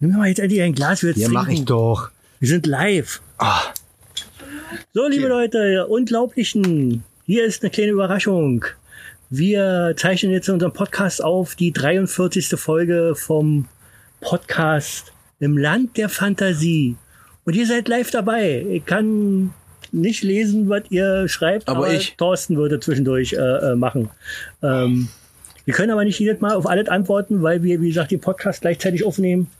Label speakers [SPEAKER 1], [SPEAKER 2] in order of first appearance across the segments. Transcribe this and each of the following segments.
[SPEAKER 1] Nimm mal jetzt endlich ein Glas, wir
[SPEAKER 2] Hier
[SPEAKER 1] jetzt
[SPEAKER 2] mache ich
[SPEAKER 1] trinken.
[SPEAKER 2] doch.
[SPEAKER 1] Wir sind live.
[SPEAKER 2] Ah,
[SPEAKER 1] So, liebe Leute, ihr Unglaublichen, hier ist eine kleine Überraschung. Wir zeichnen jetzt unseren Podcast auf, die 43. Folge vom Podcast im Land der Fantasie. Und ihr seid live dabei. Ich kann nicht lesen, was ihr schreibt,
[SPEAKER 2] Aber ich.
[SPEAKER 1] Thorsten würde zwischendurch äh, äh, machen. Ähm, wir können aber nicht jedes Mal auf alles antworten, weil wir, wie gesagt, den Podcast gleichzeitig aufnehmen.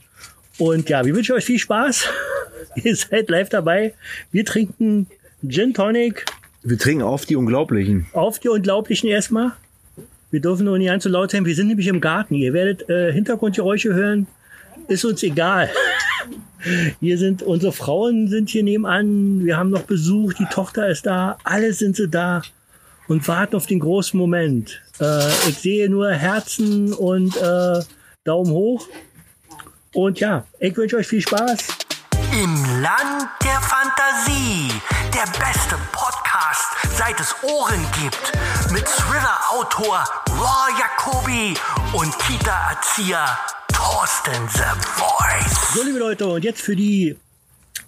[SPEAKER 1] Und ja, wir wünschen euch viel Spaß. Ihr seid live dabei. Wir trinken Gin Tonic
[SPEAKER 2] wir trinken auf die Unglaublichen.
[SPEAKER 1] auf die Unglaublichen erstmal. Wir dürfen nur nicht allzu laut sein. Wir sind nämlich im Garten. Ihr werdet äh, Hintergrundgeräusche hören. Ist uns egal. Hier sind unsere Frauen sind hier nebenan. Wir haben noch Besuch. Die Tochter ist da. Alle sind sie da und warten auf den großen Moment. Äh, ich sehe nur Herzen und äh, Daumen hoch. Und ja, ich wünsche euch viel Spaß.
[SPEAKER 3] Im Land der Fantasie. Der beste Podcast, seit es Ohren gibt. Mit Thriller-Autor Raw Jacobi und Kita-Erzieher Thorsten The Voice.
[SPEAKER 1] So, liebe Leute, und jetzt für die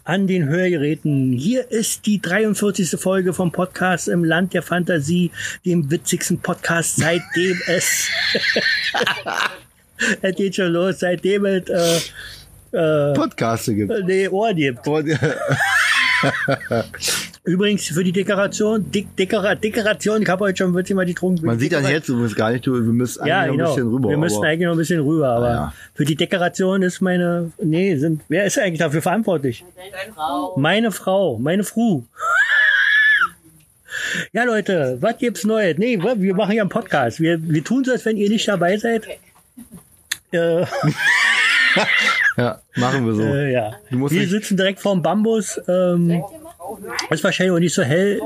[SPEAKER 1] an den Hörgeräten. Hier ist die 43. Folge vom Podcast im Land der Fantasie, dem witzigsten Podcast seitdem es... Es geht schon los, seitdem es äh,
[SPEAKER 2] Äh. Podcaste gibt.
[SPEAKER 1] nee, Ohren gibt.
[SPEAKER 2] Und, äh,
[SPEAKER 1] Übrigens für die Dekoration, dick, dickere Dekoration, ich habe heute schon wirklich mal die Trunken.
[SPEAKER 2] man sieht dein Herz übrigens gar nicht. Du, wir müssen eigentlich
[SPEAKER 1] Ja,
[SPEAKER 2] noch ein
[SPEAKER 1] genau.
[SPEAKER 2] bisschen rüber.
[SPEAKER 1] wir müssen
[SPEAKER 2] aber
[SPEAKER 1] eigentlich noch ein bisschen rüber, aber
[SPEAKER 2] Ja.
[SPEAKER 1] für die Dekoration ist meine, nee, sind, wer ist eigentlich dafür verantwortlich? Meine Frau, meine Fru. ja, Leute, was gibt's Neues? Nee, wa- wir machen ja einen Podcast. Wir, wir tun so, als wenn ihr nicht dabei seid. Äh,
[SPEAKER 2] ja, machen wir so.
[SPEAKER 1] äh, ja.
[SPEAKER 2] Du musst
[SPEAKER 1] Wir
[SPEAKER 2] nicht-
[SPEAKER 1] sitzen direkt vorm Bambus. Ähm, ist wahrscheinlich auch nicht so hell.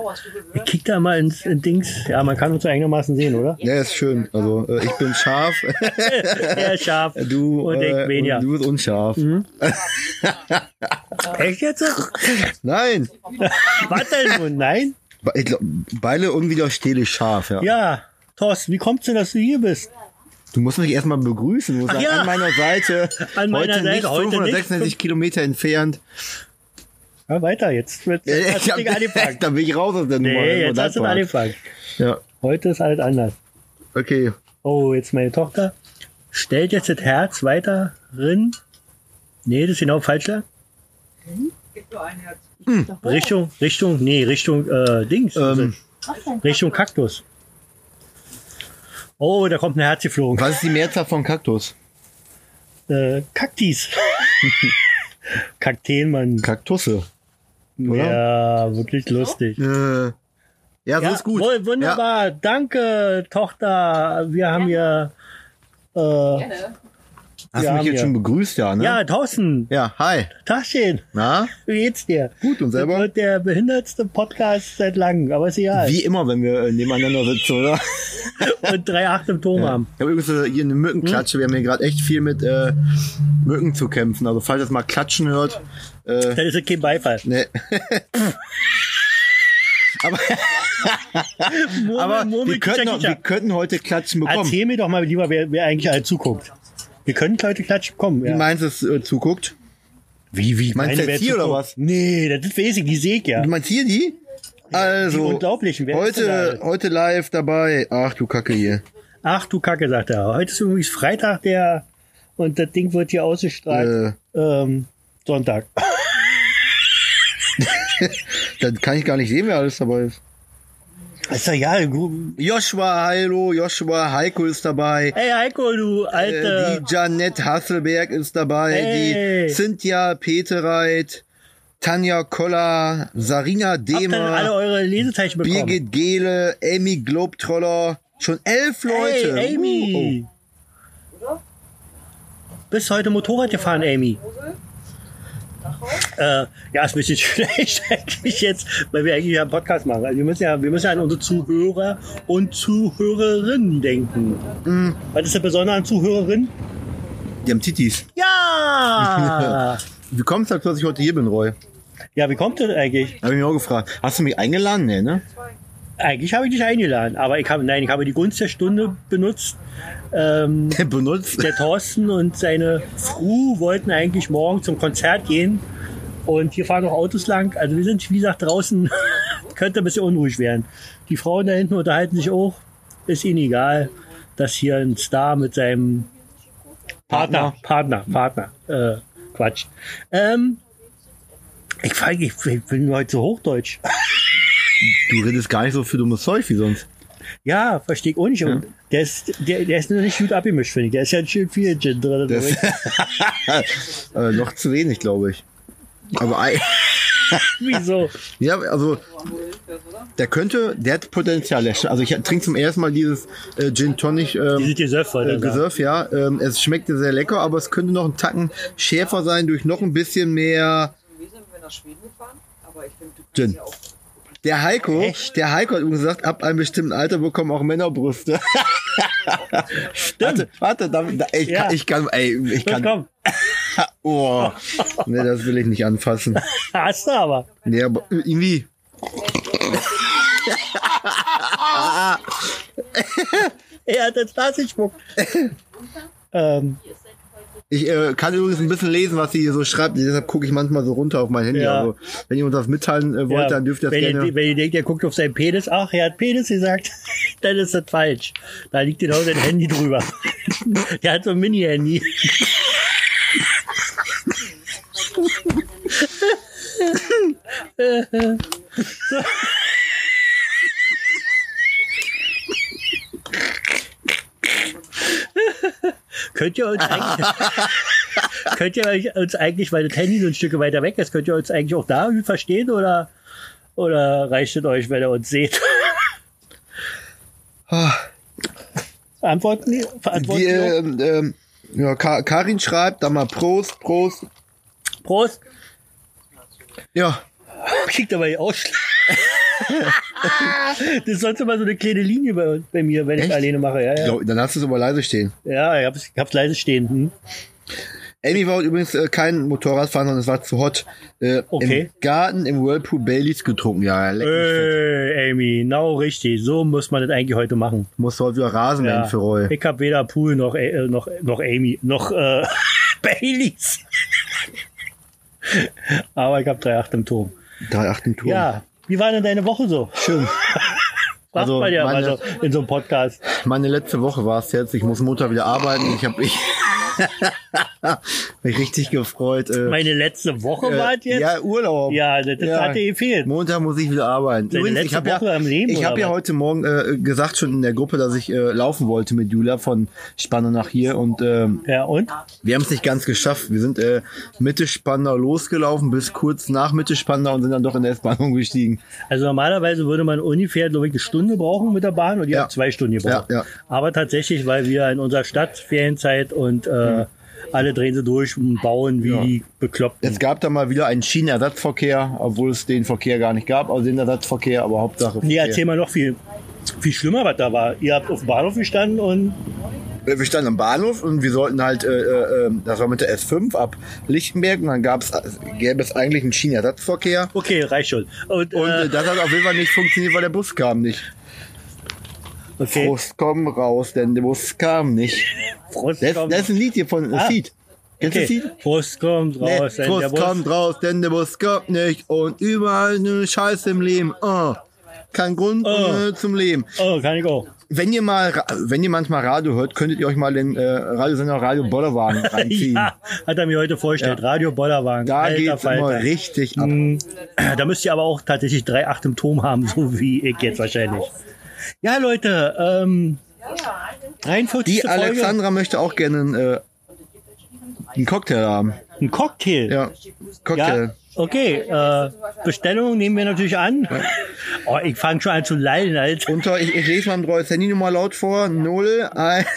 [SPEAKER 1] Ich kick da mal ins, in Dings. Ja, man kann uns einigermaßen sehen, oder?
[SPEAKER 2] ja, ist schön. Also äh, ich bin scharf,
[SPEAKER 1] Ja, scharf.
[SPEAKER 2] du,
[SPEAKER 1] und ich Mhm.
[SPEAKER 2] äh,
[SPEAKER 1] weniger.
[SPEAKER 2] und du bist unscharf.
[SPEAKER 1] Echt jetzt?
[SPEAKER 2] Nein,
[SPEAKER 1] Was denn nun? Nein?
[SPEAKER 2] Be- ich glaub, beide unwiderstehlich scharf. Ja.
[SPEAKER 1] Ja, Thorsten, wie kommst du, dass du hier bist?
[SPEAKER 2] Du musst mich erstmal begrüßen. Du musst sagen,
[SPEAKER 1] ja.
[SPEAKER 2] an meiner Seite.
[SPEAKER 1] An meiner
[SPEAKER 2] heute nicht
[SPEAKER 1] Seite, heute nicht.
[SPEAKER 2] 566 Kilometer entfernt.
[SPEAKER 1] Ja, weiter jetzt. Jetzt hast du
[SPEAKER 2] Ich
[SPEAKER 1] dich
[SPEAKER 2] hab,
[SPEAKER 1] angefangen.
[SPEAKER 2] da bin ich raus aus der Nummer.
[SPEAKER 1] Nee, jetzt
[SPEAKER 2] Das
[SPEAKER 1] hast du
[SPEAKER 2] war-
[SPEAKER 1] angefangen.
[SPEAKER 2] Ja,
[SPEAKER 1] Heute ist alles anders.
[SPEAKER 2] okay.
[SPEAKER 1] Oh, jetzt meine Tochter. Stellt jetzt das Herz weiter rin. Nee, das ist genau falsch. da. Richtung, Richtung, nee, Richtung äh, Dings.
[SPEAKER 2] Ähm,
[SPEAKER 1] Richtung Kaktus. Oh, da kommt ein Herz geflogen.
[SPEAKER 2] was ist die Mehrzahl von Kaktus?
[SPEAKER 1] Äh, Kaktis. Kakteen, Mann.
[SPEAKER 2] Kaktusse. Oder?
[SPEAKER 1] Ja, wirklich lustig.
[SPEAKER 2] Ja, äh, ja so
[SPEAKER 1] Ja,
[SPEAKER 2] ist gut.
[SPEAKER 1] wohl- Wunderbar, danke, Tochter. Wir haben hier. Äh,
[SPEAKER 2] Ja. Hast
[SPEAKER 1] Ja,
[SPEAKER 2] du mich
[SPEAKER 1] haben
[SPEAKER 2] jetzt
[SPEAKER 1] wir.
[SPEAKER 2] schon begrüßt, ja, ne?
[SPEAKER 1] ja, Thorsten,
[SPEAKER 2] Ja, hi.
[SPEAKER 1] Taschen,
[SPEAKER 2] Na?
[SPEAKER 1] wie geht's dir?
[SPEAKER 2] Gut, und
[SPEAKER 1] Das
[SPEAKER 2] selber?
[SPEAKER 1] wird der behindertste Podcast seit langem, aber ist egal.
[SPEAKER 2] Wie immer, wenn wir äh, nebeneinander sitzen, oder?
[SPEAKER 1] Und 3,8 im Turm haben.
[SPEAKER 2] Ich habe übrigens äh, hier eine Mückenklatsche. Wir haben hier gerade echt viel mit äh, Mücken zu kämpfen. Also falls ihr das mal klatschen hört, äh,
[SPEAKER 1] Das ist kein Beifall.
[SPEAKER 2] ne.
[SPEAKER 1] Murmel,
[SPEAKER 2] Aber
[SPEAKER 1] Oh, murmel,
[SPEAKER 2] wir könnten,
[SPEAKER 1] kicher,
[SPEAKER 2] noch, wir
[SPEAKER 1] kicher.
[SPEAKER 2] könnten heute Klatschen bekommen.
[SPEAKER 1] Erzähl mir doch mal lieber, wer, wer eigentlich alle zuguckt. Wir können Leute klatschen kommen.
[SPEAKER 2] Du
[SPEAKER 1] Ja.
[SPEAKER 2] meinst, es äh, zuguckt?
[SPEAKER 1] Wie, wie?
[SPEAKER 2] Meinst
[SPEAKER 1] Keine,
[SPEAKER 2] du jetzt
[SPEAKER 1] wer
[SPEAKER 2] hier oder
[SPEAKER 1] zuguckt.
[SPEAKER 2] was?
[SPEAKER 1] Nee, das ist wesentlich, die sehe ich ja.
[SPEAKER 2] Du meinst hier die? Also,
[SPEAKER 1] Die Unglaublichen, wer ist denn da
[SPEAKER 2] heute,
[SPEAKER 1] alles? heute
[SPEAKER 2] heute live dabei. Ach du Kacke hier.
[SPEAKER 1] Ach du Kacke, sagt er. Heute ist übrigens Freitag, der und das Ding wird hier
[SPEAKER 2] Äh,
[SPEAKER 1] ausgestrahlt. Ähm, Sonntag.
[SPEAKER 2] Dann kann ich gar nicht sehen, wer alles dabei ist.
[SPEAKER 1] Ist doch ja. du-
[SPEAKER 2] Joshua, hallo, Joshua, Heiko ist dabei.
[SPEAKER 1] Hey Heiko, du
[SPEAKER 2] Äh,
[SPEAKER 1] alte.
[SPEAKER 2] die Janette Hasselberg ist dabei.
[SPEAKER 1] Hey.
[SPEAKER 2] Die Cynthia Petereit, Tanja Koller, Sarina
[SPEAKER 1] habt dann alle
[SPEAKER 2] Demer,
[SPEAKER 1] eure Lesezeichen bekommen.
[SPEAKER 2] Birgit Gehle, Amy Globetroller. Schon elf Leute.
[SPEAKER 1] Hey, Amy. Uh, oh. Bist heute Motorrad gefahren, Amy? Äh, ja, ist ein bisschen schlecht eigentlich jetzt, weil wir eigentlich ja einen Podcast machen. Also wir müssen ja, wir müssen ja an unsere Zuhörer und Zuhörerinnen denken. Was ist das Besondere an Zuhörerinnen?
[SPEAKER 2] Oh, die haben Titis.
[SPEAKER 1] Ja!
[SPEAKER 2] Wie kommst du, dass ich heute hier bin, Roy?
[SPEAKER 1] ja, wie kommt das eigentlich?
[SPEAKER 2] Habe ich mich auch gefragt. Hast du mich eingeladen? Nee, ne?
[SPEAKER 1] eigentlich habe ich dich eingeladen, aber ich habe, nein, ich habe die Gunst der Stunde benutzt. Ähm,
[SPEAKER 2] Der benutzt.
[SPEAKER 1] der Thorsten und seine Crew wollten eigentlich morgen zum Konzert gehen. Und hier fahren noch Autos lang. Also wir sind, wie gesagt, draußen. Könnte ein bisschen unruhig werden. Die Frauen da hinten unterhalten sich auch. Ist ihnen egal, dass hier ein Star mit seinem Partner, Partner, Partner, äh, quatscht. Ähm, ich, frag- ich, ich bin heute so hochdeutsch.
[SPEAKER 2] Du redest gar nicht so viel dummes Zeug wie sonst.
[SPEAKER 1] Ja, verstehe ich auch nicht. Und der, ist, der, der ist nur nicht gut abgemischt, finde ich. Der ist ja schön viel Gin drin.
[SPEAKER 2] Das- Äh, noch zu wenig, glaube ich. Also, ei-
[SPEAKER 1] Wieso?
[SPEAKER 2] ja, also, der könnte, der hat Potenzial. Der, sch- also, ich trinke zum ersten Mal dieses äh, Gin Tonic
[SPEAKER 1] Die
[SPEAKER 2] ähm,
[SPEAKER 1] sind Gesöff,
[SPEAKER 2] äh,
[SPEAKER 1] oder?
[SPEAKER 2] Gesurf, ja. Ähm, es schmeckte sehr lecker, aber es könnte noch ein Tacken schärfer sein durch noch ein bisschen mehr
[SPEAKER 4] Wir sind wir nach Schweden gefahren, aber ich finde, du kannst
[SPEAKER 2] Gin.
[SPEAKER 4] ja auch
[SPEAKER 2] Der Heiko, der Heiko hat übrigens gesagt, ab einem bestimmten Alter bekommen auch Männerbrüste. Stimmt. Warte, warte, da, da, ich,
[SPEAKER 1] Ja.
[SPEAKER 2] kann, ich kann, ey, ich
[SPEAKER 1] Na,
[SPEAKER 2] kann,
[SPEAKER 1] komm,
[SPEAKER 2] oh, nee, das will ich nicht anfassen.
[SPEAKER 1] hast du aber.
[SPEAKER 2] Nee, aber irgendwie.
[SPEAKER 1] Er hat jetzt Nase gespuckt. ähm,
[SPEAKER 2] Ich äh, kann übrigens ein bisschen lesen, was sie hier so schreibt. Deshalb gucke ich manchmal so runter auf mein Handy.
[SPEAKER 1] Ja.
[SPEAKER 2] Also, wenn ihr uns das mitteilen äh, wollt,
[SPEAKER 1] ja,
[SPEAKER 2] dann dürft ihr das
[SPEAKER 1] wenn,
[SPEAKER 2] gerne.
[SPEAKER 1] ihr, wenn ihr denkt, er guckt auf seinen Penis, ach, er hat Penis gesagt, dann ist das falsch. Da liegt genau sein Handy drüber. er hat so ein Mini-Handy. Könnt ihr uns eigentlich, könnt ihr euch- uns eigentlich, weil das Handy so ein Stück weiter weg ist, könnt ihr uns eigentlich auch da verstehen oder, oder reicht es euch, wenn ihr uns seht? Antworten die? Antworten
[SPEAKER 2] Ah, Die,
[SPEAKER 1] die auch?
[SPEAKER 2] ähm, ähm, ja, Ka Karin schreibt, da mal Prost, Prost.
[SPEAKER 1] Prost.
[SPEAKER 2] Ja,
[SPEAKER 1] Kriegt aber hier Ausschlag. das ist sonst immer so eine kleine Linie bei, bei mir, wenn ich
[SPEAKER 2] Echt?
[SPEAKER 1] alleine mache. Ja, ja.
[SPEAKER 2] glaub, dann hast du es aber leise stehen.
[SPEAKER 1] ja ich, hab's, ich hab's leise stehen. Hm?
[SPEAKER 2] Amy war übrigens äh, kein Motorradfahren, sondern es war zu hot. Äh,
[SPEAKER 1] Okay. Äh.
[SPEAKER 2] Im Garten im Whirlpool Baileys getrunken. Ja, leck mich fett.
[SPEAKER 1] Ey, Amy, genau richtig. So muss man das eigentlich heute machen.
[SPEAKER 2] Muss heute wieder Rasen mähen
[SPEAKER 1] Ja.
[SPEAKER 2] für Roy.
[SPEAKER 1] Ich hab weder Pool noch, äh, noch, noch Amy, noch äh, Baileys. aber ich hab drei Acht im Turm.
[SPEAKER 2] Drei achten Tour.
[SPEAKER 1] Ja, wie war denn deine Woche so?
[SPEAKER 2] Schön.
[SPEAKER 1] Macht
[SPEAKER 2] Also,
[SPEAKER 1] man ja mal
[SPEAKER 2] meine-
[SPEAKER 1] so in so einem Podcast.
[SPEAKER 2] Meine letzte Woche war es jetzt. Ich muss Montag wieder arbeiten. Ich habe ich mich richtig gefreut. Äh,
[SPEAKER 1] Meine letzte Woche
[SPEAKER 2] äh,
[SPEAKER 1] war es jetzt?
[SPEAKER 2] Ja, Urlaub.
[SPEAKER 1] Ja, das, das
[SPEAKER 2] Ja.
[SPEAKER 1] hatte gefehlt.
[SPEAKER 2] Montag muss ich wieder arbeiten.
[SPEAKER 1] Deine letzte
[SPEAKER 2] ich habe ja,
[SPEAKER 1] Woche am Leben,
[SPEAKER 2] ich hab
[SPEAKER 1] oder
[SPEAKER 2] ja
[SPEAKER 1] was?
[SPEAKER 2] heute Morgen äh, gesagt schon in der Gruppe, dass ich äh, laufen wollte mit Julia von Spanne nach hier und ähm,
[SPEAKER 1] Ja, und?
[SPEAKER 2] Wir haben es nicht ganz geschafft. Wir sind äh, Mitte Spandau losgelaufen bis kurz nach Mitte Spandau und sind dann doch in der S-Bahn umgestiegen.
[SPEAKER 1] Also normalerweise würde man ungefähr, glaube ich, eine Stunde brauchen mit der Bahn und ihr
[SPEAKER 2] Ja.
[SPEAKER 1] habt zwei Stunden gebraucht.
[SPEAKER 2] Ja, ja.
[SPEAKER 1] Aber tatsächlich, weil wir in unserer Stadt Ferienzeit und
[SPEAKER 2] Mhm.
[SPEAKER 1] äh, alle drehen sie durch und bauen wie die Bekloppten.
[SPEAKER 2] Es gab da mal wieder einen Schienenersatzverkehr, obwohl es den Verkehr gar nicht gab, also den Ersatzverkehr, aber Hauptsache.
[SPEAKER 1] Nee,
[SPEAKER 2] Verkehr.
[SPEAKER 1] erzähl mal noch viel, viel schlimmer, was da war. Ihr habt auf dem Bahnhof gestanden und
[SPEAKER 2] Äh, Wir standen am Bahnhof und wir sollten halt, äh, äh, äh, das war mit der S5 ab Lichtenberg und dann gab's, gäbe es eigentlich einen Schienenersatzverkehr.
[SPEAKER 1] okay, reicht schon. Und,
[SPEAKER 2] Und
[SPEAKER 1] äh,
[SPEAKER 2] äh, das hat auf jeden Fall nicht funktioniert, weil der Bus kam nicht.
[SPEAKER 1] okay.
[SPEAKER 2] Prost, komm raus, denn der Bus kam nicht.
[SPEAKER 1] Prost,
[SPEAKER 2] Das,
[SPEAKER 1] kommt-
[SPEAKER 2] das ist ein Lied hier von
[SPEAKER 1] Ah.
[SPEAKER 2] ah. Seed. Kennst du
[SPEAKER 1] okay.
[SPEAKER 2] Seed?
[SPEAKER 1] Prost kommt
[SPEAKER 2] Nee,
[SPEAKER 1] raus. denn der
[SPEAKER 2] Bus
[SPEAKER 1] Bus-
[SPEAKER 2] kommt raus, denn der Bus kommt nicht. Und überall nur Scheiße im Leben. Oh. Kein Grund äh, zum Leben.
[SPEAKER 1] Oh, kann ich auch.
[SPEAKER 2] Wenn ihr mal, Ra- wenn ihr manchmal Radio hört, könntet ihr euch mal den äh, Radiosender Radio Bollerwagen reinziehen.
[SPEAKER 1] Ja, hat er mir heute vorgestellt. Radio Bollerwagen.
[SPEAKER 2] Da
[SPEAKER 1] Alter
[SPEAKER 2] geht's
[SPEAKER 1] Falter.
[SPEAKER 2] immer richtig ab.
[SPEAKER 1] Da müsst ihr aber auch tatsächlich 3,8 im Turm haben, so wie ich jetzt wahrscheinlich. Ja, Leute, ähm, 43.
[SPEAKER 2] Die
[SPEAKER 1] Folge.
[SPEAKER 2] Alexandra möchte auch gerne einen, äh, einen Cocktail haben.
[SPEAKER 1] Ein Cocktail.
[SPEAKER 2] Ja,
[SPEAKER 1] Ja,
[SPEAKER 2] Cocktail.
[SPEAKER 1] okay. Äh, Bestellung nehmen wir natürlich an. Oh, ich fange schon an zu leiden, Alter.
[SPEAKER 2] Unter, ich, ich lese mal ein neues Handynummer laut vor. 0, 1.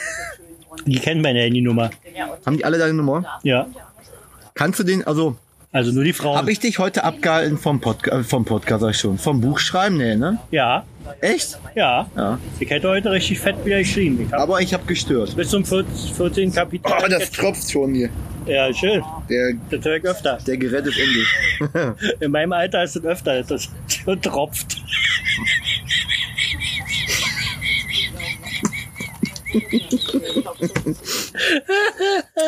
[SPEAKER 1] Die kennen meine Handynummer.
[SPEAKER 2] Haben die alle deine Nummer?
[SPEAKER 1] Ja,
[SPEAKER 2] Kannst du den, also
[SPEAKER 1] also nur die Frauen.
[SPEAKER 2] Habe ich dich heute abgehalten vom, Podca äh, vom Podcast, sag ich schon. Vom Buchschreiben? Nee, ne?
[SPEAKER 1] Ja,
[SPEAKER 2] Echt?
[SPEAKER 1] ja,
[SPEAKER 2] Ja.
[SPEAKER 1] Ich hätte heute richtig fett wieder geschrieben. Ich hab
[SPEAKER 2] Aber ich habe gestört.
[SPEAKER 1] bis zum 14. 14. Kapitel.
[SPEAKER 2] Oh, das tropft schon hier.
[SPEAKER 1] ja, schön.
[SPEAKER 2] Der,
[SPEAKER 1] Das höre ich öfter.
[SPEAKER 2] der Gerät ist endlich.
[SPEAKER 1] In meinem Alter ist es öfter, dass das schon tropft.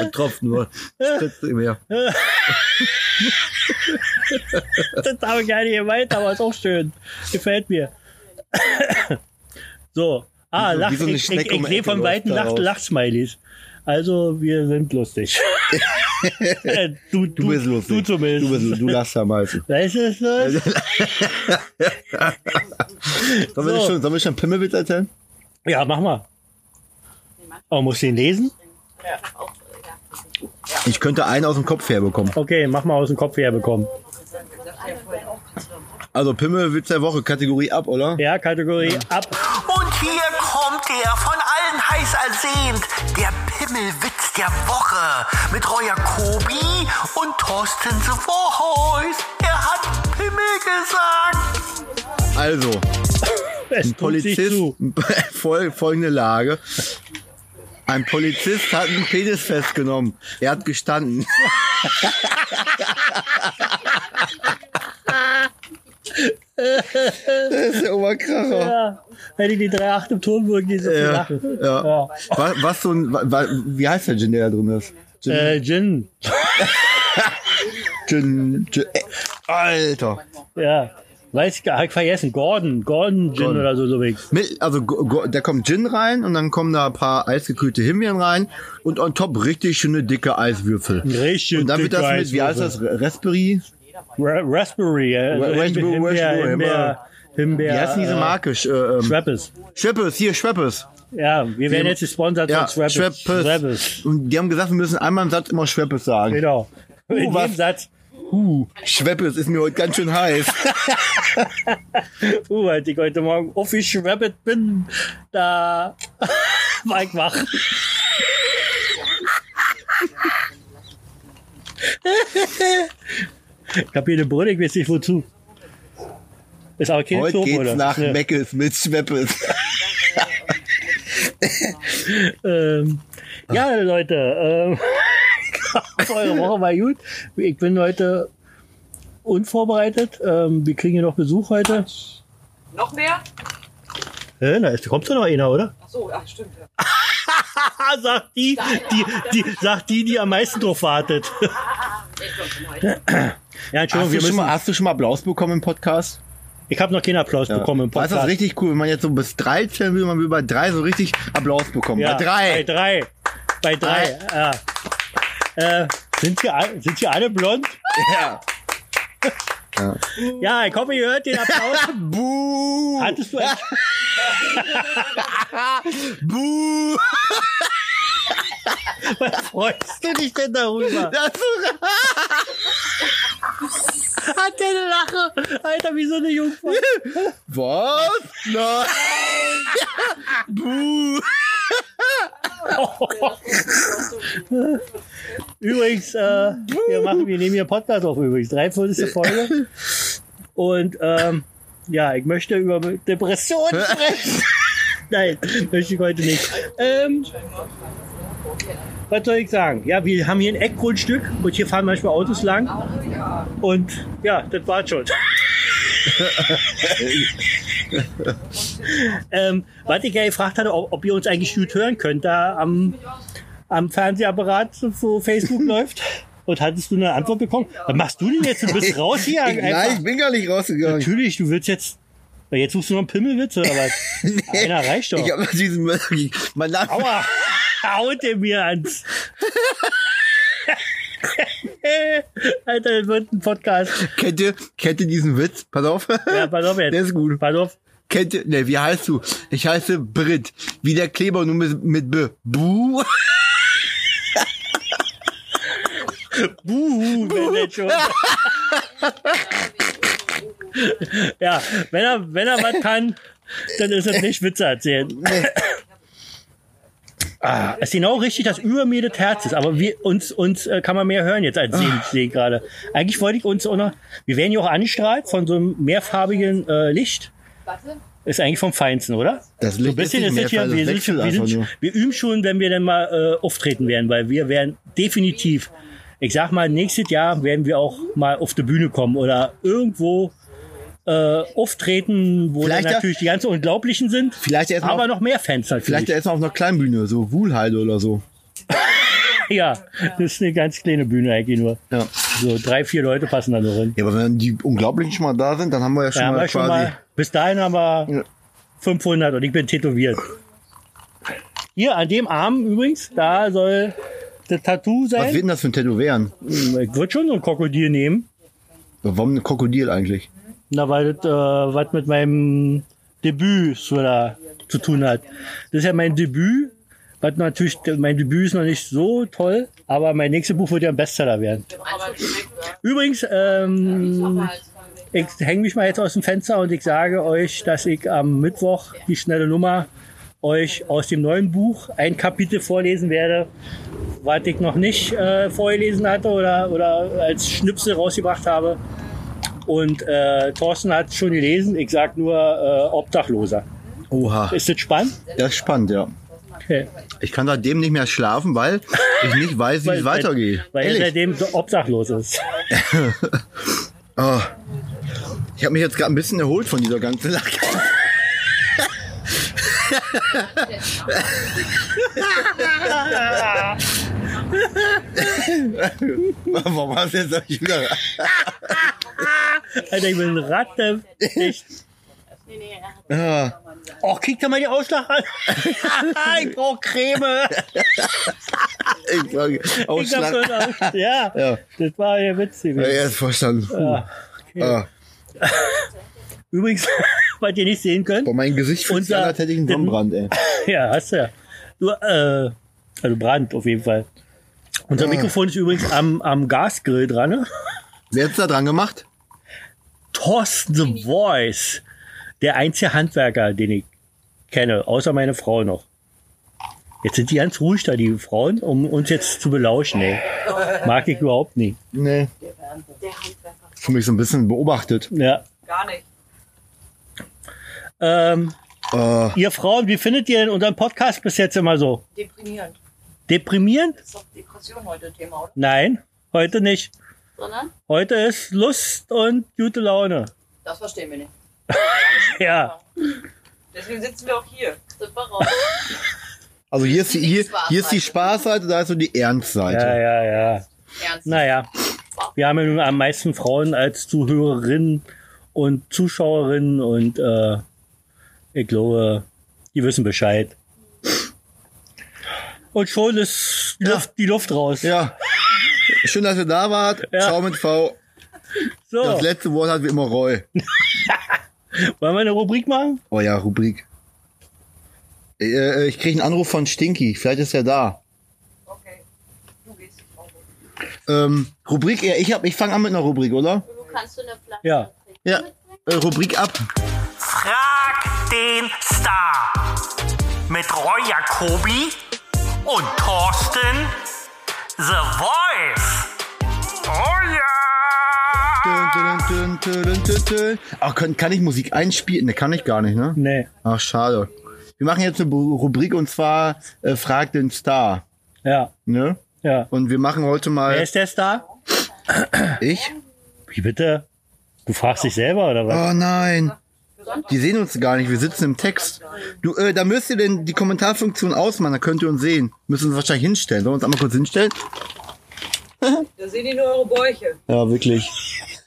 [SPEAKER 2] Ein Tropfen nur. Spritzt ihm her.
[SPEAKER 1] Das habe ich gar nicht gemeint, aber ist auch schön. Gefällt mir. So. Ah,
[SPEAKER 2] Wie so-
[SPEAKER 1] lacht.
[SPEAKER 2] wie so eine
[SPEAKER 1] ich ich,
[SPEAKER 2] Schnecke um
[SPEAKER 1] ich
[SPEAKER 2] die
[SPEAKER 1] sehe
[SPEAKER 2] Ecke
[SPEAKER 1] von
[SPEAKER 2] läuft
[SPEAKER 1] Weitem
[SPEAKER 2] da
[SPEAKER 1] lacht,
[SPEAKER 2] raus.
[SPEAKER 1] Lachsmilies. Also, wir sind lustig. Äh, du, du,
[SPEAKER 2] Du bist lustig.
[SPEAKER 1] Du zumindest.
[SPEAKER 2] Du, bist, du lachst am meisten.
[SPEAKER 1] Weißt du das?
[SPEAKER 2] Sollen wir
[SPEAKER 1] So.
[SPEAKER 2] schon, sollen wir schon Pimmelwitz erzählen?
[SPEAKER 1] Ja, mach mal. Oh, muss ich ihn lesen?
[SPEAKER 2] Ich könnte einen aus dem Kopf herbekommen.
[SPEAKER 1] Okay, mach mal aus dem Kopf herbekommen.
[SPEAKER 2] Also Pimmelwitz der Woche, Kategorie ab, oder?
[SPEAKER 1] Ja, Kategorie ab.
[SPEAKER 3] Und hier kommt er, von allen heiß ersehnt, der Pimmelwitz der Woche mit Roya Kobi und Thorsten Sevohois. Er hat Pimmel gesagt.
[SPEAKER 2] Also,
[SPEAKER 1] Es tut sich
[SPEAKER 2] Polizist,
[SPEAKER 1] zu.
[SPEAKER 2] Fol folgende Lage. Ein Polizist hat einen Penis festgenommen. Er hat gestanden. das ist der Oberkracher.
[SPEAKER 1] Ja, hätte ich die 3,8 im Ton würden, die so viel
[SPEAKER 2] Ja,
[SPEAKER 1] lachen.
[SPEAKER 2] ja.
[SPEAKER 1] Ja.
[SPEAKER 2] Was, was so ein, wa, wa, wie heißt der Gin, der da drin ist? Gin,
[SPEAKER 1] Äh, Gin.
[SPEAKER 2] Gin, Gin, äh, Alter.
[SPEAKER 1] Ja. Weiß ich gar nicht, vergessen. Gordon. Gordon Gin
[SPEAKER 2] Gordon.
[SPEAKER 1] oder so, so wie.
[SPEAKER 2] Mit, also go, go, da kommt Gin rein und dann kommen da ein paar eisgekühlte Himbeeren rein und on top richtig schöne dicke Eiswürfel.
[SPEAKER 1] Richtig
[SPEAKER 2] Und dann wird
[SPEAKER 1] dicke
[SPEAKER 2] das mit, wie heißt das, Raspberry?
[SPEAKER 1] Ra Raspberry. äh, Also
[SPEAKER 2] Ra- Raspberry,
[SPEAKER 1] Himbeer,
[SPEAKER 2] Raspberry,
[SPEAKER 1] Himbeer, Himbeer.
[SPEAKER 2] Wie heißt denn diese
[SPEAKER 1] äh,
[SPEAKER 2] Marke? Sch- äh, ähm,
[SPEAKER 1] Schweppes.
[SPEAKER 2] Schweppes, hier Schweppes.
[SPEAKER 1] Ja, wir werden jetzt gesponsert
[SPEAKER 2] Ja,
[SPEAKER 1] von Schweppes.
[SPEAKER 2] Schweppes. Und die haben gesagt, wir müssen einmal im Satz immer Schweppes sagen.
[SPEAKER 1] Genau. In jedem
[SPEAKER 2] Oh, was?
[SPEAKER 1] Satz.
[SPEAKER 2] Uh, Schweppes ist mir heute ganz schön heiß.
[SPEAKER 1] Uh, als ich heute Morgen aufgeschweppet bin, da war ich wach. ich hab hier eine Brille, ich weiß nicht wozu. Ist aber keine
[SPEAKER 2] Heute
[SPEAKER 1] Soap,
[SPEAKER 2] geht's
[SPEAKER 1] oder?
[SPEAKER 2] nach
[SPEAKER 1] Ne,
[SPEAKER 2] Meckes mit Schweppes.
[SPEAKER 1] ähm, ja, Leute, ähm, ich glaub, eure Woche war gut. Ich bin heute unvorbereitet. Ähm, wir kriegen hier noch Besuch heute.
[SPEAKER 4] Noch mehr?
[SPEAKER 1] Hä, na, es kommt doch noch einer, oder?
[SPEAKER 4] Ach so, ach, stimmt. Ja.
[SPEAKER 1] Ah, sagt die, die, die, sagt die, die am meisten drauf wartet. ja, Entschuldigung,
[SPEAKER 2] Hast
[SPEAKER 1] wir
[SPEAKER 2] du, schon
[SPEAKER 1] müssen,
[SPEAKER 2] mal, hast du schon mal Applaus bekommen im Podcast?
[SPEAKER 1] ich habe noch keinen Applaus bekommen im Podcast.
[SPEAKER 2] Das ist richtig cool, wenn man jetzt so bis drei zählen will, man will bei drei so richtig Applaus bekommen.
[SPEAKER 1] ja,
[SPEAKER 2] bei drei.
[SPEAKER 1] Bei drei. Bei drei. Ja. Äh, sind sie, all- sind sie alle blond?
[SPEAKER 2] Ja.
[SPEAKER 1] Ja, ich hoffe, ihr hört den Applaus.
[SPEAKER 2] Buh,
[SPEAKER 1] Hattest du ein,
[SPEAKER 2] buh.
[SPEAKER 1] freust du dich denn darüber?
[SPEAKER 2] Das ist,
[SPEAKER 1] Hat der eine Lache? Alter, wie so eine Jungfrau.
[SPEAKER 2] was? Nein. buh.
[SPEAKER 1] Übrigens, äh, wir, machen, wir nehmen hier einen Podcast auf übrigens. Dreiviertelste Folge. Und ähm, ja, ich möchte über Depressionen sprechen. Nein, möchte ich heute nicht. Ähm, was soll ich sagen? Ja, wir haben hier ein Eckgrundstück und hier fahren manchmal Autos lang. Und ja, das war's schon. ähm, was ich ja gefragt hatte, ob, ob ihr uns eigentlich gut hören könnt, da am am Fernsehapparat, wo Facebook läuft? Und hattest du eine Antwort bekommen? Was machst du denn jetzt? Du bist raus hier.
[SPEAKER 2] Ich, nein,
[SPEAKER 1] einfach.
[SPEAKER 2] ich bin gar nicht rausgegangen.
[SPEAKER 1] Natürlich, du willst jetzt. Na, Jetzt suchst du noch einen Pimmelwitz oder was? Einer reicht doch.
[SPEAKER 2] Ich habe diesen, mein Nachbar
[SPEAKER 1] Aua! Haut er mir ans. Alter, das wird ein Podcast.
[SPEAKER 2] kennt ihr, kennt ihr diesen Witz? Pass auf.
[SPEAKER 1] Ja, pass auf jetzt.
[SPEAKER 2] Der ist gut.
[SPEAKER 1] Pass auf.
[SPEAKER 2] Kennt ihr, ne, wie heißt du? Ich heiße Brit. Wie der Kleber, nur mit, mit B. Buh.
[SPEAKER 1] Buhu, wenn der schon. ja, wenn er, wenn er was kann, dann ist es nicht Witze erzählen. Ah, ist genau richtig, dass über mir das Herz ist, aber wir, uns, uns äh, kann man mehr hören jetzt als sehen, sehe ich gerade. Eigentlich wollte ich uns auch noch, wir werden ja auch angestrahlt von so einem mehrfarbigen äh, Licht. Ist eigentlich vom Feinsten, oder?
[SPEAKER 2] Das Licht
[SPEAKER 1] so ein bisschen
[SPEAKER 2] ist
[SPEAKER 1] ist
[SPEAKER 2] nicht
[SPEAKER 1] es ja,
[SPEAKER 2] mehrfarbig,
[SPEAKER 1] wir,
[SPEAKER 2] das
[SPEAKER 1] sind, schon- wir,
[SPEAKER 2] wechselt
[SPEAKER 1] sind,
[SPEAKER 2] einfach
[SPEAKER 1] schon-
[SPEAKER 2] nur.
[SPEAKER 1] wir üben schon, wenn wir dann mal äh, auftreten werden, weil wir werden definitiv, ich sag mal, nächstes Jahr werden wir auch mal auf die Bühne kommen oder irgendwo äh, auftreten, wo dann
[SPEAKER 2] Vielleicht ja-
[SPEAKER 1] natürlich die ganz Unglaublichen sind.
[SPEAKER 2] Vielleicht erst mal
[SPEAKER 1] aber
[SPEAKER 2] auf-
[SPEAKER 1] noch mehr Fans natürlich.
[SPEAKER 2] Vielleicht erstmal auf einer kleinen Bühne, so Wuhlheide oder so.
[SPEAKER 1] ja, das ist eine ganz kleine Bühne eigentlich nur.
[SPEAKER 2] Ja.
[SPEAKER 1] So drei, vier Leute passen da nur hin.
[SPEAKER 2] Ja, aber wenn die Unglaublichen schon mal da sind, dann haben wir ja schon
[SPEAKER 1] Da haben
[SPEAKER 2] mal
[SPEAKER 1] wir
[SPEAKER 2] quasi.
[SPEAKER 1] schon mal, bis dahin haben wir
[SPEAKER 2] Ja.
[SPEAKER 1] 500 und ich bin tätowiert. Hier an dem Arm übrigens, da soll das Tattoo
[SPEAKER 2] was wird
[SPEAKER 1] sein.
[SPEAKER 2] denn das für ein Tätowieren?
[SPEAKER 1] Ich würde schon so ein Krokodil nehmen.
[SPEAKER 2] Warum ein Krokodil eigentlich?
[SPEAKER 1] Na, weil das äh, was mit meinem Debüt so da zu tun hat. Das ist ja mein Debüt. Was natürlich, mein Debüt ist noch nicht so toll, aber mein nächstes Buch wird ja ein Bestseller werden. Übrigens, ähm, ich hänge mich mal jetzt aus dem Fenster und ich sage euch, dass ich am Mittwoch die schnelle Nummer euch aus dem neuen Buch ein Kapitel vorlesen werde, was ich noch nicht äh, vorgelesen hatte oder, oder als Schnipsel rausgebracht habe. Und äh, Thorsten hat schon gelesen, ich sag nur äh, Obdachloser.
[SPEAKER 2] Oha.
[SPEAKER 1] Ist das spannend?
[SPEAKER 2] Das ist spannend, ja.
[SPEAKER 1] Okay.
[SPEAKER 2] Ich kann seitdem nicht mehr schlafen, weil ich nicht weiß, wie es weitergeht.
[SPEAKER 1] Weil er
[SPEAKER 2] Ehrlich.
[SPEAKER 1] seitdem so obdachlos ist.
[SPEAKER 2] Oh. Ich habe mich jetzt gerade ein bisschen erholt von dieser ganzen Lage. Warum hast du jetzt solche wieder?
[SPEAKER 1] Alter, ich bin Ratte. Ich,
[SPEAKER 2] Ah,
[SPEAKER 1] oh, kriegt er mal die Ausschlag an. ich brauch Creme.
[SPEAKER 2] ich sage,
[SPEAKER 1] Ich hab so einen
[SPEAKER 2] Ausschlag.
[SPEAKER 1] Ausschlag. Ja,
[SPEAKER 2] Ja.
[SPEAKER 1] das war ja witzig.
[SPEAKER 2] Ja, er ist verstanden. Puh. Ah,
[SPEAKER 1] Übrigens, was ihr nicht sehen könnt.
[SPEAKER 2] boah, mein Gesicht fühlt sich
[SPEAKER 1] Unser-
[SPEAKER 2] an, als hätte ich einen Sonnenbrand, ey.
[SPEAKER 1] Ja, hast du ja. Du, äh, also Brand auf jeden Fall.
[SPEAKER 2] Ah.
[SPEAKER 1] Unser Mikrofon ist übrigens am, am Gasgrill dran. Ne?
[SPEAKER 2] Wer hat's da dran gemacht?
[SPEAKER 1] Thorsten The Voice, der einzige Handwerker, den ich kenne, außer meine Frau noch. Jetzt sind die ganz ruhig da, die Frauen, um uns jetzt zu belauschen. Ey. Mag ich überhaupt nicht.
[SPEAKER 2] Nee. Ich fühle mich so ein bisschen beobachtet.
[SPEAKER 1] Ja.
[SPEAKER 4] Gar nicht.
[SPEAKER 1] Ähm,
[SPEAKER 2] Ah,
[SPEAKER 1] ihr Frauen, wie findet ihr denn unseren Podcast bis jetzt immer so?
[SPEAKER 4] Deprimierend.
[SPEAKER 1] Deprimierend?
[SPEAKER 4] Ist doch Depression heute Thema, oder?
[SPEAKER 1] Nein, heute nicht.
[SPEAKER 4] Sondern?
[SPEAKER 1] Heute ist Lust und gute Laune.
[SPEAKER 5] Das verstehen wir nicht.
[SPEAKER 1] Ja,
[SPEAKER 4] Deswegen sitzen wir auch hier.
[SPEAKER 5] Sind wir raus.
[SPEAKER 2] also hier ist die, hier, hier ist die Spaßseite, da ist so die Ernstseite.
[SPEAKER 1] ja, ja, ja.
[SPEAKER 5] Ernst.
[SPEAKER 1] Naja, wir haben ja nun am meisten Frauen als Zuhörerinnen und Zuschauerinnen und äh, ich glaube, die wissen Bescheid. Und schon ist die, Luft, die Luft raus.
[SPEAKER 2] Ja. Schön, dass ihr da wart. Ciao mit V.
[SPEAKER 1] so,
[SPEAKER 2] Das
[SPEAKER 1] wollen
[SPEAKER 2] letzte Wort hat wie immer Roy.
[SPEAKER 1] wir eine Rubrik machen?
[SPEAKER 2] Oh ja, Rubrik. Äh, Ich krieg einen Anruf von Stinky. Vielleicht ist er da.
[SPEAKER 4] Okay. Du gehst.
[SPEAKER 2] Ähm, Rubrik, ja, ich, hab- ich fange an mit einer Rubrik, oder?
[SPEAKER 5] Du kannst du eine Flasche
[SPEAKER 1] Ja.
[SPEAKER 5] trinken.
[SPEAKER 2] Ja. Äh, Rubrik ab.
[SPEAKER 3] Frag den Star. Mit Roy Jacobi und Thorsten The Voice. Oh ja!
[SPEAKER 2] Dün, dün, dün, dün, dün, dün. Ach, kann, kann ich Musik einspielen? Ne, kann ich gar nicht, ne?
[SPEAKER 1] Nee,
[SPEAKER 2] Ach, schade. Wir machen jetzt eine Bu- Rubrik und zwar äh, Frag den Star.
[SPEAKER 1] ja,
[SPEAKER 2] Ne?
[SPEAKER 1] ja.
[SPEAKER 2] Und wir machen heute
[SPEAKER 1] Wer
[SPEAKER 2] mal
[SPEAKER 1] ist der Star?
[SPEAKER 2] ich.
[SPEAKER 1] Wie bitte? Du fragst dich selber oder was?
[SPEAKER 2] Oh nein. Die sehen uns gar nicht, wir sitzen im Text. Du, äh, da müsst ihr denn die Kommentarfunktion ausmachen, da könnt ihr uns sehen. Müsst uns wahrscheinlich hinstellen. Sollen wir uns einmal kurz hinstellen?
[SPEAKER 4] Da sehen die nur eure Bäuche.
[SPEAKER 2] Ja, wirklich.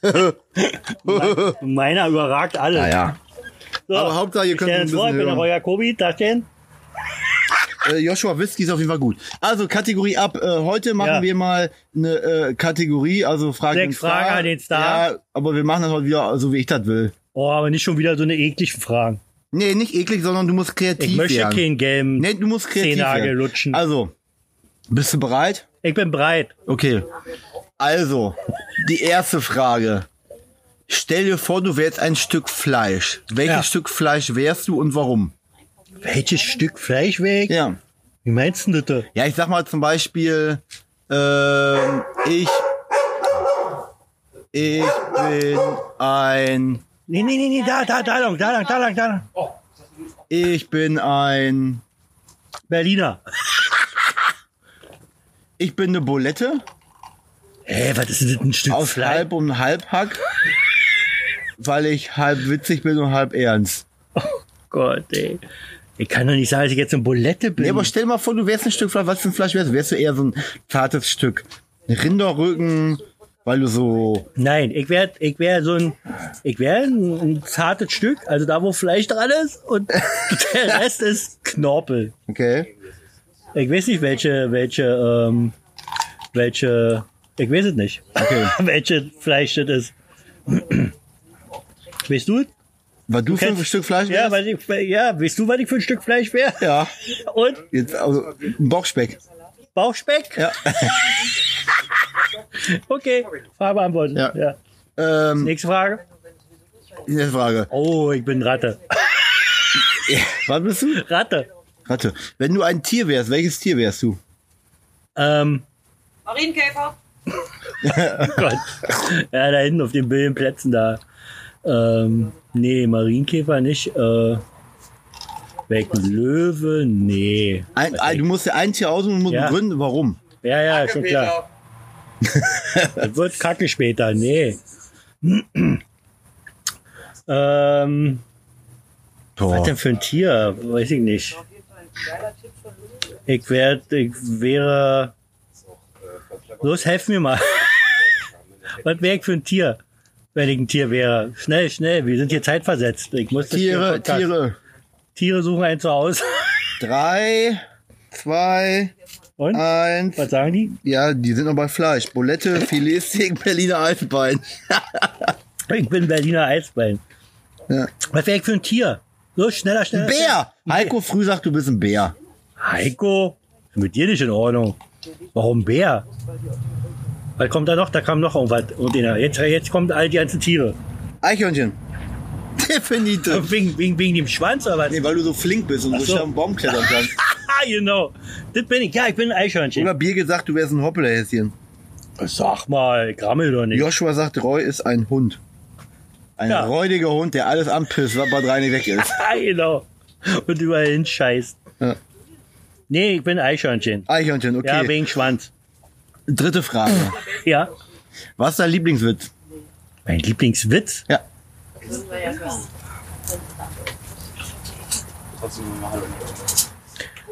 [SPEAKER 1] Meiner überragt alle.
[SPEAKER 2] Naja.
[SPEAKER 1] so,
[SPEAKER 2] Ah, aber Hauptsache, ihr
[SPEAKER 1] ich
[SPEAKER 2] könnt
[SPEAKER 1] stell
[SPEAKER 2] ein
[SPEAKER 1] uns vor, Ich
[SPEAKER 2] bisschen
[SPEAKER 1] bin der
[SPEAKER 2] hören.
[SPEAKER 1] Roy Jacobi, da stehen.
[SPEAKER 2] Äh, Joshua Whisky ist auf jeden Fall gut. Also, Kategorie ab. Äh, heute machen
[SPEAKER 1] Ja.
[SPEAKER 2] wir mal eine äh, Kategorie, also Fragen
[SPEAKER 1] Sechs Fragen an den Star.
[SPEAKER 2] Ja, aber wir machen das heute wieder so, wie ich das will.
[SPEAKER 1] Oh, aber nicht schon wieder so eine ekligen Fragen.
[SPEAKER 2] Nee, nicht eklig, sondern du musst kreativ
[SPEAKER 1] Ich möchte
[SPEAKER 2] werden.
[SPEAKER 1] keinen gelben.
[SPEAKER 2] Nee, du musst kreativ
[SPEAKER 1] Zehnagel
[SPEAKER 2] werden.
[SPEAKER 1] lutschen.
[SPEAKER 2] Also, bist du bereit?
[SPEAKER 1] Ich bin breit.
[SPEAKER 2] Okay. Also, die erste Frage. Stell dir vor, du wärst ein Stück Fleisch. Welches
[SPEAKER 1] Ja.
[SPEAKER 2] Stück Fleisch wärst du und warum?
[SPEAKER 1] Welches Stück Fleisch weg?
[SPEAKER 2] Ja.
[SPEAKER 1] Wie meinst du das?
[SPEAKER 2] Ja, ich sag mal zum Beispiel, ähm, ich, ich bin ein,
[SPEAKER 1] Nee, nee, nee, nee, da, da, da lang, da lang, da lang, da lang.
[SPEAKER 2] ich bin ein,
[SPEAKER 1] Berliner.
[SPEAKER 2] ich bin eine Bulette
[SPEAKER 1] Hä, was ist denn das, ein Stück
[SPEAKER 2] aus
[SPEAKER 1] Fleisch?
[SPEAKER 2] halb und halb Hack. um weil ich halb witzig bin und halb ernst.
[SPEAKER 1] Gott, ey. Ich kann doch nicht sagen, dass ich jetzt eine Bulette bin.
[SPEAKER 2] Nee, aber stell dir mal vor, du wärst ein Stück Fleisch. Was für ein Fleisch wärst du? Wärst du eher so ein zartes Stück Rinderrücken, weil du so
[SPEAKER 1] Nein, ich wär, ich wär so ein, ich wär ein, ein zartes Stück, also da, wo Fleisch dran ist und der Rest ist Knorpel.
[SPEAKER 2] Okay.
[SPEAKER 1] Ich weiß nicht, welche, welche, ähm, welche, ich weiß es nicht,
[SPEAKER 2] Okay.
[SPEAKER 1] welche Fleisch das ist. weißt du?
[SPEAKER 2] Weil du,
[SPEAKER 1] kennst-
[SPEAKER 2] fünf Stück Fleisch
[SPEAKER 1] Ja,
[SPEAKER 2] wärst?
[SPEAKER 1] weil ich, ja, weißt du, was ich für ein Stück Fleisch wäre?
[SPEAKER 2] ja.
[SPEAKER 1] Und
[SPEAKER 2] Jetzt, also, ein Bockspeck.
[SPEAKER 1] Bauchspeck?
[SPEAKER 2] Ja.
[SPEAKER 1] okay, Frage beantworten.
[SPEAKER 2] Ja.
[SPEAKER 1] Ja.
[SPEAKER 2] Ähm,
[SPEAKER 1] Nächste Frage.
[SPEAKER 2] nächste Frage.
[SPEAKER 1] Oh, ich bin Ratte.
[SPEAKER 2] Was bist du?
[SPEAKER 1] Ratte.
[SPEAKER 2] Ratte. Wenn du ein Tier wärst, welches Tier wärst du?
[SPEAKER 1] Ähm,
[SPEAKER 4] Marienkäfer.
[SPEAKER 1] Gott. Ja, da hinten auf den bilden Plätzen da. Ähm, nee, Marienkäfer nicht. Äh, weg Löwe? Nee.
[SPEAKER 2] Ein, ein, du musst ja ein Tier aussuchen und musst
[SPEAKER 1] Ja.
[SPEAKER 2] begründen, warum.
[SPEAKER 1] Ja, ja, schon klar. Das wird kacke später. Nee. ähm, was denn für ein Tier? Weiß ich nicht. Ich, werd, ich wäre. Los, helf mir mal. Was wäre ich für ein Tier, wenn ich ein Tier wäre? Schnell, schnell, wir sind hier zeitversetzt. Ich muss das hier
[SPEAKER 2] Tiere,
[SPEAKER 1] Podcast-
[SPEAKER 2] Tiere.
[SPEAKER 1] Tiere suchen ein Zuhause.
[SPEAKER 2] Drei, zwei,
[SPEAKER 1] Und?
[SPEAKER 2] eins.
[SPEAKER 1] Was sagen die?
[SPEAKER 2] Ja, die sind noch bei Fleisch. Bulette, Filetsteak, Berliner Alpenbein.
[SPEAKER 1] Ich bin Berliner Eisbein.
[SPEAKER 2] Ja.
[SPEAKER 1] Was wäre ich für ein Tier? Los, schneller, schneller.
[SPEAKER 2] Bär! Heiko Früh sagt, du bist ein Bär.
[SPEAKER 1] Heiko, mit dir nicht in Ordnung. Warum Bär? Was kommt da noch? Da kam noch irgendwas. Und in der- jetzt, jetzt kommen all die ganzen Tiere.
[SPEAKER 2] Eichhörnchen. Definitiv.
[SPEAKER 1] Wegen, wegen, wegen dem Schwanz oder was?
[SPEAKER 2] Nee, weil du so flink bist und so,
[SPEAKER 1] so.
[SPEAKER 2] schnell am Baum klettern kannst.
[SPEAKER 1] Ah, genau. Das bin ich. Ja, ich bin ein Eichhörnchen.
[SPEAKER 2] Oder Bier gesagt, du wärst ein Hoppelhäschen.
[SPEAKER 1] Sag mal, grammel doch nicht.
[SPEAKER 2] Joshua sagt, Roy ist ein Hund. Ein
[SPEAKER 1] Ja.
[SPEAKER 2] räudiger Hund, der alles anpisst, was bei drei nicht weg ist.
[SPEAKER 1] Ah, genau. Und überall hin scheißt.
[SPEAKER 2] Ja.
[SPEAKER 1] Nee, ich bin Eichhörnchen.
[SPEAKER 2] Eichhörnchen,
[SPEAKER 1] Ja,
[SPEAKER 2] okay.
[SPEAKER 1] wegen Schwanz.
[SPEAKER 2] Dritte Frage.
[SPEAKER 1] Ja.
[SPEAKER 2] Was ist dein Lieblingswitz?
[SPEAKER 1] Mein Lieblingswitz?
[SPEAKER 2] Ja.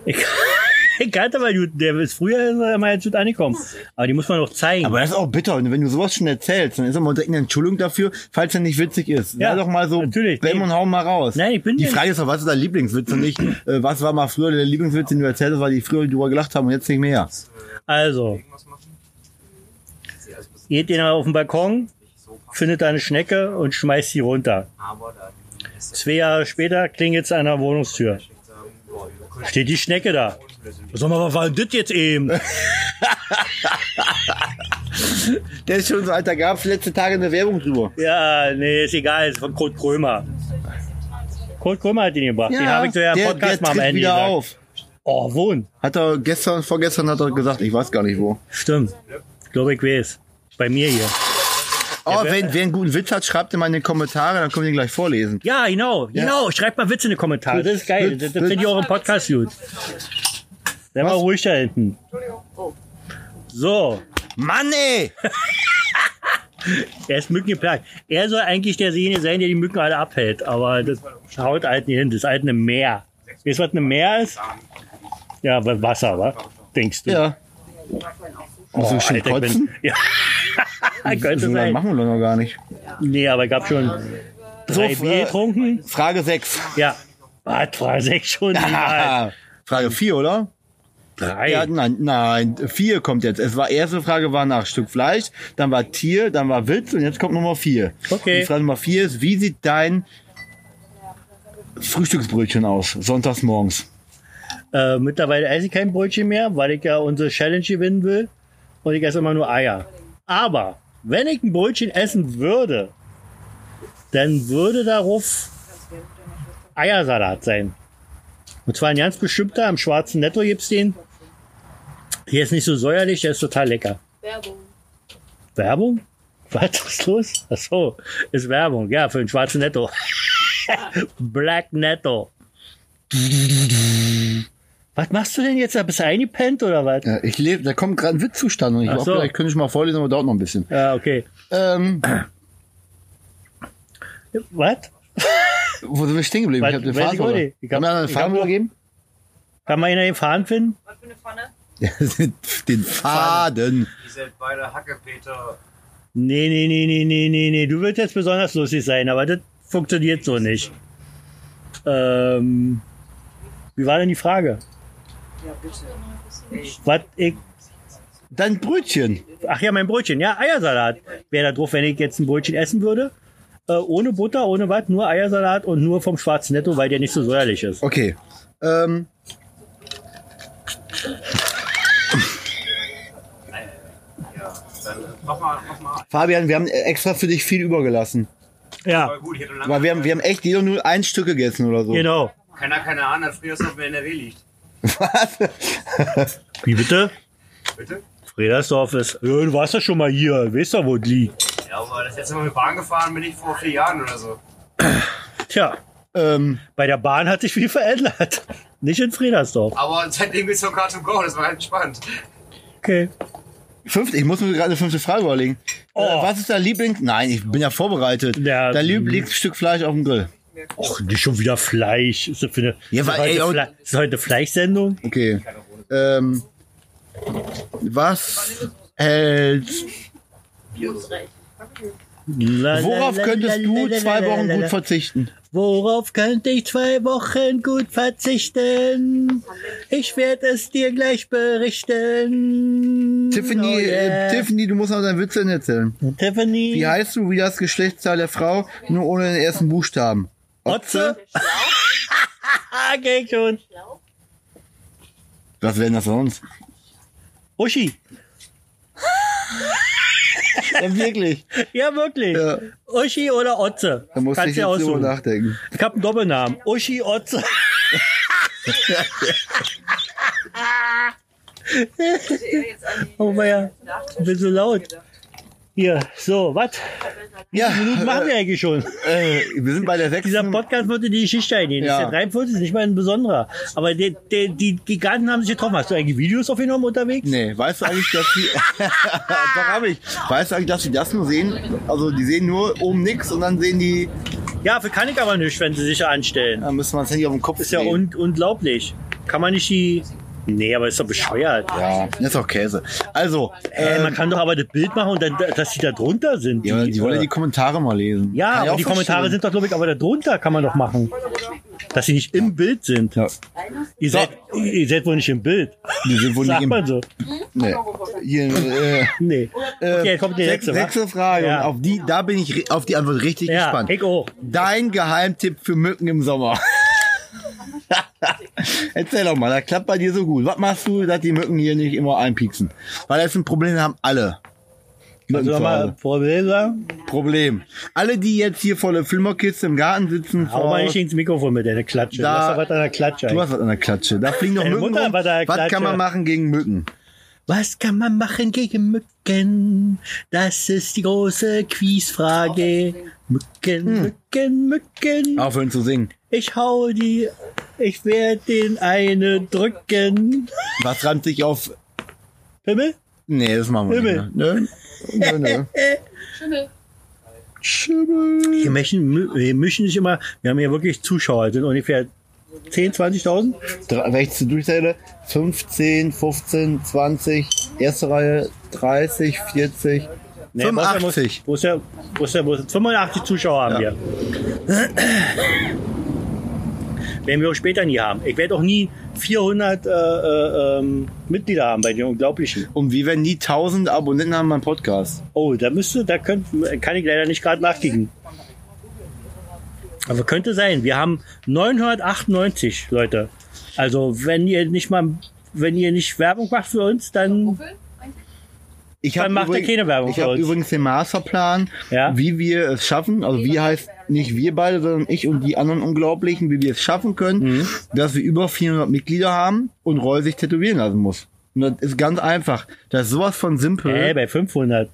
[SPEAKER 1] Ich, ich kannte mal gut, der ist früher mal jetzt gut angekommen. Aber die muss man noch zeigen.
[SPEAKER 2] Aber das ist auch bitter. Und wenn du sowas schon erzählst, dann ist immer direkt eine Entschuldigung dafür, falls er nicht witzig ist. Ja,
[SPEAKER 1] Ja,
[SPEAKER 2] Sei doch mal so,
[SPEAKER 1] natürlich.
[SPEAKER 2] bäm und hau mal raus.
[SPEAKER 1] Nein, ich bin
[SPEAKER 2] Die
[SPEAKER 1] ja
[SPEAKER 2] Frage ist doch, was ist dein Lieblingswitz und nicht, äh, was war mal früher der Lieblingswitz, den du erzählt hast, weil die früher drüber gelacht haben und jetzt nicht mehr.
[SPEAKER 1] also, geht ihr auf den Balkon, findet da eine Schnecke und schmeißt sie runter. Zwei Jahre später klingelt's an der Wohnungstür. Steht die Schnecke da. Sag mal, was war denn das jetzt eben?
[SPEAKER 2] Der ist schon so alter, gab's letzte Tage eine Werbung drüber.
[SPEAKER 1] Ja, nee, ist egal, ist von Kurt Krömer. Kurt Krömer hat ihn gebracht. den habe ich so ja im
[SPEAKER 2] der,
[SPEAKER 1] Podcast
[SPEAKER 2] der
[SPEAKER 1] mal am
[SPEAKER 2] tritt
[SPEAKER 1] Ende
[SPEAKER 2] wieder
[SPEAKER 1] gesagt.
[SPEAKER 2] auf.
[SPEAKER 1] Oh, wohn.
[SPEAKER 2] Hat er gestern, vorgestern hat er gesagt, ich weiß gar nicht wo.
[SPEAKER 1] Stimmt. Ich glaube, ich weiß. Bei mir hier.
[SPEAKER 2] Oh, wenn, wer einen guten Witz hat, schreibt ihn mal in die Kommentare, dann können wir ihn gleich vorlesen.
[SPEAKER 1] Ja, genau, genau. Schreibt mal Witze in die Kommentare. Das ist geil.
[SPEAKER 2] Witz,
[SPEAKER 1] Das,
[SPEAKER 2] Witz.
[SPEAKER 1] das finde ich auch im Podcast gut. Sei mal
[SPEAKER 2] Was?
[SPEAKER 1] ruhig da hinten. So,
[SPEAKER 2] Mann, ey!
[SPEAKER 1] er ist mückengeplagt. Er soll eigentlich derjenige sein, der die Mücken alle abhält. Aber das haut Alten nicht hin. Das ist halt eine Meer. Weißt du, was eine Meer ist? Ja, wa- Wasser, wa? Denkst du?
[SPEAKER 2] Ja. Muss ich schon
[SPEAKER 1] Alter, ich
[SPEAKER 2] kotzen?
[SPEAKER 1] bin, ja. könnte
[SPEAKER 2] So lange
[SPEAKER 1] sein.
[SPEAKER 2] machen wir doch noch gar nicht.
[SPEAKER 1] Nee, aber ich habe schon drei
[SPEAKER 2] So,
[SPEAKER 1] Bier
[SPEAKER 2] äh,
[SPEAKER 1] getrunken.
[SPEAKER 2] Frage 6.
[SPEAKER 1] Ja. Was war sechs schon? Egal.
[SPEAKER 2] Ah, Frage 4, oder?
[SPEAKER 1] Drei.
[SPEAKER 2] Ja, nein, nein, 4 kommt jetzt. Es war erste Frage war nach Stück Fleisch, dann war Tier, dann war Witz und jetzt kommt Nummer 4.
[SPEAKER 1] Okay.
[SPEAKER 2] Die Frage Nummer 4 ist, wie sieht dein Frühstücksbrötchen aus, sonntags morgens?
[SPEAKER 1] Äh, mittlerweile esse ich kein Brötchen mehr, weil ich ja unsere Challenge gewinnen will. Und ich esse immer nur Eier. Aber wenn ich ein Brötchen essen würde, dann würde darauf Eiersalat sein. Und zwar ein ganz bestimmter, im schwarzen Netto gibt's den. Der ist nicht so säuerlich, der ist total lecker.
[SPEAKER 5] Werbung.
[SPEAKER 1] Werbung? Was ist los? Ach so, ist Werbung. Ja, für den schwarzen Netto. Black Netto. Was machst du denn jetzt? da? Bist du eingepennt oder was?
[SPEAKER 2] Ja, ich lebe, da kommt gerade ein Witz zustande und ich
[SPEAKER 1] Ach
[SPEAKER 2] glaub,
[SPEAKER 1] so.
[SPEAKER 2] Ähm, vielleicht könnte ich mal vorlesen, aber dauert noch ein bisschen.
[SPEAKER 1] Ja, okay.
[SPEAKER 2] Ähm,
[SPEAKER 1] Was?
[SPEAKER 2] Wo sind wir stehen geblieben?
[SPEAKER 1] Weiß-
[SPEAKER 2] Ich habe den
[SPEAKER 1] weiß
[SPEAKER 2] Faden
[SPEAKER 1] ich auch
[SPEAKER 2] verloren.
[SPEAKER 1] nicht. Ich hab-
[SPEAKER 2] Haben wir einen
[SPEAKER 1] ich
[SPEAKER 2] Faden
[SPEAKER 1] hab nur-
[SPEAKER 2] gegeben?
[SPEAKER 1] Kann man in den Faden finden?
[SPEAKER 4] Was für eine Pfanne?
[SPEAKER 2] Ja, den den Faden.
[SPEAKER 6] Ihr seid beide Hackepeter.
[SPEAKER 1] Nee, nee, nee, nee, nee, nee, nee. Du wirst jetzt besonders lustig sein, aber das funktioniert so nicht. Ähm, wie war denn die Frage? Was ich.
[SPEAKER 2] Dein Brötchen.
[SPEAKER 1] Ach ja, mein Brötchen. Ja, Eiersalat. Wäre da drauf, wenn ich jetzt ein Brötchen essen würde. Äh, ohne Butter, ohne was, nur Eiersalat und nur vom schwarzen Netto, weil der nicht so säuerlich ist.
[SPEAKER 2] Okay. Ähm,
[SPEAKER 6] Ja, dann äh, mach mal, mach mal.
[SPEAKER 2] Fabian, wir haben extra für dich viel übergelassen.
[SPEAKER 1] Ja,
[SPEAKER 6] Aber gut, ich hätte lange.
[SPEAKER 2] Weil wir haben, wir haben echt jeder nur ein Stück gegessen oder so.
[SPEAKER 1] genau.
[SPEAKER 6] Keiner, keine Ahnung, dass Friedrichsdorf in NRW liegt.
[SPEAKER 2] Was?
[SPEAKER 1] Wie bitte?
[SPEAKER 6] Bitte?
[SPEAKER 1] Fredersdorf ist. Ja, du warst ja schon mal hier. Weißt du, wo die liegt?
[SPEAKER 6] Ja, aber das letzte Mal mit Bahn gefahren bin ich vor vier Jahren oder so.
[SPEAKER 1] Tja,
[SPEAKER 2] ähm,
[SPEAKER 1] bei der Bahn hat sich viel verändert. Nicht in Fredersdorf.
[SPEAKER 6] Aber seitdem geht's von Car to Go, das war ganz spannend.
[SPEAKER 1] Okay.
[SPEAKER 2] fünfte, ich muss mir gerade eine fünfte Frage überlegen.
[SPEAKER 1] Oh.
[SPEAKER 2] Äh, was ist dein Lieblings... Nein, ich bin ja vorbereitet.
[SPEAKER 1] Ja, mm.
[SPEAKER 2] dein
[SPEAKER 1] mh.
[SPEAKER 2] Lieblingsstück Fleisch auf dem Grill.
[SPEAKER 1] Och, nicht schon wieder Fleisch. Ist das, für eine,
[SPEAKER 2] Ja,
[SPEAKER 1] ist das heute,
[SPEAKER 2] weil- ey, und-
[SPEAKER 1] Fle ist das heute Fleischsendung?
[SPEAKER 2] Okay. Ähm, was hältst...
[SPEAKER 1] La, la,
[SPEAKER 2] Worauf
[SPEAKER 1] la,
[SPEAKER 2] könntest
[SPEAKER 1] la,
[SPEAKER 2] du
[SPEAKER 1] la, la,
[SPEAKER 2] zwei
[SPEAKER 1] la,
[SPEAKER 2] Wochen
[SPEAKER 1] la, la.
[SPEAKER 2] gut verzichten?
[SPEAKER 1] Worauf könnte ich zwei Wochen gut verzichten? Ich werde es dir gleich berichten.
[SPEAKER 2] Tiffany,
[SPEAKER 1] Oh
[SPEAKER 2] äh,
[SPEAKER 1] yeah.
[SPEAKER 2] Tiffany, du musst noch deinen Witz denn erzählen.
[SPEAKER 1] Tiffany.
[SPEAKER 2] Wie heißt du, wie das Geschlechtsteil der Frau, nur ohne den ersten Buchstaben?
[SPEAKER 1] Otze? Ah, geh schon.
[SPEAKER 2] Was wäre denn das sonst?
[SPEAKER 1] Uschi.
[SPEAKER 2] Ja, wirklich.
[SPEAKER 1] Ja, wirklich.
[SPEAKER 2] Ja.
[SPEAKER 1] Uschi oder Otze.
[SPEAKER 2] Da muss ich
[SPEAKER 1] Kannst dir
[SPEAKER 2] jetzt drüber
[SPEAKER 1] aussuchen.
[SPEAKER 2] nachdenken.
[SPEAKER 1] Ich hab einen Doppelnamen. Uschi Otze.
[SPEAKER 4] Hätte er jetzt an die
[SPEAKER 1] Oh, ja.
[SPEAKER 4] Nachtisch
[SPEAKER 1] Ich bin so laut.
[SPEAKER 4] gedacht.
[SPEAKER 1] Hier, so, was?
[SPEAKER 2] Ja,
[SPEAKER 1] Minuten machen wir eigentlich schon.
[SPEAKER 2] äh, wir sind bei der
[SPEAKER 1] Dieser
[SPEAKER 2] sechsten.
[SPEAKER 1] Podcast wird in die Geschichte eingehen.
[SPEAKER 2] Hm. Ja.
[SPEAKER 1] Das ist der 43, ist nicht mal ein besonderer. Aber die, die, die Giganten haben sich getroffen. Hast du eigentlich Videos aufgenommen unterwegs?
[SPEAKER 2] Nee, weißt du eigentlich, dass sie. Doch hab ich. Weißt du eigentlich, dass sie das nur sehen? Also, die sehen nur oben nix und dann sehen die.
[SPEAKER 1] Ja, für kann ich aber nicht, wenn sie sich anstellen.
[SPEAKER 2] Da müssen wir das Handy auf den Kopf
[SPEAKER 1] Ist ja
[SPEAKER 2] drehen.
[SPEAKER 1] un unglaublich. Kann man nicht die. Nee, aber ist doch bescheuert.
[SPEAKER 2] Ja, das ist auch Käse. Also,
[SPEAKER 1] Äh, man
[SPEAKER 2] ähm,
[SPEAKER 1] kann doch aber das Bild machen und dann, dass die da drunter sind.
[SPEAKER 2] ja, die wollen ja
[SPEAKER 1] äh,
[SPEAKER 2] die Kommentare mal lesen.
[SPEAKER 1] ja,
[SPEAKER 2] Kann ich
[SPEAKER 1] aber
[SPEAKER 2] auch
[SPEAKER 1] die Kommentare
[SPEAKER 2] verstehen.
[SPEAKER 1] sind doch, glaube ich, aber da drunter kann man doch machen. Dass sie nicht im Bild sind.
[SPEAKER 2] Ja.
[SPEAKER 1] Ihr, seid, ihr seid wohl nicht im Bild.
[SPEAKER 2] Die sind wohl nicht
[SPEAKER 1] Sagt
[SPEAKER 2] im.
[SPEAKER 1] man so.
[SPEAKER 2] Nee. Hier, äh,
[SPEAKER 1] Nee.
[SPEAKER 2] äh,
[SPEAKER 1] Okay, jetzt kommt die
[SPEAKER 2] sech-
[SPEAKER 1] letzte, wa?
[SPEAKER 2] sechste Frage.
[SPEAKER 1] Ja.
[SPEAKER 2] Und auf die, da bin ich ri- auf die Antwort richtig
[SPEAKER 1] Ja,
[SPEAKER 2] gespannt.
[SPEAKER 1] ich auch.
[SPEAKER 2] Dein Geheimtipp für Mücken im Sommer. Erzähl doch mal, das klappt bei dir so gut. Was machst du, dass die Mücken hier nicht immer einpieksen? Weil das ist ein Problem, das haben alle. Mücken
[SPEAKER 1] Also
[SPEAKER 2] zu
[SPEAKER 1] nochmal
[SPEAKER 2] Hause.
[SPEAKER 1] Vorbild sagen.
[SPEAKER 2] Problem. Alle, die jetzt hier vor der Flimmerkiste im Garten sitzen,
[SPEAKER 1] Hau
[SPEAKER 2] vor-
[SPEAKER 1] mal nicht ins Mikrofon mit deiner Klatsche.
[SPEAKER 2] Da-
[SPEAKER 1] du hast doch was an der Klatsche.
[SPEAKER 2] du hast was an der Klatsche. Da fliegen doch
[SPEAKER 1] Deine
[SPEAKER 2] Mücken
[SPEAKER 1] Mutter
[SPEAKER 2] rum.
[SPEAKER 1] war da,
[SPEAKER 2] Was
[SPEAKER 1] Klatsche.
[SPEAKER 2] kann man machen gegen Mücken?
[SPEAKER 1] Was kann man machen gegen Mücken? Das ist die große Quizfrage. Mücken, Mücken, Mücken.
[SPEAKER 2] Aufhören zu singen.
[SPEAKER 1] Ich hau die. Ich werde den eine drücken.
[SPEAKER 2] Was reimt sich auf...
[SPEAKER 1] Pimmel?
[SPEAKER 2] Nee, das machen wir
[SPEAKER 1] Himmel.
[SPEAKER 2] nicht. mehr. Nö, nö, nö.
[SPEAKER 5] Schimmel.
[SPEAKER 2] Schimmel.
[SPEAKER 1] Wir mischen, mü- wir mischen nicht immer. Wir haben hier wirklich Zuschauer. Das sind ungefähr 10, 20.000.
[SPEAKER 2] Drei- Wenn ich zu durchzähle, 15, 15, 20, erste Reihe 30, 40,
[SPEAKER 1] Nee,
[SPEAKER 2] 85.
[SPEAKER 1] Muss ja, muss ja, muss ja, 85 Zuschauer haben wir. Werden wir auch später nie haben. Ich werde auch nie 400 äh, äh, ähm, Mitglieder haben bei den Unglaublichen.
[SPEAKER 2] Und wir werden Um nie 1000 Abonnenten haben beim Podcast.
[SPEAKER 1] Oh, da müsste, da könnt, kann ich leider nicht gerade nachkicken. Aber könnte sein. Wir haben 998 Leute. Also wenn ihr nicht mal, wenn ihr nicht Werbung macht für uns, dann
[SPEAKER 2] Ich
[SPEAKER 1] Dann
[SPEAKER 2] hab
[SPEAKER 1] macht er
[SPEAKER 2] übrigens-
[SPEAKER 1] keine Werbung
[SPEAKER 2] Ich
[SPEAKER 1] für
[SPEAKER 2] habe
[SPEAKER 1] uns.
[SPEAKER 2] übrigens den Masterplan,
[SPEAKER 1] Ja.
[SPEAKER 2] wie wir es schaffen. Also wie heißt nicht wir beide, sondern ich und die anderen Unglaublichen, wie wir es schaffen können,
[SPEAKER 1] Mhm.
[SPEAKER 2] dass wir über 400 Mitglieder haben und Roy sich tätowieren lassen muss. Und das ist ganz einfach. Das ist sowas von simpel.
[SPEAKER 1] äh, bei 500.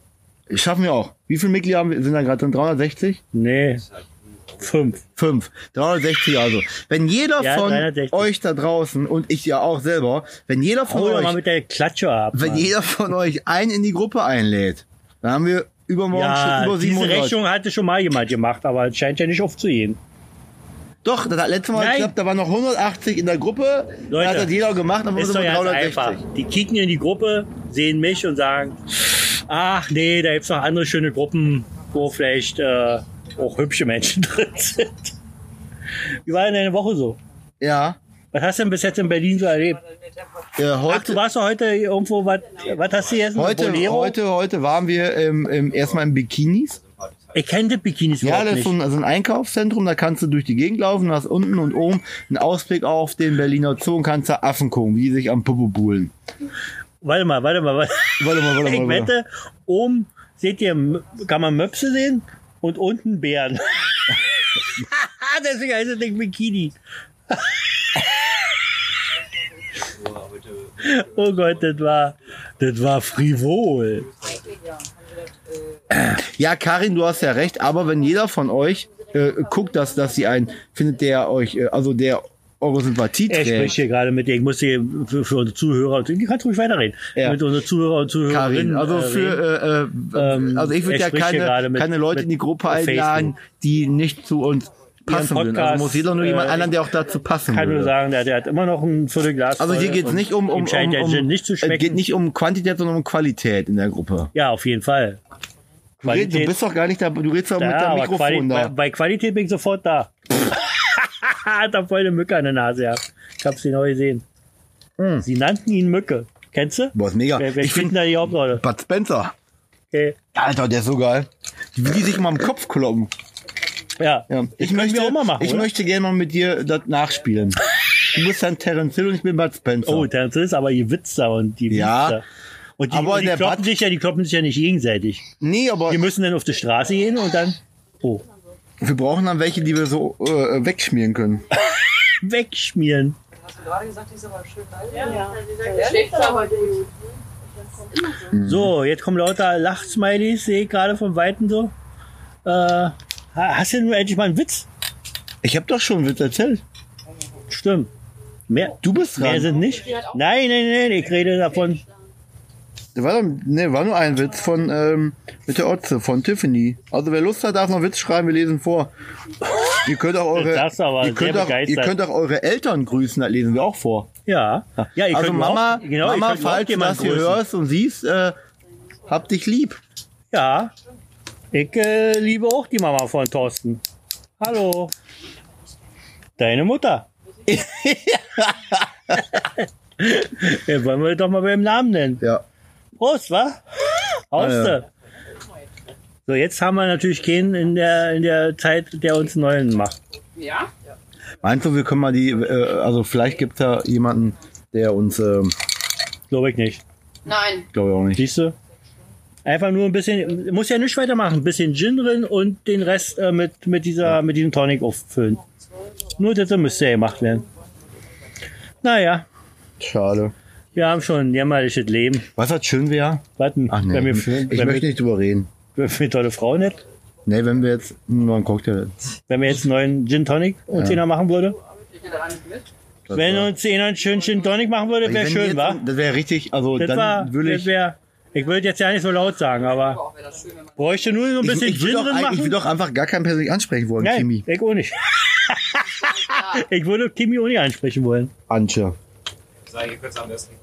[SPEAKER 2] Schaffen wir auch. Wie viele Mitglieder haben wir? Sind da gerade drin? 360?
[SPEAKER 1] Nee. Fünf.
[SPEAKER 2] Fünf. 360 also. Wenn jeder
[SPEAKER 1] Ja,
[SPEAKER 2] von
[SPEAKER 1] 360.
[SPEAKER 2] euch da draußen und ich ja auch selber, wenn jeder von
[SPEAKER 1] Hol doch mal
[SPEAKER 2] euch,
[SPEAKER 1] mit der Klatsche ab.
[SPEAKER 2] wenn
[SPEAKER 1] Mann.
[SPEAKER 2] jeder von euch einen in die Gruppe einlädt, dann haben wir übermorgen
[SPEAKER 1] Ja,
[SPEAKER 2] schon über
[SPEAKER 1] diese
[SPEAKER 2] 700.
[SPEAKER 1] Rechnung hatte schon mal jemand gemacht, aber es scheint ja nicht aufzugehen.
[SPEAKER 2] Doch, das hat letztes Mal
[SPEAKER 1] Nein.
[SPEAKER 2] geklappt, da waren noch 180 in der Gruppe.
[SPEAKER 1] Leute,
[SPEAKER 2] Leute, hat das jeder gemacht, dann waren
[SPEAKER 1] Ist doch
[SPEAKER 2] wir
[SPEAKER 1] ganz
[SPEAKER 2] 360.
[SPEAKER 1] einfach. Die kicken in die Gruppe, sehen mich und sagen, ach nee, da gibt's noch andere schöne Gruppen, wo vielleicht äh, auch hübsche Menschen drin sind. Wie war denn deine Woche so?
[SPEAKER 2] Ja.
[SPEAKER 1] Was hast du denn bis jetzt in Berlin so erlebt?
[SPEAKER 2] Äh,
[SPEAKER 1] Ach, du
[SPEAKER 2] heute,
[SPEAKER 1] warst doch heute irgendwo, was, was hast du jetzt?
[SPEAKER 2] heute, heute, heute waren wir ähm, ähm, erstmal in Bikinis.
[SPEAKER 1] Ich kenne die Bikinis
[SPEAKER 2] Ja,
[SPEAKER 1] überhaupt
[SPEAKER 2] das ist
[SPEAKER 1] nicht.
[SPEAKER 2] so ein, so ein Einkaufszentrum, da kannst du durch die Gegend laufen, hast unten und oben einen Ausblick auf den Berliner Zoo und kannst da Affen gucken, wie die sich am Popo buhlen.
[SPEAKER 1] Warte mal, warte mal, warte
[SPEAKER 2] Warte mal, warte
[SPEAKER 1] Ich
[SPEAKER 2] mal. Warte.
[SPEAKER 1] wette, oben um, seht ihr, M- kann man Möpse sehen und unten Bären. Deswegen heißt es nicht Bikini. oh Gott, das war, das war frivol.
[SPEAKER 2] Ja, Karin, du hast ja recht, aber wenn jeder von euch äh, guckt, dass, dass sie einen findet, der euch, äh, also der eure Sympathie
[SPEAKER 1] Er spricht
[SPEAKER 2] trägt.
[SPEAKER 1] hier gerade mit dir. Ich muss hier für, für unsere Zuhörer, und- ich kann ruhig weiterreden,
[SPEAKER 2] Ja.
[SPEAKER 1] mit unseren Zuhörer und Zuhörerinnen.
[SPEAKER 2] Karin, also
[SPEAKER 1] äh, reden.
[SPEAKER 2] für, äh, äh,
[SPEAKER 1] Ähm,
[SPEAKER 2] also ich würde
[SPEAKER 1] er
[SPEAKER 2] ja
[SPEAKER 1] spricht hier gerade
[SPEAKER 2] keine,
[SPEAKER 1] mit-
[SPEAKER 2] keine Leute
[SPEAKER 1] mit
[SPEAKER 2] in die Gruppe
[SPEAKER 1] auf
[SPEAKER 2] einladen, die nicht zu uns passen würden.
[SPEAKER 1] Podcast,
[SPEAKER 2] Also muss jeder nur jemand
[SPEAKER 1] äh,
[SPEAKER 2] einladen, der auch dazu passen
[SPEAKER 1] kann
[SPEAKER 2] würde.
[SPEAKER 1] nur sagen, der, der hat immer noch ein Viertelglas.
[SPEAKER 2] Also hier
[SPEAKER 1] voll
[SPEAKER 2] geht's
[SPEAKER 1] Äh, und
[SPEAKER 2] nicht um, um,
[SPEAKER 1] ihm scheint
[SPEAKER 2] um,
[SPEAKER 1] der
[SPEAKER 2] um
[SPEAKER 1] Gin nicht zu
[SPEAKER 2] es
[SPEAKER 1] schmecken.
[SPEAKER 2] geht nicht um Quantität, sondern um Qualität in der Gruppe.
[SPEAKER 1] ja, auf jeden Fall.
[SPEAKER 2] Du, red, du
[SPEAKER 1] Qualität-
[SPEAKER 2] bist doch gar nicht da, du redest doch mit
[SPEAKER 1] Ja,
[SPEAKER 2] deinem
[SPEAKER 1] aber
[SPEAKER 2] Mikrofon
[SPEAKER 1] Quali- Bei,
[SPEAKER 2] da.
[SPEAKER 1] bei Qualität bin ich sofort da. Hat er voll eine Mücke an der Nase gehabt. Ich hab's genau gesehen. Sie nannten ihn Mücke. Kennst du?
[SPEAKER 2] Boah, ist mega.
[SPEAKER 1] Wer, wer
[SPEAKER 2] Hm. ich
[SPEAKER 1] spielt denn
[SPEAKER 2] finde
[SPEAKER 1] da die Hauptrolle?
[SPEAKER 2] Bud Spencer.
[SPEAKER 1] Okay.
[SPEAKER 2] Alter, der ist so geil. Wie die sich mal am Kopf kloppen.
[SPEAKER 1] Ja.
[SPEAKER 2] Ja. Ich, möchte,
[SPEAKER 1] auch mal machen.
[SPEAKER 2] ich
[SPEAKER 1] oder?
[SPEAKER 2] möchte gerne mal mit dir das nachspielen. Du bist dann Terence Hill und ich bin Bud Spencer.
[SPEAKER 1] oh, Terence Hill ist aber ihr Witzer und die
[SPEAKER 2] Ja.
[SPEAKER 1] Witzer. Und die,
[SPEAKER 2] Aber
[SPEAKER 1] und die
[SPEAKER 2] der
[SPEAKER 1] kloppen
[SPEAKER 2] Bud-
[SPEAKER 1] sich ja, die kloppen sich ja nicht gegenseitig.
[SPEAKER 2] nee, aber
[SPEAKER 1] Die müssen dann auf die Straße gehen und dann oh,
[SPEAKER 2] wir brauchen dann welche, die wir so äh, wegschmieren können.
[SPEAKER 1] wegschmieren.
[SPEAKER 4] Hast du gerade gesagt, die ist aber schön alt?
[SPEAKER 5] Schläft aber heute.
[SPEAKER 2] Mhm.
[SPEAKER 1] So, jetzt kommen lauter Lachsmileys, sehe ich gerade von Weitem so. Äh, ha- hast du denn nun endlich mal einen Witz?
[SPEAKER 2] Ich habe doch schon einen Witz erzählt.
[SPEAKER 1] Stimmt. Mehr,
[SPEAKER 2] Du bist
[SPEAKER 1] mehr
[SPEAKER 2] dran.
[SPEAKER 1] sind nicht? Nein, nein, nein, ich rede davon.
[SPEAKER 2] War, doch, nee, war nur ein Witz von ähm, mit der Otze, von Tiffany. Also wer Lust hat, darf noch Witz schreiben, wir lesen vor. Ihr könnt auch eure,
[SPEAKER 1] Das aber
[SPEAKER 2] ihr könnt
[SPEAKER 1] sehr
[SPEAKER 2] auch, ihr
[SPEAKER 1] begeistert.
[SPEAKER 2] könnt auch eure Eltern grüßen, das lesen wir auch vor.
[SPEAKER 1] Ja. ja ihr
[SPEAKER 2] also
[SPEAKER 1] könnt
[SPEAKER 2] Mama,
[SPEAKER 1] überhaupt- genau, ihr
[SPEAKER 2] Mama
[SPEAKER 1] könnt überhaupt
[SPEAKER 2] falls du
[SPEAKER 1] jemanden
[SPEAKER 2] das hier
[SPEAKER 1] grüßen.
[SPEAKER 2] hörst und siehst, äh, hab dich lieb.
[SPEAKER 1] Ja. Ich äh, liebe auch die Mama von Thorsten. Hallo. Deine Mutter. ja, wollen wir doch mal beim Namen nennen.
[SPEAKER 2] Ja.
[SPEAKER 1] Prost, wa?
[SPEAKER 2] Ah,
[SPEAKER 1] Hauste. So, jetzt haben wir natürlich keinen in der, in der Zeit, der uns einen neuen macht.
[SPEAKER 4] Ja?
[SPEAKER 2] Meinst du, wir können mal die, äh, also vielleicht gibt's da jemanden, der uns, ähm,
[SPEAKER 1] Glaube ich nicht.
[SPEAKER 5] Nein,
[SPEAKER 2] glaube ich auch nicht.
[SPEAKER 1] Siehst du? Einfach nur ein bisschen, muss ja nicht weitermachen, ein bisschen Gin drin und den Rest äh, mit, mit, dieser, mit diesem Tonic auffüllen. Nur das müsste ja gemacht werden. Naja,
[SPEAKER 2] Schade.
[SPEAKER 1] wir haben schon ein jämmerliches Leben.
[SPEAKER 2] Was das schön wäre?
[SPEAKER 1] Warten,
[SPEAKER 2] Ach nee,
[SPEAKER 1] wenn, wir,
[SPEAKER 2] ich
[SPEAKER 1] wenn, wir,
[SPEAKER 2] möchte nicht drüber reden.
[SPEAKER 1] wenn wir tolle Frauen hätten,
[SPEAKER 2] Nee, wenn wir jetzt nur einen Cocktail.
[SPEAKER 1] wenn wir jetzt einen neuen Gin Tonic uns einer machen würde.
[SPEAKER 4] Ich gehe da gar nicht mit.
[SPEAKER 2] Das
[SPEAKER 1] Wenn
[SPEAKER 2] war-
[SPEAKER 1] uns einer einen schönen Gin Tonic machen würde,
[SPEAKER 2] Wenn
[SPEAKER 1] wäre
[SPEAKER 2] die
[SPEAKER 1] schön,
[SPEAKER 2] jetzt-
[SPEAKER 1] wa?
[SPEAKER 2] Das wäre richtig, also
[SPEAKER 1] Das
[SPEAKER 2] dann
[SPEAKER 1] war,
[SPEAKER 2] würde
[SPEAKER 1] das
[SPEAKER 2] ich.
[SPEAKER 1] wär, ich würde jetzt ja nicht so laut sagen, aber
[SPEAKER 4] Auch wäre das schön, wenn man.
[SPEAKER 1] bräuchte nur so ein bisschen
[SPEAKER 2] ich, ich,
[SPEAKER 1] Gin
[SPEAKER 2] würde
[SPEAKER 1] drin
[SPEAKER 2] auch,
[SPEAKER 1] machen.
[SPEAKER 2] ich würde auch einfach gar keinen persönlich ansprechen wollen,
[SPEAKER 1] Nein,
[SPEAKER 2] Kimi.
[SPEAKER 1] ich auch nicht. ich würde Kimi auch nicht ansprechen wollen.
[SPEAKER 2] Antje.
[SPEAKER 6] Sei, ihr könnt's am besten.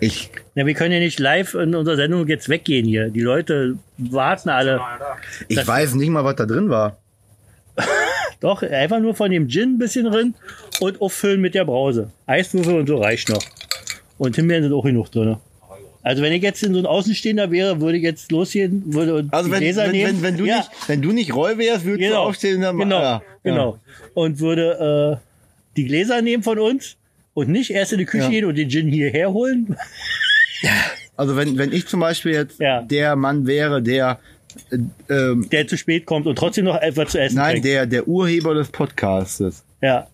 [SPEAKER 2] Ich.
[SPEAKER 1] Na, wir können ja nicht live in unserer Sendung jetzt weggehen hier. Die Leute warten alle.
[SPEAKER 6] Mal da.
[SPEAKER 2] Ich weiß nicht mal, was da drin war.
[SPEAKER 1] Doch, einfach nur von dem Gin ein bisschen drin und auffüllen mit der Brause. Eiswürfel und so reicht noch. Und Himbeeren sind auch genug drin. Also wenn ich jetzt in so ein Außenstehender wäre, würde ich jetzt losgehen, würde und
[SPEAKER 2] Also
[SPEAKER 1] die
[SPEAKER 2] wenn,
[SPEAKER 1] Gläser
[SPEAKER 2] wenn,
[SPEAKER 1] nehmen.
[SPEAKER 2] wenn, wenn, du
[SPEAKER 1] ja,
[SPEAKER 2] nicht, wenn du nicht Roy wärst, würdest
[SPEAKER 1] genau,
[SPEAKER 2] du aufstehen und dann
[SPEAKER 1] genau,
[SPEAKER 2] ja,
[SPEAKER 1] genau. Und würde äh, die Gläser nehmen von uns und nicht erst in die Küche
[SPEAKER 2] Ja.
[SPEAKER 1] gehen und den Gin hierher holen.
[SPEAKER 2] Ja. Also wenn, wenn ich zum Beispiel jetzt
[SPEAKER 1] Ja.
[SPEAKER 2] der Mann wäre, der äh, ähm,
[SPEAKER 1] der zu spät kommt und trotzdem noch etwas zu essen
[SPEAKER 2] nein,
[SPEAKER 1] kriegt.
[SPEAKER 2] der, der Urheber des Podcastes,
[SPEAKER 1] Ja,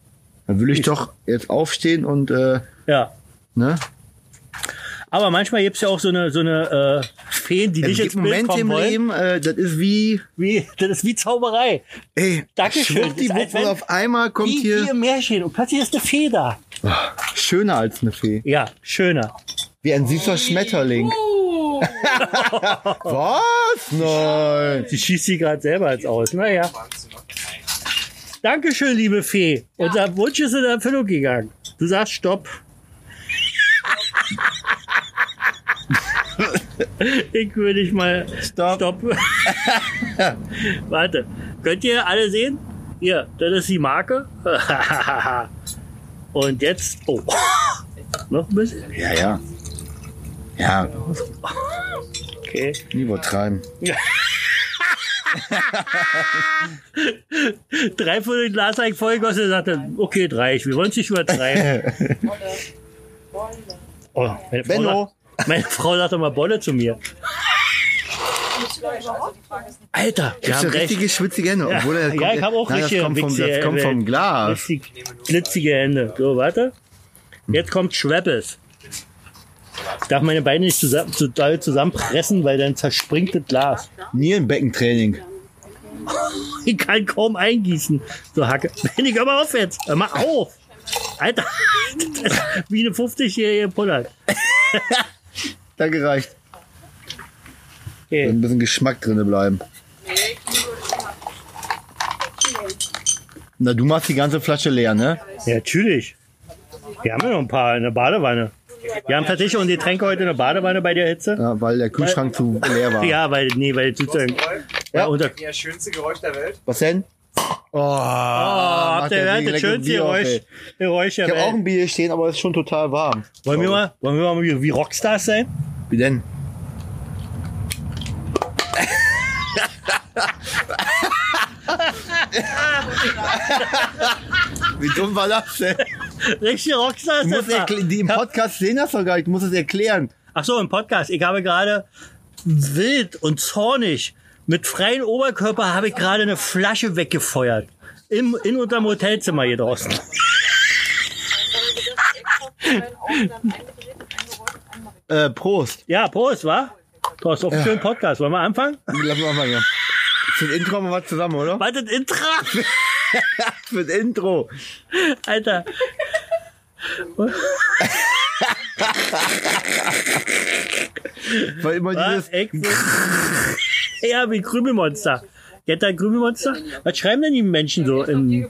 [SPEAKER 2] dann würde ich, doch jetzt aufstehen und äh,
[SPEAKER 1] ja.
[SPEAKER 2] ne?
[SPEAKER 1] Aber manchmal gibt's ja auch so eine, so eine äh, Feen, die
[SPEAKER 2] Es
[SPEAKER 1] nicht ins
[SPEAKER 2] gibt
[SPEAKER 1] Bild
[SPEAKER 2] Momente
[SPEAKER 1] kommen
[SPEAKER 2] im
[SPEAKER 1] wollen.
[SPEAKER 2] Leben, äh, das ist wie
[SPEAKER 1] Wie, das ist wie Zauberei.
[SPEAKER 2] ey,
[SPEAKER 1] Dankeschön.
[SPEAKER 2] schwuppdiwupp
[SPEAKER 1] Als wenn-
[SPEAKER 2] und auf einmal kommt
[SPEAKER 1] Wie,
[SPEAKER 2] hier
[SPEAKER 1] wie im Märchen. Und plötzlich ist eine Fee da.
[SPEAKER 2] schöner als eine Fee.
[SPEAKER 1] Ja, schöner.
[SPEAKER 2] Wie ein süßer Schmetterling. Was? Nein.
[SPEAKER 1] Sie schießt sie gerade selber jetzt aus. Naja. Dankeschön, liebe Fee. Unser Wunsch ist in Erfüllung gegangen. Du sagst Stopp. ich würde dich mal.
[SPEAKER 2] Stopp.
[SPEAKER 1] Stopp. Warte. Könnt ihr alle sehen? Hier, das ist die Marke. Und jetzt. Oh. Noch ein bisschen?
[SPEAKER 2] Ja, ja. Ja,
[SPEAKER 1] Okay.
[SPEAKER 2] nie übertreiben.
[SPEAKER 1] Drei von den Glas eigentlich vollgegossen und sagte, okay, reicht. Wir wollen es nicht übertreiben. oh, meine, Frau
[SPEAKER 2] Benno.
[SPEAKER 1] sagt, meine Frau sagt immer Bolle zu mir. Alter, wir
[SPEAKER 2] Das
[SPEAKER 1] haben
[SPEAKER 2] ist eine
[SPEAKER 1] recht.
[SPEAKER 2] richtige schwitzige Hände. Obwohl, das
[SPEAKER 1] Ja,
[SPEAKER 2] kommt-
[SPEAKER 1] ich hab auch
[SPEAKER 2] Nein,
[SPEAKER 1] richtige
[SPEAKER 2] Das kommt vom,
[SPEAKER 1] witzige
[SPEAKER 2] das kommt
[SPEAKER 1] Hände.
[SPEAKER 2] vom Glas.
[SPEAKER 1] Richtig glitzige Hände. So, warte. Jetzt kommt Schweppes. Ich darf meine Beine nicht zusammen, zu doll zusammenpressen, weil dann zerspringt das Glas.
[SPEAKER 2] Nierenbeckentraining.
[SPEAKER 1] Ich kann kaum eingießen. So Hacke. Wenn ich aber aufwärts. Hör mal auf. Alter, das ist wie eine 50-jährige Pullert.
[SPEAKER 2] Da gereicht. Soll
[SPEAKER 1] Okay.
[SPEAKER 2] Ein bisschen Geschmack drinne bleiben. Na, du machst die ganze Flasche leer, ne?
[SPEAKER 1] Ja, natürlich. Wir haben ja noch ein paar in der Badewanne. Wir haben tatsächlich unsere Getränke heute in der Badewanne bei der Hitze.
[SPEAKER 2] Ja, weil der Kühlschrank zu leer war.
[SPEAKER 1] Ja, weil, nee, weil sozusagen. Ja, unter,
[SPEAKER 6] Der schönste Geräusch der Welt.
[SPEAKER 2] Was denn? Oh,
[SPEAKER 1] oh,
[SPEAKER 2] habt
[SPEAKER 1] habt ihr gehört? Das schönste Geräusch, Geräusch der
[SPEAKER 2] Ich habe auch
[SPEAKER 1] Welt.
[SPEAKER 2] ein Bier stehen, aber es ist schon total warm.
[SPEAKER 1] Wollen wir mal, wollen wir mal wie, wie Rockstars sein?
[SPEAKER 2] Wie denn? Wie dumm war das denn?
[SPEAKER 1] Richtige Rockstars
[SPEAKER 2] Du musst
[SPEAKER 1] das war.
[SPEAKER 2] erkl- die im Podcast sehen das doch gar nicht, du musst es erklären.
[SPEAKER 1] Ach so, im Podcast. Ich habe gerade wild und zornig mit freiem Oberkörper habe ich gerade eine Flasche weggefeuert. Im, in unserem Hotelzimmer hier draußen.
[SPEAKER 2] Äh, Prost.
[SPEAKER 1] Ja, Prost, wa? Prost auf einen schönen Podcast. Wollen wir anfangen?
[SPEAKER 2] Lass mal mal gehen. Für das Intro haben wir was zusammen, oder?
[SPEAKER 1] Wartet, Intra!
[SPEAKER 2] Für das Intro.
[SPEAKER 1] Alter.
[SPEAKER 2] Weil immer
[SPEAKER 1] Was?
[SPEAKER 2] dieses...
[SPEAKER 1] ja, wie Krümelmonster. Kennt ihr ein Krümelmonster? Was schreiben denn die Menschen so im,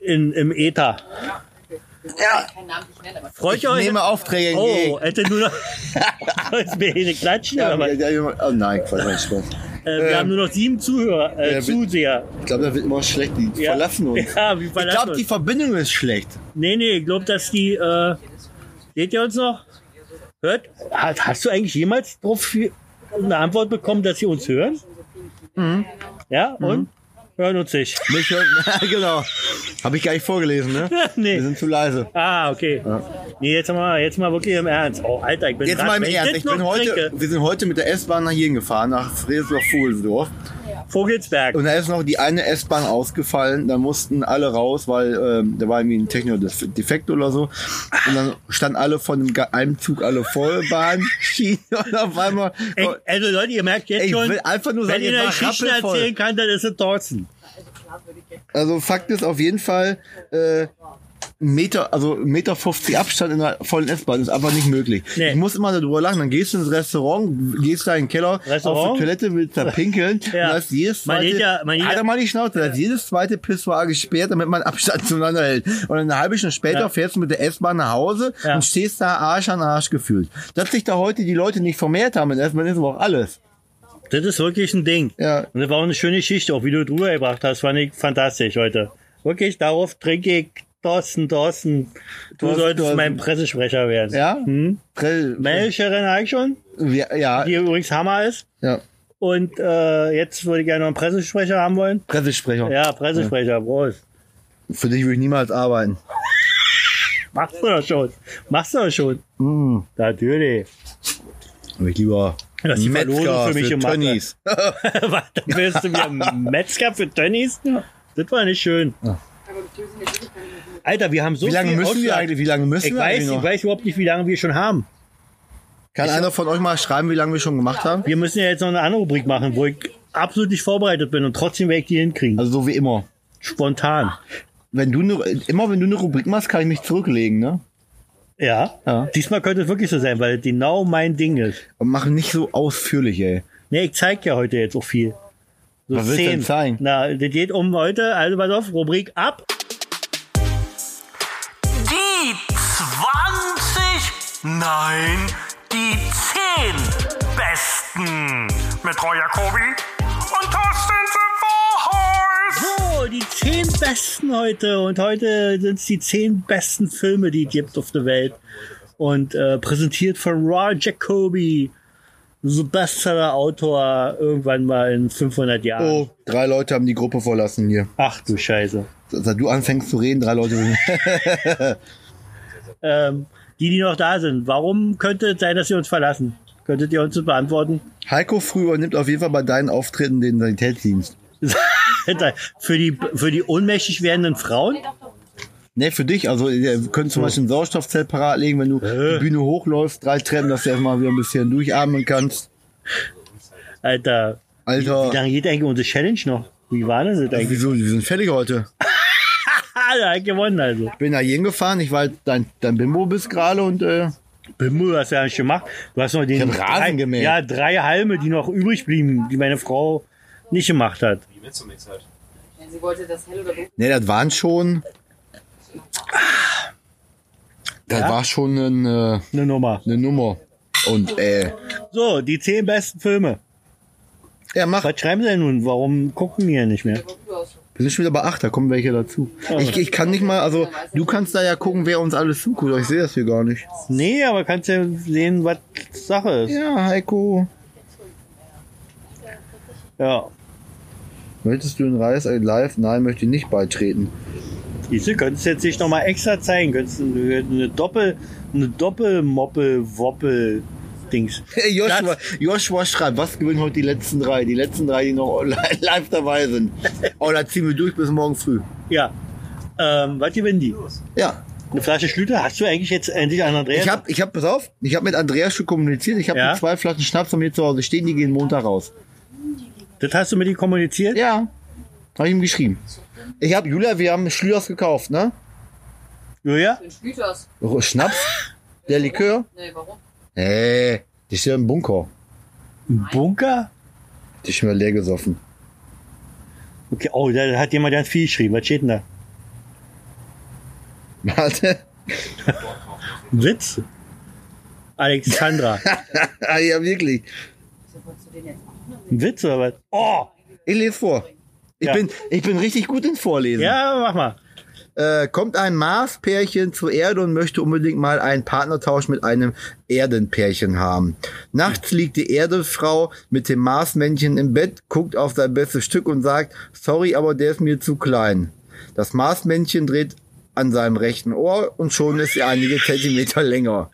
[SPEAKER 1] in, im Ether?
[SPEAKER 5] Keinen Namen nicht nennen, aber
[SPEAKER 1] Freut
[SPEAKER 2] Ich
[SPEAKER 1] ihr euch?
[SPEAKER 2] nehme Aufträge
[SPEAKER 1] oh,
[SPEAKER 2] entgegen.
[SPEAKER 1] hätte nur noch. Sollst mir hier eine klatschen?
[SPEAKER 2] Ja,
[SPEAKER 1] oder was?
[SPEAKER 2] ja, ja, oh nein, Quatsch, mein Spaß.
[SPEAKER 1] Äh, wir haben nur noch sieben Zuhörer, äh,
[SPEAKER 2] ja, bitte.
[SPEAKER 1] Zuseher.
[SPEAKER 2] Ich glaube, da wird immer schlecht, die
[SPEAKER 1] Ja.
[SPEAKER 2] verlassen uns.
[SPEAKER 1] Ja, wie
[SPEAKER 2] Ich
[SPEAKER 1] verlassen
[SPEAKER 2] glaube, die
[SPEAKER 1] uns.
[SPEAKER 2] Verbindung ist schlecht.
[SPEAKER 1] Nee, nee, ich glaube, dass die. Äh, seht ihr uns noch? Hört? Hast, hast du eigentlich jemals drauf ge- eine Antwort bekommen, dass sie uns hören? Mhm. Ja, und? Hören uns nicht.
[SPEAKER 2] Mich hört, genau. Habe ich gar nicht vorgelesen, ne? Wir
[SPEAKER 1] nee.
[SPEAKER 2] sind zu leise.
[SPEAKER 1] Ah, okay. Nee, jetzt mal, jetzt mal wirklich im Ernst. Oh, Alter, ich bin
[SPEAKER 2] Jetzt
[SPEAKER 1] rass.
[SPEAKER 2] mal im
[SPEAKER 1] Wenn ich
[SPEAKER 2] Ernst,
[SPEAKER 1] das
[SPEAKER 2] ich bin
[SPEAKER 1] noch
[SPEAKER 2] heute,
[SPEAKER 1] trinke-
[SPEAKER 2] wir sind heute mit der S-Bahn nach Hierhin gefahren, nach Fresler-Vogelsdorf.
[SPEAKER 1] Vogelsberg.
[SPEAKER 2] Und da ist noch die eine S-Bahn ausgefallen, da mussten alle raus, weil ähm, da war irgendwie ein Techno-Defekt oder so. Und dann standen alle von dem Ge- einem Zug alle voll Bahnschienen und auf einmal...
[SPEAKER 1] Ey, also Leute, ihr merkt jetzt
[SPEAKER 2] Ey, ich
[SPEAKER 1] schon,
[SPEAKER 2] will einfach nur
[SPEAKER 1] wenn
[SPEAKER 2] sagen,
[SPEAKER 1] ihr
[SPEAKER 2] ihr
[SPEAKER 1] eine
[SPEAKER 2] war
[SPEAKER 1] Geschichte
[SPEAKER 2] rappelvoll.
[SPEAKER 1] erzählen kann, dann ist es Thorsten.
[SPEAKER 2] Also Fakt ist auf jeden Fall, äh, ein Meter, also ein Meter 50 Abstand in der vollen S-Bahn ist einfach nicht möglich.
[SPEAKER 1] Nee.
[SPEAKER 2] Ich muss immer darüber lachen. Dann gehst du ins Restaurant, gehst da in den Keller, auf
[SPEAKER 1] Restaurant?
[SPEAKER 2] die Toilette, willst da pinkeln.
[SPEAKER 1] Ja.
[SPEAKER 2] Ja. Und da ist jedes
[SPEAKER 1] Man
[SPEAKER 2] zweite,
[SPEAKER 1] geht ja- man geht
[SPEAKER 2] halt
[SPEAKER 1] ja-
[SPEAKER 2] doch mal die Schnauze, da ist jedes zweite Pissoir gesperrt, damit man Abstand zueinander hält. Und eine halbe Stunde später
[SPEAKER 1] Ja.
[SPEAKER 2] fährst du mit der S-Bahn nach Hause
[SPEAKER 1] Ja.
[SPEAKER 2] und stehst da Arsch an Arsch gefühlt. Dass sich da heute die Leute nicht vermehrt haben in der S-Bahn ist aber auch alles.
[SPEAKER 1] Das ist wirklich ein Ding.
[SPEAKER 2] Ja.
[SPEAKER 1] Und das war auch eine schöne Geschichte, auch wie du drüber gebracht hast, fand ich fantastisch heute. Wirklich, darauf trinke ich Thorsten, Thorsten. Du
[SPEAKER 2] Thorsten,
[SPEAKER 1] solltest
[SPEAKER 2] Thorsten.
[SPEAKER 1] mein Pressesprecher werden.
[SPEAKER 2] Ja? Hm?
[SPEAKER 1] Managerin habe ich schon,
[SPEAKER 2] Ja, ja,
[SPEAKER 1] die übrigens Hammer ist.
[SPEAKER 2] ja.
[SPEAKER 1] Und äh, jetzt würde ich gerne noch einen Pressesprecher haben wollen.
[SPEAKER 2] Pressesprecher.
[SPEAKER 1] Ja, Pressesprecher, Prost.
[SPEAKER 2] Für dich würde ich niemals arbeiten.
[SPEAKER 1] Machst du doch schon. Machst du doch schon.
[SPEAKER 2] Mhm.
[SPEAKER 1] Natürlich.
[SPEAKER 2] Aber ich lieber
[SPEAKER 1] Das ist die Verlosung für mich im Mathe.
[SPEAKER 2] Tönnies.
[SPEAKER 1] Was, dann willst du mir einen Metzger für Tönnies? Das war nicht schön. Alter, wir haben so
[SPEAKER 2] Wie lange
[SPEAKER 1] viel
[SPEAKER 2] müssen wir
[SPEAKER 1] Ausschlag.
[SPEAKER 2] eigentlich? Wie lange müssen
[SPEAKER 1] Ich
[SPEAKER 2] wir
[SPEAKER 1] weiß,
[SPEAKER 2] eigentlich
[SPEAKER 1] ich
[SPEAKER 2] noch?
[SPEAKER 1] weiß überhaupt nicht, wie lange wir schon haben.
[SPEAKER 2] Kann einer von euch mal schreiben, wie lange wir schon gemacht haben?
[SPEAKER 1] Wir müssen ja jetzt noch eine andere Rubrik machen, wo ich absolut nicht vorbereitet bin und trotzdem werde ich die hinkriegen.
[SPEAKER 2] Also so wie immer.
[SPEAKER 1] Spontan.
[SPEAKER 2] Wenn du ne, immer wenn du eine Rubrik machst, kann ich mich zurücklegen, ne?
[SPEAKER 1] Ja.
[SPEAKER 2] Ja.
[SPEAKER 1] Diesmal könnte es wirklich so sein, weil es genau mein Ding ist.
[SPEAKER 2] Und machen nicht so ausführlich, ey.
[SPEAKER 1] Nee, ich zeig ja heute jetzt auch viel. So
[SPEAKER 2] Was willst du
[SPEAKER 1] Szenen.
[SPEAKER 2] denn zeigen?
[SPEAKER 1] Na, das geht um heute, also pass auf, Rubrik ab.
[SPEAKER 3] Die 20, nein, die 10 Besten mit Roy Jacobi und Thorsten Sevohorst.
[SPEAKER 1] So, die zehn besten heute. Und heute sind es die zehn besten Filme, die es gibt auf der Welt. Und äh, präsentiert von Roy Jacobi, so Bestseller-Autor, irgendwann mal in 500 Jahren.
[SPEAKER 2] Oh, drei Leute haben die Gruppe verlassen hier.
[SPEAKER 1] Ach du Scheiße.
[SPEAKER 2] Seit du anfängst zu reden, drei Leute.
[SPEAKER 1] Ähm, die, die noch da sind, warum könnte es sein, dass sie uns verlassen? Könntet ihr uns das beantworten?
[SPEAKER 2] Heiko früh übernimmt auf jeden Fall bei deinen Auftritten den Sanitätsdienst.
[SPEAKER 1] für, die, für die ohnmächtig werdenden Frauen?
[SPEAKER 2] Ne, für dich. Also, ihr könnt
[SPEAKER 1] Hm.
[SPEAKER 2] zum Beispiel ein Sauerstoffzelt parat legen, wenn du
[SPEAKER 1] Äh.
[SPEAKER 2] die Bühne hochläufst, drei Treppen, dass du erstmal wieder ein bisschen durchatmen kannst.
[SPEAKER 1] Alter, wie
[SPEAKER 2] Alter,
[SPEAKER 1] lange geht eigentlich unsere Challenge noch? Wie war das jetzt eigentlich?
[SPEAKER 2] wieso? Wir sind fertig heute.
[SPEAKER 1] Ah, da hat gewonnen also.
[SPEAKER 2] Ich bin da hingefahren. Ich war halt dein, dein Bimbo bist gerade und äh,
[SPEAKER 1] Bimbo, hast du ja nicht gemacht. Du hast noch den
[SPEAKER 2] hab Rasen
[SPEAKER 1] drei,
[SPEAKER 2] gemäht.
[SPEAKER 1] Ja, drei Halme, die noch übrig blieben, die meine Frau nicht gemacht hat.
[SPEAKER 6] Die Mezzomix halt.
[SPEAKER 5] Sie wollte das hell oder dunkel.
[SPEAKER 2] ne, das waren schon. Das
[SPEAKER 1] Ja?
[SPEAKER 2] war schon ein, äh,
[SPEAKER 1] Eine Nummer.
[SPEAKER 2] eine Nummer. Und äh,
[SPEAKER 1] So, die zehn besten Filme.
[SPEAKER 2] ja, mach.
[SPEAKER 1] Was schreiben sie denn nun? Warum gucken wir nicht mehr?
[SPEAKER 2] Wir sind schon wieder bei 8, da kommen welche dazu. Ich, ich kann nicht mal, also du kannst da ja gucken, wer uns alles zuguckt, aber ich sehe das hier gar nicht.
[SPEAKER 1] Nee, aber kannst ja sehen, was Sache ist.
[SPEAKER 2] Ja, Heiko.
[SPEAKER 1] Ja.
[SPEAKER 2] Möchtest du in Reis ein live? Nein, möchte ich nicht beitreten.
[SPEAKER 1] Diese könntest du jetzt nicht nochmal extra zeigen. Könntest du eine Doppel, eine Doppelmoppel-Woppel-Dings.
[SPEAKER 2] Joshua, Joshua schreibt, was gewinnen heute die letzten drei? Die letzten drei, die noch online live dabei sind. Oh, da ziehen wir durch bis morgen früh.
[SPEAKER 1] Ja. Ähm, was gewinnen die?
[SPEAKER 2] Ja.
[SPEAKER 1] Eine Flasche Schlüter? Hast du eigentlich jetzt endlich an Andreas?
[SPEAKER 2] Ich hab, ich hab, pass auf, ich hab mit Andreas schon kommuniziert, ich hab
[SPEAKER 1] Ja?
[SPEAKER 2] mit zwei Flaschen Schnaps von mir zu Hause stehen, die gehen Montag raus.
[SPEAKER 1] Das hast du mit ihm kommuniziert?
[SPEAKER 2] Ja. Habe ich ihm geschrieben. Ich hab, Julia, wir haben Schlüers gekauft, ne?
[SPEAKER 1] Julia?
[SPEAKER 5] Den Schlüters.
[SPEAKER 2] Oh, Schnaps? Der Likör?
[SPEAKER 5] Nee, warum?
[SPEAKER 2] Nee, die steht im Bunker.
[SPEAKER 1] Ein Bunker?
[SPEAKER 2] Die ist schon mal leer gesoffen.
[SPEAKER 1] Okay, oh, da hat jemand ganz viel geschrieben. Was steht denn da?
[SPEAKER 2] Warte.
[SPEAKER 1] Ein Witz? Alexandra.
[SPEAKER 2] Ah, ja, wirklich.
[SPEAKER 1] Ein Witz oder was? Oh!
[SPEAKER 2] Ich lese vor. Ich,
[SPEAKER 1] Ja.
[SPEAKER 2] bin, ich bin richtig gut ins Vorlesen.
[SPEAKER 1] Ja, mach mal.
[SPEAKER 2] Äh, kommt ein Mars-Pärchen zur Erde und möchte unbedingt mal einen Partnertausch mit einem Erdenpärchen haben. Nachts liegt die Erdefrau mit dem Marsmännchen im Bett, guckt auf sein bestes Stück und sagt, sorry, aber der ist mir zu klein. Das Marsmännchen dreht an seinem rechten Ohr und schon ist sie einige Zentimeter länger.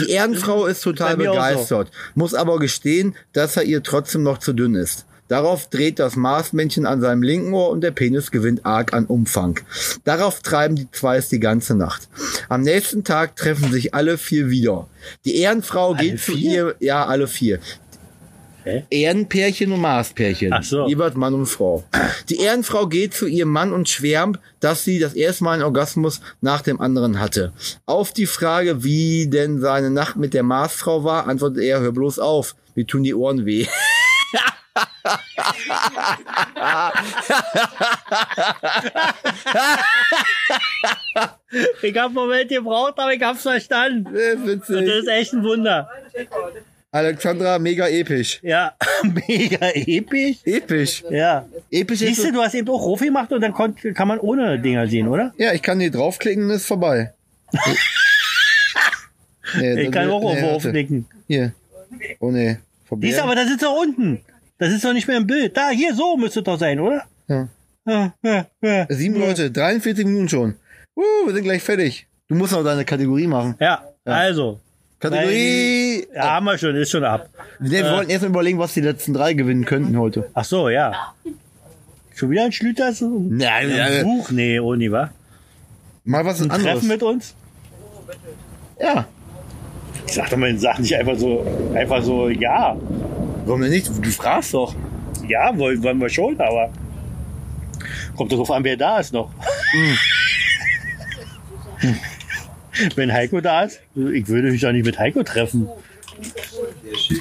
[SPEAKER 2] Die Erdenfrau ist total
[SPEAKER 1] Bei mir auch so.
[SPEAKER 2] begeistert, muss aber gestehen, dass er ihr trotzdem noch zu dünn ist. Darauf dreht das Marsmännchen an seinem linken Ohr und der Penis gewinnt arg an Umfang. Darauf treiben die zwei es die ganze Nacht. Am nächsten Tag treffen sich alle vier wieder. Die Ehrenfrau geht zu ihr,
[SPEAKER 1] vier?
[SPEAKER 2] ja, alle vier.
[SPEAKER 1] Hä?
[SPEAKER 2] Ehrenpärchen und Marspärchen.
[SPEAKER 1] Ach so.
[SPEAKER 2] Jeweils Mann und Frau. Die Ehrenfrau geht zu ihrem Mann und schwärmt, dass sie das erste Mal einen Orgasmus nach dem anderen hatte. Auf die Frage, wie denn seine Nacht mit der Marsfrau war, antwortet er, hör bloß auf. Mir tun die Ohren weh.
[SPEAKER 1] Ich hab einen Moment gebraucht, aber ich hab's verstanden.
[SPEAKER 2] Äh,
[SPEAKER 1] Das
[SPEAKER 2] Witzig.
[SPEAKER 1] ist echt ein Wunder.
[SPEAKER 2] Alexandra, mega episch.
[SPEAKER 1] Ja, mega episch.
[SPEAKER 2] Episch.
[SPEAKER 1] Ja.
[SPEAKER 2] Episch ist
[SPEAKER 1] Siehst du, du hast eben auch Rofi gemacht und dann kon- kann man ohne Dinger sehen, oder?
[SPEAKER 2] Ja, ich kann hier draufklicken und ist vorbei. nee,
[SPEAKER 1] Ich kann auch
[SPEAKER 2] nee,
[SPEAKER 1] auf
[SPEAKER 2] warte.
[SPEAKER 1] aufblicken.
[SPEAKER 2] Hier. Oh nee. Vorbei.
[SPEAKER 1] Siehst du, aber das ist doch unten. Das ist doch nicht mehr im Bild. Da, hier, so müsste es doch sein, oder?
[SPEAKER 2] Ja.
[SPEAKER 1] Ja, ja, ja.
[SPEAKER 2] Sieben Leute, 43 Minuten schon. Uh, wir sind gleich fertig. Du musst noch deine Kategorie machen.
[SPEAKER 1] Ja, also.
[SPEAKER 2] Kategorie.
[SPEAKER 1] Ja, haben wir schon, ist schon ab.
[SPEAKER 2] Nee,
[SPEAKER 1] Äh.
[SPEAKER 2] wir wollten erst mal überlegen, was die letzten drei gewinnen könnten heute.
[SPEAKER 1] Ach so, ja. Schon wieder ein Schlüters?
[SPEAKER 2] Nein, äh,
[SPEAKER 1] Ein Buch? Nee, Uni, wa?
[SPEAKER 2] Mal was
[SPEAKER 1] Ein
[SPEAKER 2] anderes.
[SPEAKER 1] Treffen mit uns?
[SPEAKER 2] ja.
[SPEAKER 1] Ich sag doch mal, sag nicht einfach so, einfach so, ja.
[SPEAKER 2] Warum denn nicht? Du fragst doch.
[SPEAKER 1] Ja, wollen, wollen wir schon, aber
[SPEAKER 2] Hm.
[SPEAKER 1] kommt doch drauf an, wer da ist noch. Wenn Heiko da ist, ich würde mich doch nicht mit Heiko treffen.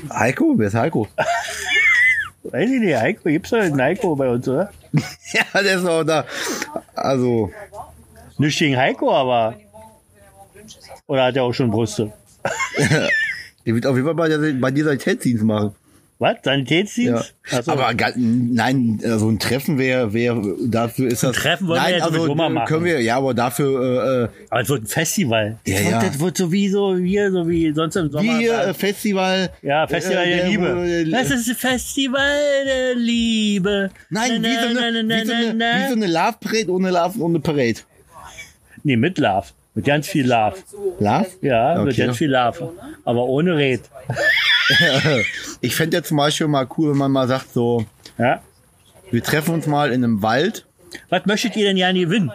[SPEAKER 2] Heiko? Wer ist Heiko?
[SPEAKER 1] Weiß ich nicht, Heiko, gibt's doch einen Heiko bei uns, oder?
[SPEAKER 2] ja, der ist auch da. Also,
[SPEAKER 1] Nicht gegen Heiko, aber. Oder hat er auch schon Brüste?
[SPEAKER 2] der wird auf jeden Fall bei, der, bei dir Sanitätsdienst machen.
[SPEAKER 1] Was? Sanitätsdienst?
[SPEAKER 2] Ja.
[SPEAKER 1] Achso.
[SPEAKER 2] Aber ga- nein, äh, so ein Treffen wäre, wäre dafür ist das.
[SPEAKER 1] Treffen wollen wir
[SPEAKER 2] nein, also
[SPEAKER 1] ja sowieso mal machen.
[SPEAKER 2] können wir, ja, aber dafür äh,
[SPEAKER 1] aber es wird ein Festival.
[SPEAKER 2] Ja,
[SPEAKER 1] das, wird,
[SPEAKER 2] ja.
[SPEAKER 1] das wird sowieso hier, so wie sonst im
[SPEAKER 2] äh,
[SPEAKER 1] Sommer.
[SPEAKER 2] wie hier äh, Festival.
[SPEAKER 1] ja, Festival
[SPEAKER 2] äh,
[SPEAKER 1] der Liebe.
[SPEAKER 2] wo-
[SPEAKER 1] Das ist ein Festival der Liebe.
[SPEAKER 2] Nein, wie so eine, wie so eine, wie so eine Love Parade ohne Love ohne Parade.
[SPEAKER 1] Nee, mit Love. Mit ganz viel Love.
[SPEAKER 2] Love?
[SPEAKER 1] Ja, mit
[SPEAKER 2] Okay.
[SPEAKER 1] ganz viel Love. Aber ohne Red.
[SPEAKER 2] Ich fände ja zum Beispiel mal cool, wenn man mal sagt, so,
[SPEAKER 1] Ja?
[SPEAKER 2] wir treffen uns mal in einem Wald.
[SPEAKER 1] Was möchtet ihr denn gerne gewinnen?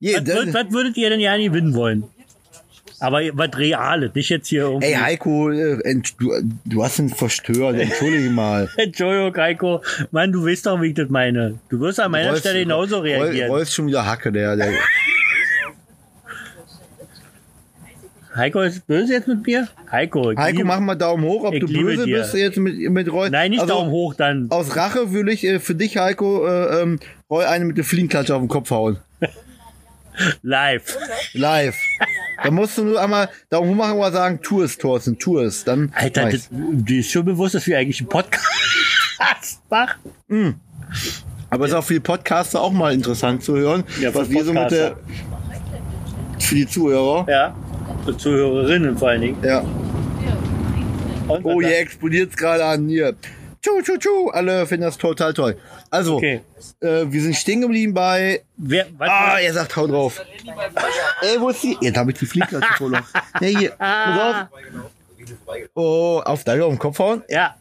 [SPEAKER 2] Yeah,
[SPEAKER 1] Was,
[SPEAKER 2] das-
[SPEAKER 1] würd, was würdet ihr denn gerne gewinnen wollen? Aber was Reales, nicht jetzt hier um- irgendwie.
[SPEAKER 2] Ey, Heiko, äh, ent- du, du hast ihn verstört, entschuldige mal.
[SPEAKER 1] Entschuldigung, Heiko. Mann, du weißt doch, wie ich das meine. Du wirst an meiner Stelle genauso reagieren.
[SPEAKER 2] Rolf ist schon wieder Hacke, der, der
[SPEAKER 1] Heiko ist böse jetzt mit mir? Heiko, ich
[SPEAKER 2] Heiko,
[SPEAKER 1] liebe-
[SPEAKER 2] mach mal Daumen hoch, ob
[SPEAKER 1] Ich
[SPEAKER 2] du
[SPEAKER 1] liebe
[SPEAKER 2] böse
[SPEAKER 1] dir.
[SPEAKER 2] bist jetzt mit, mit Roy.
[SPEAKER 1] Nein, nicht
[SPEAKER 2] Also,
[SPEAKER 1] Daumen hoch dann.
[SPEAKER 2] Aus Rache würde ich äh, für dich, Heiko, äh, ähm, Roy eine mit der Fliegenklatsche auf den Kopf hauen.
[SPEAKER 1] Live.
[SPEAKER 2] Live. da musst du nur einmal Daumen hoch machen oder sagen, tu es, Thorsten, tu es. Dann
[SPEAKER 1] Alter,
[SPEAKER 2] mach
[SPEAKER 1] das,
[SPEAKER 2] ich's.
[SPEAKER 1] dir ist schon bewusst, dass wir eigentlich einen Podcast machen.
[SPEAKER 2] Aber ist auch für die Podcaster auch mal interessant zu hören,
[SPEAKER 1] Ja,
[SPEAKER 2] was
[SPEAKER 1] für
[SPEAKER 2] wir so mit der...
[SPEAKER 1] Podcaster.
[SPEAKER 2] Für die Zuhörer.
[SPEAKER 1] Ja. Und Zuhörerinnen vor allen Dingen.
[SPEAKER 2] Ja.
[SPEAKER 1] Und
[SPEAKER 2] Oh,
[SPEAKER 1] was
[SPEAKER 2] hier explodiert's gerade an hier. Tschu, tschu, tschu. Alle finden das total toll. Also,
[SPEAKER 1] Okay.
[SPEAKER 2] äh, wir sind stehen geblieben bei
[SPEAKER 1] Wer, was,
[SPEAKER 2] Ah, er sagt, hau drauf. Ey, wo ist die? Jetzt habe ich die Fliehklatsche verloren. Hey, hier, pass auf. Oh, auf Dagger auf den Kopf hauen?
[SPEAKER 1] Ja.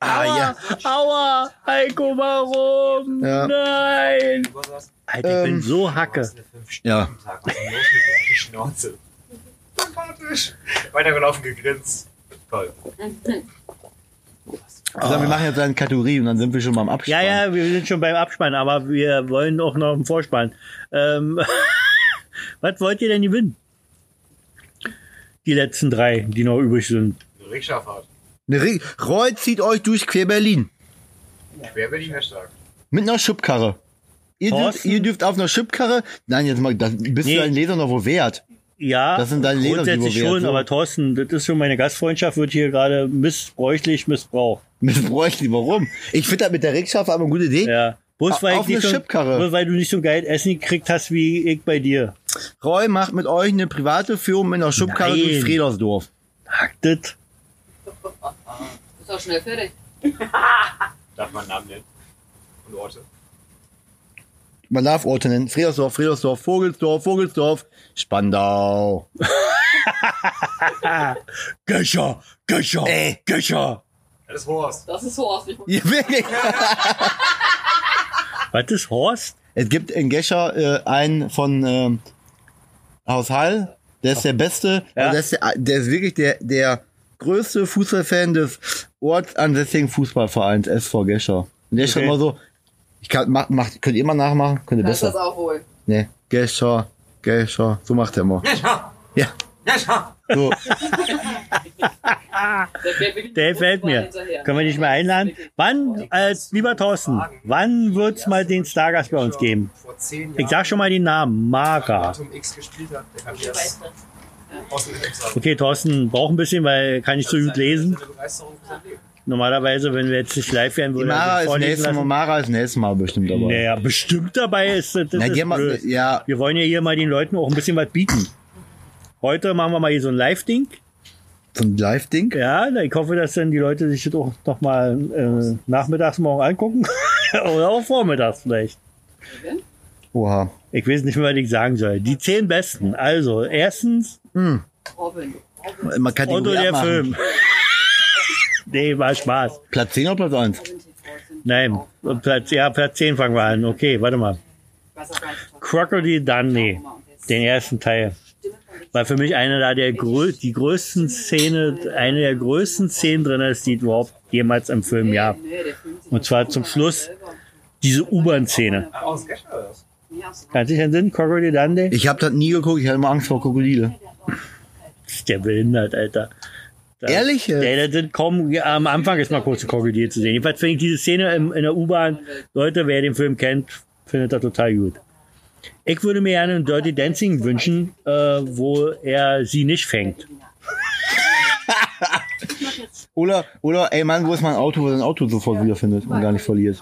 [SPEAKER 2] Ah, ja.
[SPEAKER 1] Aua, Heiko, warum?
[SPEAKER 2] Ja. Ähm.
[SPEAKER 1] Nein. Alter, ich bin so hacke.
[SPEAKER 2] Ja.
[SPEAKER 6] Tag, was ist denn los mit dir? Die Schnauze. Sympathisch. Weitergelaufen, gegrinst. Toll.
[SPEAKER 2] Also, wir machen jetzt eine Kategorie und dann sind wir schon mal am Abspann.
[SPEAKER 1] Ja, ja, wir sind schon beim Abspann, aber wir wollen auch noch im Vorspann. Ähm, was wollt ihr denn gewinnen? Die letzten drei, die noch übrig sind.
[SPEAKER 6] Eine Rikscha-Fahrt.
[SPEAKER 2] Eine Re Roy zieht euch durch quer Berlin.
[SPEAKER 6] Schwer bin ich mehr stark.
[SPEAKER 2] Mit einer Schubkarre. Ihr dürft,
[SPEAKER 1] Thorsten?
[SPEAKER 2] ihr dürft auf einer Schubkarre. Nein, jetzt mal, das bist
[SPEAKER 1] Nee.
[SPEAKER 2] du deinen Leser noch wohl wert.
[SPEAKER 1] Ja,
[SPEAKER 2] Das sind deine Leser, die
[SPEAKER 1] grundsätzlich
[SPEAKER 2] wir wählen,
[SPEAKER 1] schon,
[SPEAKER 2] so.
[SPEAKER 1] aber Thorsten, das ist schon meine Gastfreundschaft, wird hier gerade missbräuchlich missbraucht.
[SPEAKER 2] Missbräuchlich, warum? Ich finde das mit der Rikscha aber eine gute Idee.
[SPEAKER 1] Ja. Bloß weil,
[SPEAKER 2] Auf
[SPEAKER 1] ich
[SPEAKER 2] eine
[SPEAKER 1] nicht so,
[SPEAKER 2] Chipkarre.
[SPEAKER 1] bloß weil du nicht so geil Essen gekriegt hast wie ich bei dir.
[SPEAKER 2] Roy macht mit euch eine private Führung mit einer Schubkarre
[SPEAKER 1] Nein.
[SPEAKER 2] durch Fredersdorf.
[SPEAKER 1] Hackt das.
[SPEAKER 5] Ist auch schnell fertig.
[SPEAKER 6] Darf man Namen nennen? Und Orte.
[SPEAKER 2] Man darf Orte nennen. Fredersdorf, Fredersdorf, Vogelsdorf, Vogelsdorf, Spandau.
[SPEAKER 1] Göscher, Göscher,
[SPEAKER 2] Äh.
[SPEAKER 1] Göscher.
[SPEAKER 6] Das ist Horst.
[SPEAKER 5] Das ist so ausgegangen.
[SPEAKER 2] Ja, wirklich.
[SPEAKER 1] Was ist Horst?
[SPEAKER 2] es gibt in Gescher äh, einen von ähm, aus Hall. Der ist der Beste.
[SPEAKER 1] Ja.
[SPEAKER 2] Also der, ist der, der ist wirklich der, der größte Fußballfan des ortsansässigen Fußballvereins SV Gescher. Und der
[SPEAKER 1] Okay.
[SPEAKER 2] schreibt immer so, ich kann, mach, macht, könnt ihr mal nachmachen? Könnt ihr
[SPEAKER 5] Das ist das
[SPEAKER 2] besser?
[SPEAKER 5] auch wohl.
[SPEAKER 2] Nee, Gescher, Gescher. So macht er immer. Ja. So.
[SPEAKER 5] Der fährt wirklich
[SPEAKER 1] Der fällt mir.
[SPEAKER 5] hinterher.
[SPEAKER 1] Können wir nicht mehr einladen. Wann, äh, lieber Thorsten, wann wird's mal den Stargast bei uns geben?
[SPEAKER 6] Vor zehn Jahren.
[SPEAKER 1] Ich sag schon mal den Namen. Mara.
[SPEAKER 6] Datum X gespielt hat. Der kann ich das aus dem Leben sagen.
[SPEAKER 1] Okay, Thorsten, braucht ein bisschen, weil kann ich so gut lesen.
[SPEAKER 6] Seine Begeisterung für sein Leben.
[SPEAKER 1] Normalerweise, wenn wir jetzt nicht live wären, würde
[SPEAKER 2] Mara,
[SPEAKER 1] er
[SPEAKER 2] ist
[SPEAKER 1] vorlesen
[SPEAKER 2] nächstes mal,
[SPEAKER 1] lassen.
[SPEAKER 2] Mara ist nächstes Mal bestimmt dabei.
[SPEAKER 1] Naja, bestimmt dabei ist das. das
[SPEAKER 2] Na,
[SPEAKER 1] ist
[SPEAKER 2] die haben,
[SPEAKER 1] blöd.
[SPEAKER 2] ja,
[SPEAKER 1] Wir wollen ja hier mal den Leuten auch ein bisschen was bieten. Heute machen wir mal hier so ein Live-Ding.
[SPEAKER 2] so ein Live-Ding.
[SPEAKER 1] Ja, na, ich hoffe, dass dann die Leute sich das auch nochmal äh, nachmittags morgen angucken. Oder auch vormittags vielleicht.
[SPEAKER 2] Oha.
[SPEAKER 1] Ich weiß nicht mehr, was ich sagen soll. Die zehn besten. Also, erstens
[SPEAKER 5] Robin.
[SPEAKER 2] Man kann die
[SPEAKER 1] Otto der
[SPEAKER 2] abmachen.
[SPEAKER 1] Film. nee, war Spaß.
[SPEAKER 2] Platz 10 oder Platz 1?
[SPEAKER 1] Nein, Platz, ja, Platz 10 fangen wir an. Okay, warte mal.
[SPEAKER 5] Ich weiß auch gar nicht.
[SPEAKER 1] Crocodile Dundee, den ersten Teil. War für mich eine da der grö die größten Szene, eine der größten Szenen drin ist, die es überhaupt jemals im Film gab.
[SPEAKER 5] Nee, der fühlt sich
[SPEAKER 1] Und zwar zum Schluss diese U-Bahn-Szene.
[SPEAKER 6] Ah, aus Gescher ist.
[SPEAKER 5] nicht aus.
[SPEAKER 1] Kannst du dich entsinnen, Crocodile Dundee?
[SPEAKER 2] Ich habe das nie geguckt, ich hatte immer Angst vor Krokodile.
[SPEAKER 1] Ist der behindert, Alter. Da,
[SPEAKER 2] Ehrlich jetzt?
[SPEAKER 1] Ja, das sind kaum, ja, am Anfang ist
[SPEAKER 2] genau
[SPEAKER 1] mal kurz ein Krokodil zu sehen. Jedenfalls finde ich diese Szene im, in der U-Bahn, Leute, wer den Film kennt, findet das total gut. Ich würde mir gerne ein Dirty Dancing wünschen, äh, wo er sie nicht fängt.
[SPEAKER 2] Oder, oder, ey Mann, wo ist mein Auto, wo er sein Auto sofort wiederfindet und gar nicht verliert?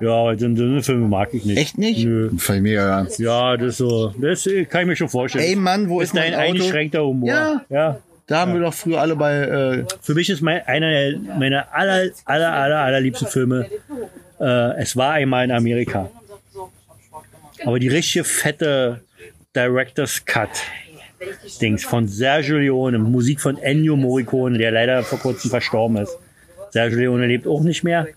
[SPEAKER 1] Ja, so so eine Filme mag ich nicht.
[SPEAKER 2] Echt nicht?
[SPEAKER 1] Nö.
[SPEAKER 2] Fällt mir ja an.
[SPEAKER 1] Ja, das ist so. Das äh, kann ich mir schon vorstellen.
[SPEAKER 2] Ey Mann, wo
[SPEAKER 1] Das
[SPEAKER 2] ist
[SPEAKER 1] ist ein
[SPEAKER 2] mein Auto?
[SPEAKER 1] eingeschränkter Humor.
[SPEAKER 2] Ja.
[SPEAKER 1] ja.
[SPEAKER 2] Da haben wir doch früher alle bei, äh,
[SPEAKER 1] Für mich ist mein, einer der, meiner aller, aller, aller, allerliebsten Filme. Äh, es war einmal in Amerika. Aber die richtige fette Director's Cut Dings von Sergio Leone, Musik von Ennio Morricone, der leider vor kurzem verstorben ist. Sergio Leone lebt auch nicht mehr.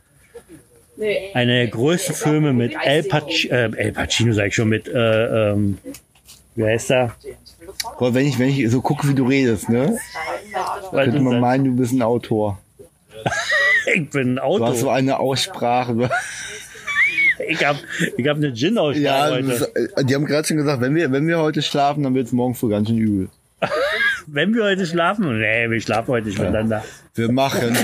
[SPEAKER 5] Nee,
[SPEAKER 1] Einer der größten Filme mit El Pacino, äh, El Pacino sag ich schon, mit, äh, ähm, wie heißt er?
[SPEAKER 2] Gott, wenn ich, wenn ich so gucke, wie du redest, ne? Könnte man meinen, du bist ein Autor.
[SPEAKER 1] Ich bin ein
[SPEAKER 2] Du hast so
[SPEAKER 1] Auto.
[SPEAKER 2] eine Aussprache.
[SPEAKER 1] Ich hab, ich hab eine Gin-Aussprache
[SPEAKER 2] Ja,
[SPEAKER 1] heute.
[SPEAKER 2] das, äh, die haben gerade schon gesagt, wenn wir, wenn wir heute schlafen, dann wird's morgen früh ganz schön übel.
[SPEAKER 1] Wenn wir heute schlafen, nee, wir schlafen heute nicht miteinander.
[SPEAKER 2] Wir machen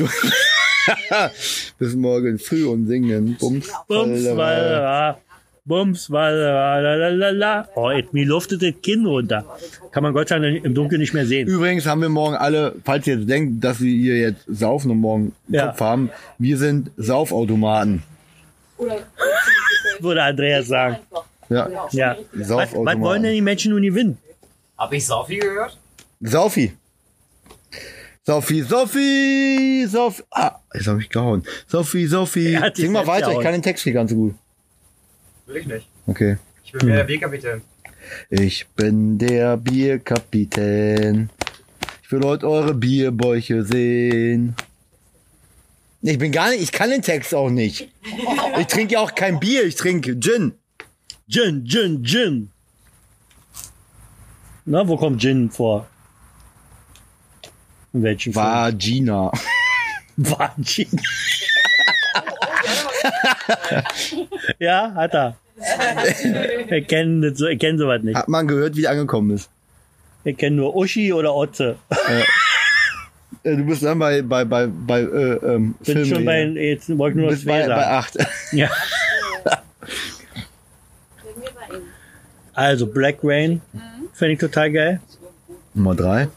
[SPEAKER 2] bis morgen früh und singen. Bums.
[SPEAKER 1] Bums,
[SPEAKER 2] Waldemar.
[SPEAKER 1] walala, bums, walala, la, la, la, la. Oh, et mir luftet das Kinn runter. Kann man Gott sei Dank im Dunkeln nicht mehr sehen.
[SPEAKER 2] Übrigens haben wir morgen alle, falls ihr jetzt denkt, dass wir hier jetzt saufen und morgen einen
[SPEAKER 1] Ja.
[SPEAKER 2] Kopf haben, wir sind Saufautomaten.
[SPEAKER 1] Würde Andreas sagen.
[SPEAKER 2] Ja,
[SPEAKER 1] Ja. Was, was wollen denn
[SPEAKER 2] Saufautomaten.
[SPEAKER 1] die Menschen nun gewinnen?
[SPEAKER 6] Hab ich Saufi gehört?
[SPEAKER 2] Saufi. Saufi, Saufi, Saufi. Ah, jetzt habe ich gehauen. Saufi, Saufi.
[SPEAKER 1] Er hat die
[SPEAKER 2] Sing mal
[SPEAKER 1] Sätze
[SPEAKER 2] weiter, ich
[SPEAKER 1] aus.
[SPEAKER 2] kann den Text nicht ganz so gut.
[SPEAKER 6] Will ich nicht.
[SPEAKER 2] Okay.
[SPEAKER 6] Ich bin
[SPEAKER 1] Hm.
[SPEAKER 6] mehr der Wegkapitän.
[SPEAKER 2] Ich bin der Bierkapitän. Ich will heute eure Bierbäuche sehen. Nee, Ich bin gar nicht, ich kann den Text auch nicht. Ich trinke ja auch kein Bier, ich trinke Gin.
[SPEAKER 1] Gin, Gin, Gin. Na, wo kommt Gin vor? In welchem Film?
[SPEAKER 2] Vagina.
[SPEAKER 1] War Gin. ja, hat er. Wir kennen, das so, wir kennen sowas nicht.
[SPEAKER 2] Hat man gehört, wie die angekommen ist.
[SPEAKER 1] Wir kennen nur Uschi oder Otze.
[SPEAKER 2] Äh, Du bist dann bei, bei, bei, bei, äh, ähm,
[SPEAKER 1] Bin
[SPEAKER 2] Filmen
[SPEAKER 1] schon bei,
[SPEAKER 2] hier.
[SPEAKER 1] jetzt wollte ich nur noch
[SPEAKER 2] Du bist
[SPEAKER 1] zwei
[SPEAKER 2] bei, bei
[SPEAKER 1] sagen.
[SPEAKER 2] acht.
[SPEAKER 1] Ja. also Black Rain finde ich total geil.
[SPEAKER 2] Nummer drei.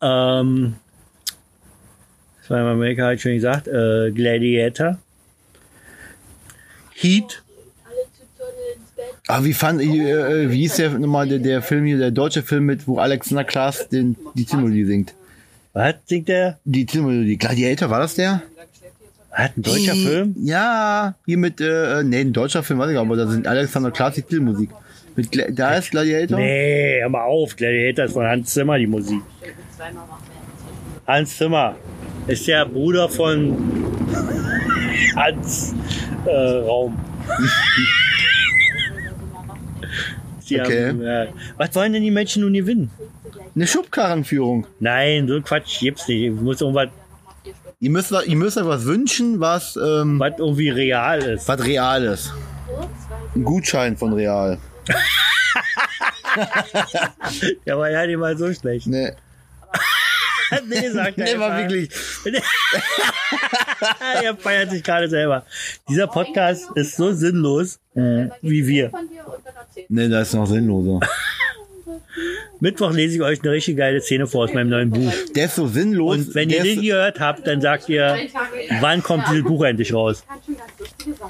[SPEAKER 1] Ähm, zweimal Amerika hat schon gesagt. Äh, Gladiator. Heat.
[SPEAKER 2] Ah, wie fand, äh, äh, wie hieß der nochmal, der, der Film hier, der deutsche Film mit, wo Alexander Klaas den, die Titelmelodie singt?
[SPEAKER 1] Was singt der?
[SPEAKER 2] Die Titelmelodie. Gladiator, war das der?
[SPEAKER 1] Hat ein deutscher
[SPEAKER 2] Die-
[SPEAKER 1] Film?
[SPEAKER 2] Ja, hier mit, äh, nee, ein deutscher Film, weiß ich gar nicht, aber da sind Alexander Klaas die Filmmusik. Mit, Gla- da ist Gladiator?
[SPEAKER 1] Nee, hör mal auf. Gladiator ist von Hans Zimmer die Musik. Hans Zimmer ist der Bruder von Hans äh, Raum. Sie
[SPEAKER 2] Okay.
[SPEAKER 1] haben, äh, was wollen denn die Menschen nun gewinnen?
[SPEAKER 2] Eine Schubkarrenführung.
[SPEAKER 1] Nein, so ein Quatsch gibt's nicht. Es muss irgendwas,
[SPEAKER 2] Ihr müsst, doch- ihr müsst euch was wünschen, was, ähm,
[SPEAKER 1] was irgendwie real ist.
[SPEAKER 2] was real ist. Ein Gutschein von real.
[SPEAKER 1] Ja, aber ja, die mal so schlecht.
[SPEAKER 2] Nee,
[SPEAKER 1] nee, sagt er
[SPEAKER 2] nee Ne, war
[SPEAKER 1] einfach.
[SPEAKER 2] wirklich.
[SPEAKER 1] er feiert sich gerade selber. Dieser Podcast ist so sinnlos äh, wie wir.
[SPEAKER 2] Nee, da Ne, ist noch sinnloser.
[SPEAKER 1] Mittwoch lese ich euch eine richtig geile Szene vor aus meinem neuen Buch.
[SPEAKER 2] Der ist so sinnlos.
[SPEAKER 1] Und wenn
[SPEAKER 2] der
[SPEAKER 1] ihr den
[SPEAKER 2] ist,
[SPEAKER 1] gehört habt, dann sagt ihr, wann kommt dieses Buch endlich raus?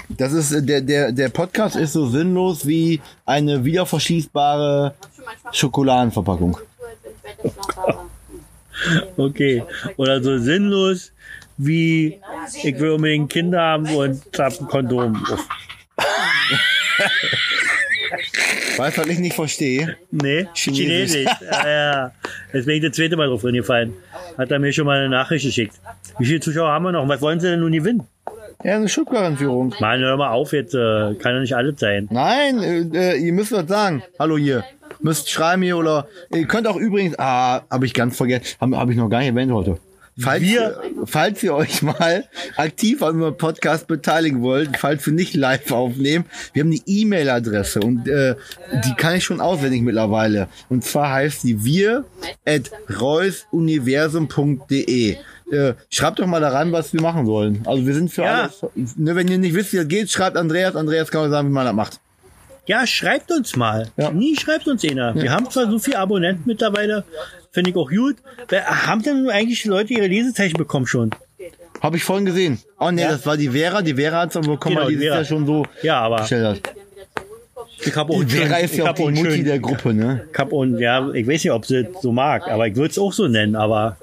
[SPEAKER 2] das ist, äh, der, der, der Podcast ist so sinnlos wie eine wiederverschließbare Schokoladenverpackung.
[SPEAKER 1] Okay. Oder so sinnlos wie ich will unbedingt Kinder haben und hab ein Kondom.
[SPEAKER 2] Weißt du, was ich nicht verstehe?
[SPEAKER 1] Nee,
[SPEAKER 2] Chinesisch.
[SPEAKER 1] Chinesisch. Ja, ja. Jetzt bin ich das zweite Mal drauf reingefallen. Hat er mir schon mal eine Nachricht geschickt. Wie viele Zuschauer haben wir noch? Was wollen sie denn nun gewinnen?
[SPEAKER 2] Ja, eine Schubkarrenführung.
[SPEAKER 1] Mann, hör mal auf jetzt. äh, Kann ja nicht alles sein.
[SPEAKER 2] Nein, äh, äh, ihr müsst was sagen. Hallo hier. Müsst schreiben hier oder ihr könnt auch übrigens, ah, habe ich ganz vergessen, habe hab ich noch gar nicht erwähnt heute. Falls,
[SPEAKER 1] Wir-
[SPEAKER 2] ihr- falls ihr euch mal aktiv an unserem Podcast beteiligen wollt, falls wir nicht live aufnehmen, wir haben eine E-Mail-Adresse und äh, die kann ich schon auswendig mittlerweile. Und zwar heißt die wir at reusuniversum.de. Äh, schreibt doch mal da rein, was wir machen sollen. Also wir sind für
[SPEAKER 1] Ja.
[SPEAKER 2] alles. Ne, wenn ihr nicht wisst, wie das geht, schreibt Andreas. Andreas kann euch sagen, wie man das macht.
[SPEAKER 1] Ja, schreibt uns mal.
[SPEAKER 2] Ja.
[SPEAKER 1] Nie schreibt uns einer. Wir haben zwar so viele Abonnenten mittlerweile, finde ich auch gut. Wer, haben denn eigentlich die Leute ihre Lesezeichen bekommen schon?
[SPEAKER 2] Habe ich vorhin gesehen. Oh ne,
[SPEAKER 1] Ja.
[SPEAKER 2] das war die Vera. Die Vera hat es aber bekommen,
[SPEAKER 1] Genau,
[SPEAKER 2] weil
[SPEAKER 1] die
[SPEAKER 2] die ist
[SPEAKER 1] Vera.
[SPEAKER 2] ja schon so
[SPEAKER 1] Ja, aber
[SPEAKER 2] gestellt hat.
[SPEAKER 1] Oh, ich habe auch
[SPEAKER 2] Die Vera ist ja auch
[SPEAKER 1] hab
[SPEAKER 2] die
[SPEAKER 1] einen
[SPEAKER 2] Mutti
[SPEAKER 1] schönen-
[SPEAKER 2] der Gruppe, ne?
[SPEAKER 1] ich hab auch einen- ja, ich weiß nicht, ob sie es so mag, aber ich würde es auch so nennen. Aber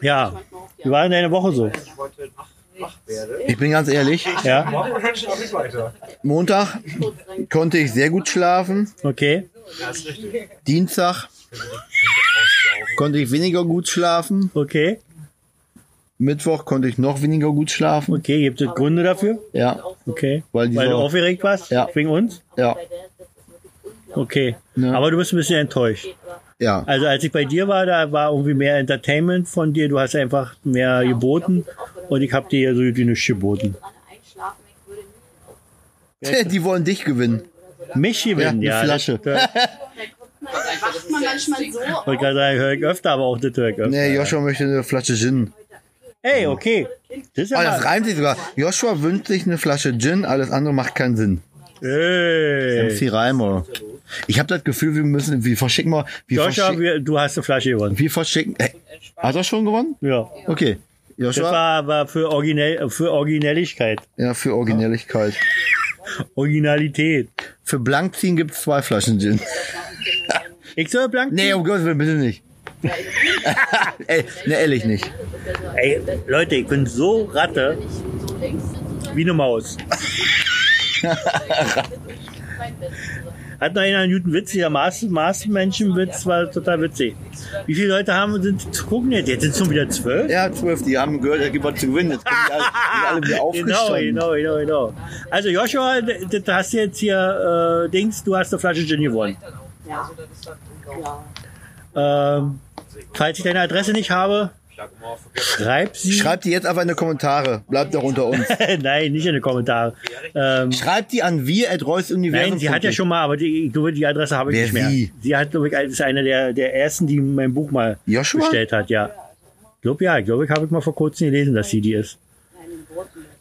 [SPEAKER 1] ja, wie war denn deine Woche so?
[SPEAKER 6] Ich wollte wach, wach werde.
[SPEAKER 2] Ich bin ganz ehrlich,
[SPEAKER 1] Ja,
[SPEAKER 6] Morgen höre ich auch nicht weiter.
[SPEAKER 2] Montag konnte ich sehr gut schlafen,
[SPEAKER 1] okay.
[SPEAKER 6] Das ist richtig.
[SPEAKER 2] Dienstag konnte ich weniger gut schlafen,
[SPEAKER 1] Okay,
[SPEAKER 2] Mittwoch konnte ich noch weniger gut schlafen.
[SPEAKER 1] okay. Gibt es Gründe dafür?
[SPEAKER 2] Ja,
[SPEAKER 1] Okay.
[SPEAKER 2] weil die
[SPEAKER 1] Weil du
[SPEAKER 2] so,
[SPEAKER 1] aufgeregt warst?
[SPEAKER 2] Ja.
[SPEAKER 1] Wegen uns?
[SPEAKER 2] ja,
[SPEAKER 1] Okay.
[SPEAKER 2] Ja.
[SPEAKER 1] Aber du bist ein bisschen enttäuscht.
[SPEAKER 2] ja,
[SPEAKER 1] Also als ich bei dir war, da war irgendwie mehr Entertainment von dir. Du hast einfach mehr geboten und ich habe dir ja so gut wie nichts geboten.
[SPEAKER 2] die wollen dich gewinnen.
[SPEAKER 1] Mich gewinnen,
[SPEAKER 2] Ja,
[SPEAKER 1] ja.
[SPEAKER 2] eine
[SPEAKER 1] das-
[SPEAKER 2] Flasche.
[SPEAKER 1] Das,
[SPEAKER 5] Wacht man manchmal so auf.
[SPEAKER 1] wollte gerade sagen, höre ich öfter, aber auch das höre ich öfter.
[SPEAKER 2] Nee, Joshua möchte eine Flasche Gin.
[SPEAKER 1] Ey, okay. Das ist ja
[SPEAKER 2] Ah,
[SPEAKER 1] mal,
[SPEAKER 2] das reimt sich sogar. Joshua wünscht sich eine Flasche Gin, alles andere macht keinen Sinn.
[SPEAKER 1] Ey.
[SPEAKER 2] MC Reimer. Ich habe das Gefühl, wir müssen, wir verschicken mal, wir,
[SPEAKER 1] Joshua,
[SPEAKER 2] verschicken,
[SPEAKER 1] wir, du hast eine Flasche gewonnen.
[SPEAKER 2] wir verschicken. Äh, hat er schon gewonnen?
[SPEAKER 1] Ja.
[SPEAKER 2] Okay.
[SPEAKER 1] Das
[SPEAKER 2] Joshua,
[SPEAKER 1] war, war für, Originell, für Originelligkeit.
[SPEAKER 2] ja, für Originelligkeit.
[SPEAKER 1] Originalität.
[SPEAKER 2] Für Blankziehen gibt's zwei Flaschen Gin.
[SPEAKER 1] Ich soll blank.
[SPEAKER 2] Nee, um Gottes Willen, bitte nicht. Ey, ne, ehrlich nicht.
[SPEAKER 1] Ey, Leute, ich bin so Ratte wie eine Maus. Hat noch einer einen guten Witz hier? Maß, Maßmenschenwitz war total witzig. Wie viele Leute haben sind gucken jetzt? Jetzt sind schon wieder zwölf?
[SPEAKER 2] Ja, zwölf, die haben gehört, da gibt was zu gewinnen. Jetzt kommen die alle, die alle wieder
[SPEAKER 1] Genau,
[SPEAKER 2] aufgestanden.
[SPEAKER 1] genau, genau, genau. Also Joshua, d- d- du hast jetzt hier äh, Dings, du hast eine Flasche Gin gewonnen.
[SPEAKER 5] Ja,
[SPEAKER 1] Ähm, falls ich deine Adresse nicht habe, schreib sie.
[SPEAKER 2] Schreibt die jetzt einfach in die Kommentare. Bleibt doch unter uns.
[SPEAKER 1] Nein, nicht in die Kommentare. Ähm,
[SPEAKER 2] Schreibt die an wir at Reus Universum.
[SPEAKER 1] Nein, sie hat ja schon mal, aber die, ich glaube, die Adresse habe ich
[SPEAKER 2] Wer
[SPEAKER 1] nicht mehr.
[SPEAKER 2] sie?
[SPEAKER 1] Sie hat, glaube ich, ist eine der, der ersten, die mein Buch mal
[SPEAKER 2] Joshua?
[SPEAKER 1] bestellt hat, ja. Ich glaube, ja, ich glaube, ich habe ich mal vor kurzem gelesen, dass sie die ist.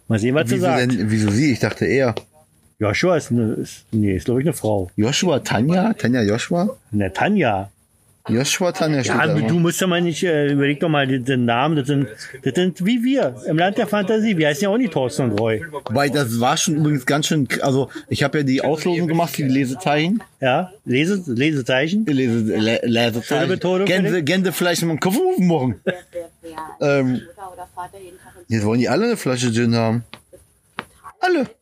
[SPEAKER 1] Mal sehen, was sie
[SPEAKER 2] Wieso
[SPEAKER 1] sagt.
[SPEAKER 2] denn, wieso sie? Ich dachte eher.
[SPEAKER 1] Joshua ist, eine, ist nee, ist, glaube ich, eine Frau.
[SPEAKER 2] Joshua, Tanja? Tanja, Joshua?
[SPEAKER 1] Eine Tanja.
[SPEAKER 2] Joshua, Tanja steht
[SPEAKER 1] Ja,
[SPEAKER 2] da.
[SPEAKER 1] du
[SPEAKER 2] immer.
[SPEAKER 1] musst ja mal nicht, äh, überleg doch mal den, den Namen, das sind, das sind wie wir, im Land der Fantasie. Wir heißen ja auch nicht Thorsten und Roy.
[SPEAKER 2] Wobei, das war schon übrigens ganz schön, also ich habe ja die Auslosung gemacht, die Lesezeichen.
[SPEAKER 1] Ja, Lese, Lesezeichen.
[SPEAKER 2] Lese, le,
[SPEAKER 1] Schöne Betonung,
[SPEAKER 2] Lesezeichen. Gänse,
[SPEAKER 1] Felix.
[SPEAKER 2] Gänsefleisch in meinem Kopf rufen morgen.
[SPEAKER 1] Äh.
[SPEAKER 2] Ähm,
[SPEAKER 5] Mutter oder Vater jeden Tag ins
[SPEAKER 2] jetzt wollen die alle eine Flasche Gin haben. Alle.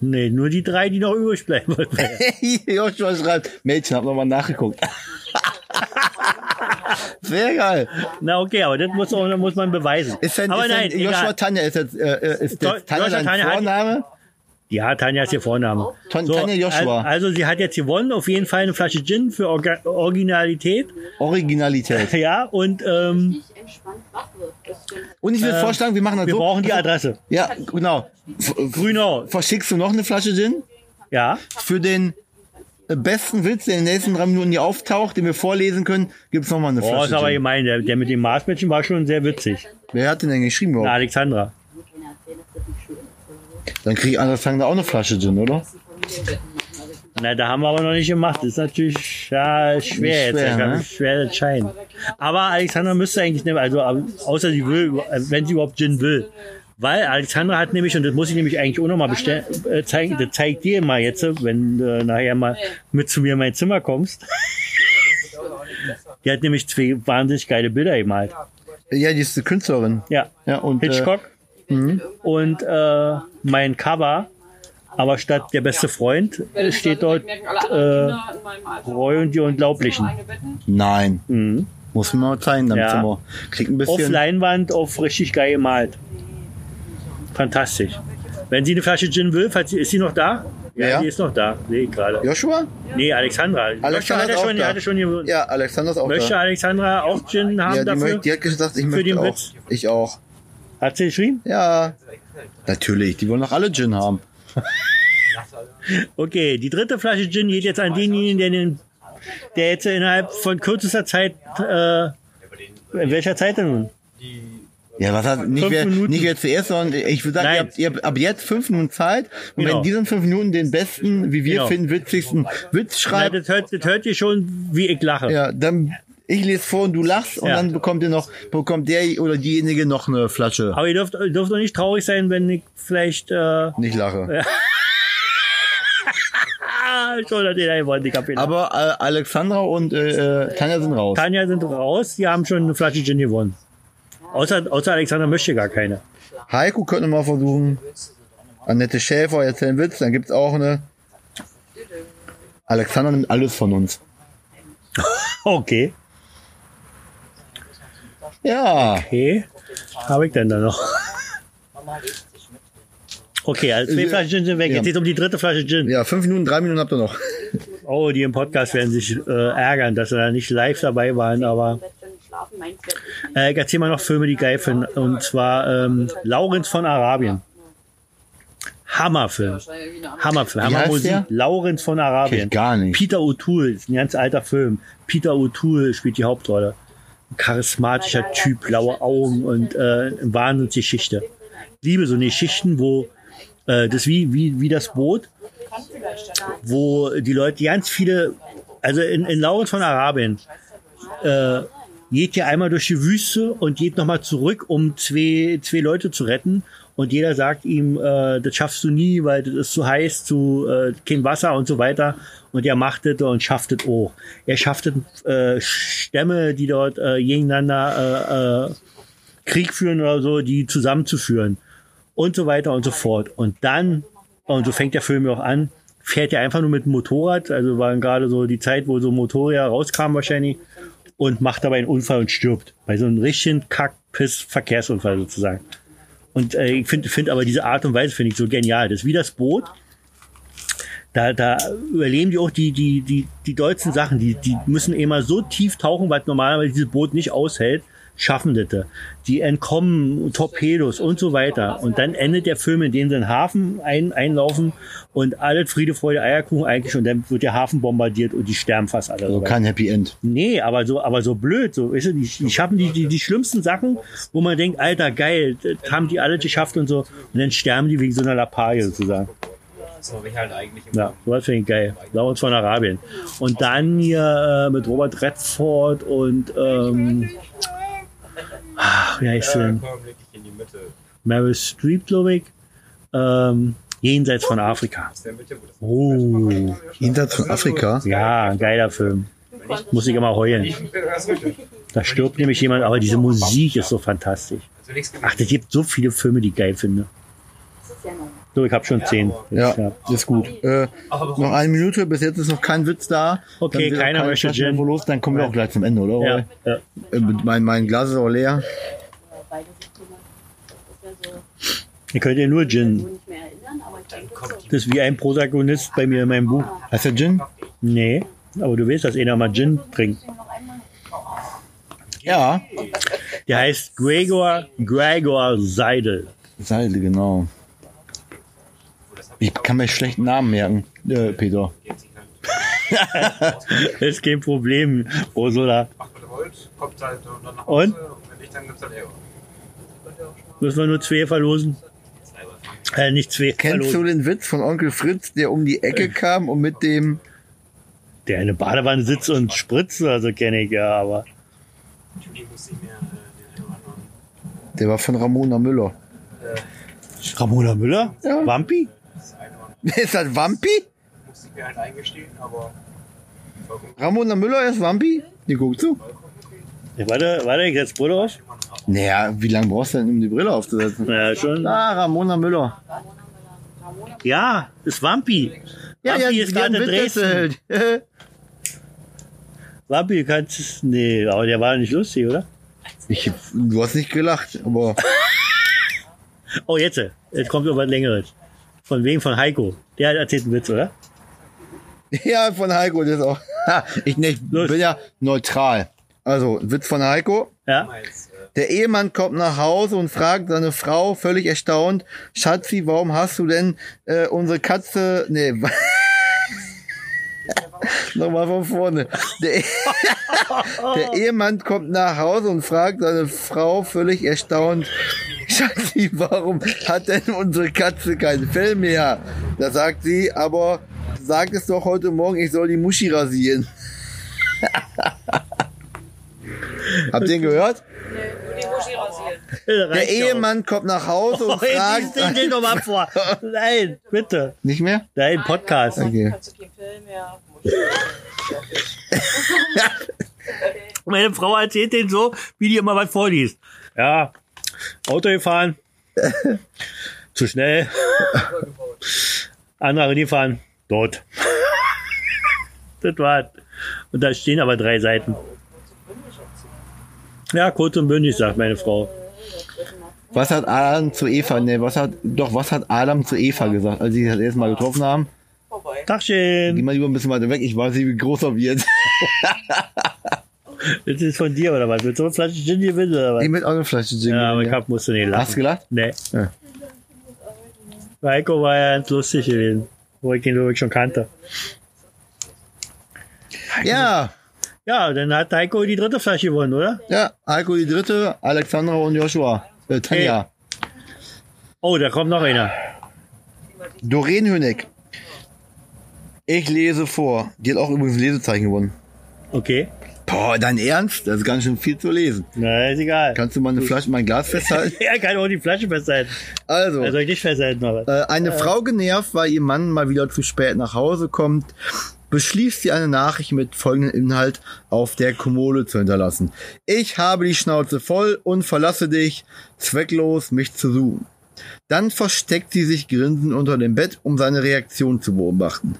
[SPEAKER 1] Nee, nur die drei, die noch übrig bleiben.
[SPEAKER 2] Joshua schreibt, Mädchen, hab nochmal nachgeguckt. Sehr geil.
[SPEAKER 1] Na okay, aber das muss, auch, muss man beweisen.
[SPEAKER 2] Ist denn,
[SPEAKER 1] aber
[SPEAKER 2] ist
[SPEAKER 1] nein,
[SPEAKER 2] denn Joshua
[SPEAKER 1] egal.
[SPEAKER 2] Tanja ist jetzt, äh, ist
[SPEAKER 1] Jo-
[SPEAKER 2] jetzt Tanja
[SPEAKER 1] Joshua
[SPEAKER 2] dein
[SPEAKER 1] Tanja hat-
[SPEAKER 2] Vorname?
[SPEAKER 1] Ja, Tanja ist ihr Vorname.
[SPEAKER 2] Tan- Tanja Joshua.
[SPEAKER 1] al- Also sie hat jetzt gewonnen, auf jeden Fall eine Flasche Gin für Orga Originalität.
[SPEAKER 2] Originalität.
[SPEAKER 1] Ja, und ähm,
[SPEAKER 5] Nicht entspannt wach wird. Das halt stimmt.
[SPEAKER 2] Und ich würde
[SPEAKER 1] Äh,
[SPEAKER 2] vorschlagen, wir machen das
[SPEAKER 1] wir
[SPEAKER 2] so. Also,
[SPEAKER 1] brauchen die Adresse.
[SPEAKER 2] Ja, genau. F-
[SPEAKER 1] Grünau.
[SPEAKER 2] Verschickst du noch eine Flasche Gin?
[SPEAKER 1] Ja,
[SPEAKER 2] für den äh, besten Witz, der in den nächsten drei Minuten hier auftaucht, den wir vorlesen können, gibt's noch nochmal eine
[SPEAKER 1] boah, Oh, ist
[SPEAKER 2] Flasche.
[SPEAKER 1] aber
[SPEAKER 2] Gin.
[SPEAKER 1] gemein. Der, der mit dem Marsmännchen war schon sehr witzig.
[SPEAKER 2] Wer hat den denn geschrieben
[SPEAKER 1] Na,
[SPEAKER 2] überhaupt?
[SPEAKER 1] Alexandra.
[SPEAKER 5] Keiner erzählt, dass das nicht schön ist. oder so.
[SPEAKER 2] Dann kriegt Anders Tang da auch eine Flasche Gin, oder?
[SPEAKER 1] Na, da haben wir aber noch nicht gemacht. Das ist natürlich ja, schwer
[SPEAKER 2] Nicht schwer,
[SPEAKER 1] jetzt.
[SPEAKER 2] ne?
[SPEAKER 1] Ne? Schwer entscheiden. Aber Alexandra müsste eigentlich nehmen, also ähm, außer sie will, äh, wenn sie überhaupt Gin will. Weil Alexandra hat nämlich, und das muss ich nämlich eigentlich auch nochmal äh, zeigen, das zeigt dir mal jetzt, äh, wenn du äh, nachher mal mit zu mir in mein Zimmer kommst. Die hat nämlich zwei wahnsinnig geile Bilder gemalt.
[SPEAKER 2] Ja, die ist eine Künstlerin.
[SPEAKER 1] Ja.
[SPEAKER 2] Ja, und äh, Mhm.
[SPEAKER 1] Hitchcock und äh, mein Cover. Aber statt der beste Freund äh, steht dort
[SPEAKER 5] Merken alle anderen
[SPEAKER 1] äh,
[SPEAKER 5] Kinder in meinem Alter.
[SPEAKER 1] Roy und die Unglaublichen.
[SPEAKER 5] Eigene Betten.
[SPEAKER 2] nein, muss man mal zeigen, damit
[SPEAKER 1] Mhm. Ja.
[SPEAKER 2] ja. kriegt ein
[SPEAKER 1] auf
[SPEAKER 2] bisschen.
[SPEAKER 1] Leinwand, auf richtig geil gemalt. Fantastisch. Wenn sie eine Flasche Gin will, falls sie, ist sie noch da? Ja,
[SPEAKER 2] Wer?
[SPEAKER 1] die ist noch da, sehe ich gerade.
[SPEAKER 2] Joshua?
[SPEAKER 1] Nee, Alexandra. Joshua hat
[SPEAKER 2] ist
[SPEAKER 1] ja
[SPEAKER 2] auch
[SPEAKER 1] schon,
[SPEAKER 2] da.
[SPEAKER 1] hatte schon gewonnen.
[SPEAKER 2] Ja, Alexander ist auch
[SPEAKER 1] Möchte
[SPEAKER 2] da.
[SPEAKER 1] Alexandra auch Gin haben
[SPEAKER 2] Ja, die,
[SPEAKER 1] dafür?
[SPEAKER 2] möchte, die hat gesagt, ich
[SPEAKER 1] Für den
[SPEAKER 2] möchte auch.
[SPEAKER 1] Witz.
[SPEAKER 2] Ich auch.
[SPEAKER 1] Hat sie geschrieben?
[SPEAKER 2] Ja. Natürlich, die wollen doch alle Gin haben.
[SPEAKER 1] Okay, die dritte Flasche Gin geht jetzt an denjenigen, der, den, der jetzt innerhalb von kürzester Zeit, äh, in welcher Zeit denn nun?
[SPEAKER 2] Ja, was hat, nicht
[SPEAKER 1] Fünf
[SPEAKER 2] wer,
[SPEAKER 1] Minuten.
[SPEAKER 2] nicht wer zuerst, sondern ich würde sagen, ihr
[SPEAKER 1] Nein.
[SPEAKER 2] habt, ihr habt ab jetzt fünf Minuten Zeit und wenn
[SPEAKER 1] Genau.
[SPEAKER 2] in diesen fünf Minuten den besten, wie wir
[SPEAKER 1] Genau.
[SPEAKER 2] finden, witzigsten Witz
[SPEAKER 1] Nein,
[SPEAKER 2] schreibt,
[SPEAKER 1] das hört, das hört ihr schon, wie ich lache.
[SPEAKER 2] ja, dann ich lese vor und du lachst und
[SPEAKER 1] Ja.
[SPEAKER 2] dann bekommt ihr noch, bekommt der oder diejenige noch eine Flasche.
[SPEAKER 1] Aber ihr dürft, ihr dürft auch nicht traurig sein, wenn ich vielleicht, äh,
[SPEAKER 2] Nicht lache.
[SPEAKER 1] ah, schon hat jeder gewonnen, die Kapitän.
[SPEAKER 2] Aber äh, Alexandra und äh, äh, Tanja sind raus.
[SPEAKER 1] Tanja sind raus, die haben schon eine Flasche Gin gewonnen. Außer, außer Alexander möchte gar keine.
[SPEAKER 2] Heiko könnte mal versuchen. Annette Schäfer erzählt einen Witz, dann gibt's auch eine. Alexander nimmt alles von uns.
[SPEAKER 1] Okay.
[SPEAKER 2] Ja.
[SPEAKER 1] Okay. Habe ich denn da noch? Okay, also zwei
[SPEAKER 2] Äh,
[SPEAKER 1] Flaschen Gin sind weg.
[SPEAKER 2] ja.
[SPEAKER 1] Jetzt geht es um die dritte Flasche Gin.
[SPEAKER 2] Ja, fünf Minuten, drei Minuten habt ihr noch.
[SPEAKER 1] Oh, die im Podcast werden sich äh, ärgern, dass sie da nicht live dabei waren, aber
[SPEAKER 5] Bettchen schlafen, meins werd ich nicht.
[SPEAKER 1] äh, ich erzähl mal noch Filme, die ich geil finden. Und zwar ähm, Laurenz von Arabien. Hammerfilm. Hammerfilm.
[SPEAKER 2] Wie heißt
[SPEAKER 1] Hammermusik.
[SPEAKER 2] der?
[SPEAKER 1] Laurenz von Arabien.
[SPEAKER 2] Kenn ich gar nicht.
[SPEAKER 1] Peter O'Toole ist ein ganz alter Film. Peter O'Toole spielt die Hauptrolle. Ein charismatischer Typ, blaue Augen und äh, eine Wahnsinnsgeschichte. Liebe so eine Geschichten, wo äh, das wie, wie, wie das Boot, wo die Leute ganz viele, also in, in Lawrence von Arabien, äh, geht ja einmal durch die Wüste und geht nochmal zurück, um zwei, zwei Leute zu retten. Und jeder sagt ihm, äh, das schaffst du nie, weil das ist zu heiß, zu äh, kein Wasser und so weiter. Und er macht es und schafft es auch. Er schafft es, äh, Stämme, die dort äh, gegeneinander äh, äh, Krieg führen oder so, die zusammenzuführen und so weiter und so fort. Und dann, und so fängt der Film ja auch an, fährt er einfach nur mit dem Motorrad, also waren gerade so die Zeit, wo so Motorräder rauskamen wahrscheinlich, und macht dabei einen Unfall und stirbt. Bei so einem richtigen Kack-Piss-Verkehrsunfall sozusagen. Und äh, ich finde find aber diese Art und Weise finde ich so genial. Das ist wie das Boot. Da, da überleben die auch die, die, die, die deutschen Sachen. Die, die müssen immer so tief tauchen, was normalerweise dieses Boot nicht aushält. Schaffen das. da. Die entkommen Torpedos und so weiter. Und dann endet der Film, in dem sie in den Hafen ein, einlaufen und alle Friede, Freude, Eierkuchen eigentlich. Und dann wird der Hafen bombardiert und die sterben fast alle.
[SPEAKER 2] Also kein Happy End.
[SPEAKER 1] Nee, aber so, aber so blöd, so, weißt du, die, die schaffen die, die, die schlimmsten Sachen, wo man denkt, alter, geil, das haben die alle geschafft und so, und dann sterben die wegen so einer Lappalie sozusagen.
[SPEAKER 6] So habe ich halt eigentlich immer.
[SPEAKER 1] Ja, sowas finde ich geil. Lawrence von Arabien. Und dann hier äh, mit Robert Redford und, ähm, ach, wie heißt sie
[SPEAKER 6] Ja,
[SPEAKER 1] denn?
[SPEAKER 6] komm, leg dich in die Mitte.
[SPEAKER 1] Meryl Streep, glaube ich, ähm, jenseits von Afrika.
[SPEAKER 6] Aus der Mitte, wo das
[SPEAKER 1] Oh,
[SPEAKER 2] Jenseits von Afrika?
[SPEAKER 1] ja, ein geiler Film. Muss ich immer heulen.
[SPEAKER 6] Das ist richtig.
[SPEAKER 1] Da stirbt nämlich jemand, aber diese Musik ist so fantastisch.
[SPEAKER 6] Also nichts gemacht.
[SPEAKER 1] Ach, es gibt so viele Filme, die ich geil finde.
[SPEAKER 5] Das ist ja normal.
[SPEAKER 1] So, ich habe schon zehn.
[SPEAKER 2] Ja,
[SPEAKER 1] Jetzt, ja.
[SPEAKER 2] ist gut. Äh, noch eine Minute, bis jetzt ist noch kein Witz da.
[SPEAKER 1] Okay,
[SPEAKER 2] Dann wird auch
[SPEAKER 1] keiner
[SPEAKER 2] keine
[SPEAKER 1] möchte
[SPEAKER 2] Flasche mehr
[SPEAKER 1] Gin.
[SPEAKER 2] wohl Los, dann kommen wir auch gleich zum Ende, oder?
[SPEAKER 1] Ja,
[SPEAKER 2] Roy?
[SPEAKER 1] ja.
[SPEAKER 2] Äh, mein, mein Glas ist auch leer.
[SPEAKER 5] Beide sind so, das ist ja so,
[SPEAKER 1] Ihr könnt ja nur Gin.
[SPEAKER 5] so nicht mehr erinnern, aber ich denke, das ist so.
[SPEAKER 1] Das ist wie ein Protagonist bei mir in meinem Buch.
[SPEAKER 2] Hast du Gin?
[SPEAKER 1] Nee, aber du weißt, dass einer mal Gin trinkt.
[SPEAKER 5] Noch einmal.
[SPEAKER 2] Ja.
[SPEAKER 1] Der heißt Gregor, Gregor Seidel.
[SPEAKER 2] Seide, genau. Ich kann mir schlecht einen Namen merken, äh, Peter.
[SPEAKER 1] Das ist kein Problem, Oh, Ursula.
[SPEAKER 6] Macht man rollt, kommt halt dann nach
[SPEAKER 1] Und?
[SPEAKER 6] Hause und wenn nicht, dann gibt's halt Ärger.
[SPEAKER 1] Müssen wir nur zwei verlosen? Äh, nicht zwei
[SPEAKER 2] Kennst du
[SPEAKER 1] verlosen.
[SPEAKER 2] den Witz von Onkel Fritz, der um die Ecke kam und mit dem.
[SPEAKER 1] Der in der Badewanne sitzt und spritzt, also kenne ich ja, aber.
[SPEAKER 6] Juli muss ich mir äh, den einen oder anderen.
[SPEAKER 2] Der war von Ramona Müller.
[SPEAKER 1] Ramona Müller?
[SPEAKER 2] Ja.
[SPEAKER 1] Wampi?
[SPEAKER 6] Das eine oder andere
[SPEAKER 2] Ist das Wampi?
[SPEAKER 6] muss ich mir halt eingestehen, aber vollkommen
[SPEAKER 2] Ramona Müller ist Wampi? Die guckt zu.
[SPEAKER 1] Ja, Warte, warte, ich setz Brille auf.
[SPEAKER 6] immer noch ab.
[SPEAKER 2] Naja, wie lange brauchst du denn, um die Brille aufzusetzen?
[SPEAKER 1] Ja, schon.
[SPEAKER 2] Ah, Ramona Müller.
[SPEAKER 1] Ja, ist Wampi. Wampi ist gerade in Dresden.
[SPEAKER 2] erzählt.
[SPEAKER 1] Wampi, du kannst. Nee, aber der war nicht lustig, oder?
[SPEAKER 2] Ich, du hast nicht gelacht, aber
[SPEAKER 1] Oh, jetzt. Jetzt kommt noch was Längeres. Von wem? Von Heiko. Der hat erzählt einen Witz, oder?
[SPEAKER 2] Ja, von Heiko, das ist auch. Ha, ich nicht,
[SPEAKER 1] Los.
[SPEAKER 2] bin ja neutral. Also, Witz von Heiko.
[SPEAKER 1] Ja.
[SPEAKER 6] Als, äh,
[SPEAKER 2] Der Ehemann kommt nach Hause und fragt seine Frau völlig erstaunt, Schatzi, warum hast du denn äh, unsere Katze... Nee, wa- nochmal von vorne. Der, E- der Ehemann kommt nach Hause und fragt seine Frau völlig erstaunt, Schatzi, warum hat denn unsere Katze kein Fell mehr? Da sagt sie, aber sag es doch heute Morgen, ich soll die Muschi rasieren. Habt ihr ihn gehört?
[SPEAKER 5] Nur die Muschi rasieren.
[SPEAKER 2] Der Ehemann kommt nach Hause und
[SPEAKER 1] Oh, jetzt
[SPEAKER 2] fragt.
[SPEAKER 1] lies den doch mal vor. Nein, bitte.
[SPEAKER 2] Nicht mehr?
[SPEAKER 1] Nein, Podcast.
[SPEAKER 2] Okay.
[SPEAKER 5] Kannst du keinen Film mehr?
[SPEAKER 1] Meine Frau erzählt den so, wie die immer was vorliest. Ja, Auto gefahren, zu schnell, andere gefahren, dort. das war's. Und da stehen aber drei Seiten. Ja, kurz und bündig, sagt meine Frau.
[SPEAKER 2] Was hat Adam zu Eva? Ne, was hat. Doch, was hat Adam zu Eva gesagt, als sie sich das erste Mal getroffen haben? Geh
[SPEAKER 1] Tachchen,
[SPEAKER 2] mal lieber ein bisschen weiter weg, ich weiß nicht, wie groß er wird.
[SPEAKER 1] das ist von dir oder was? Willst du eine Flasche Gin gewinnen oder was?
[SPEAKER 2] Ich mit auch eine Flasche Jingle.
[SPEAKER 1] Ja, aber ich hab, musst du nicht lachen.
[SPEAKER 2] Hast du gelacht?
[SPEAKER 1] Nee.
[SPEAKER 2] Ja.
[SPEAKER 1] Heiko war ja ganz lustig gewesen, wo ich ihn wirklich schon kannte.
[SPEAKER 2] Ja,
[SPEAKER 1] Ja, dann hat Heiko die dritte Flasche gewonnen, oder?
[SPEAKER 2] ja. Heiko die dritte, Alexandra und Joshua. Äh, Tanja.
[SPEAKER 1] Oh, da kommt noch einer.
[SPEAKER 2] Doreen Hönig. Ich lese vor. Die hat auch übrigens Lesezeichen gewonnen.
[SPEAKER 1] Okay.
[SPEAKER 2] Boah, dein Ernst? Das ist ganz schön viel zu lesen.
[SPEAKER 1] Na, ist egal.
[SPEAKER 2] Kannst du meine Flasche, mein Glas festhalten?
[SPEAKER 1] er kann auch die Flasche festhalten.
[SPEAKER 2] Also.
[SPEAKER 1] Er soll ich nicht festhalten, aber.
[SPEAKER 2] Äh, eine Frau genervt, weil ihr Mann mal wieder zu spät nach Hause kommt, beschließt sie eine Nachricht mit folgendem Inhalt auf der Kommode zu hinterlassen. Ich habe die Schnauze voll und verlasse dich, zwecklos mich zu suchen. Dann versteckt sie sich grinsend unter dem Bett, um seine Reaktion zu beobachten.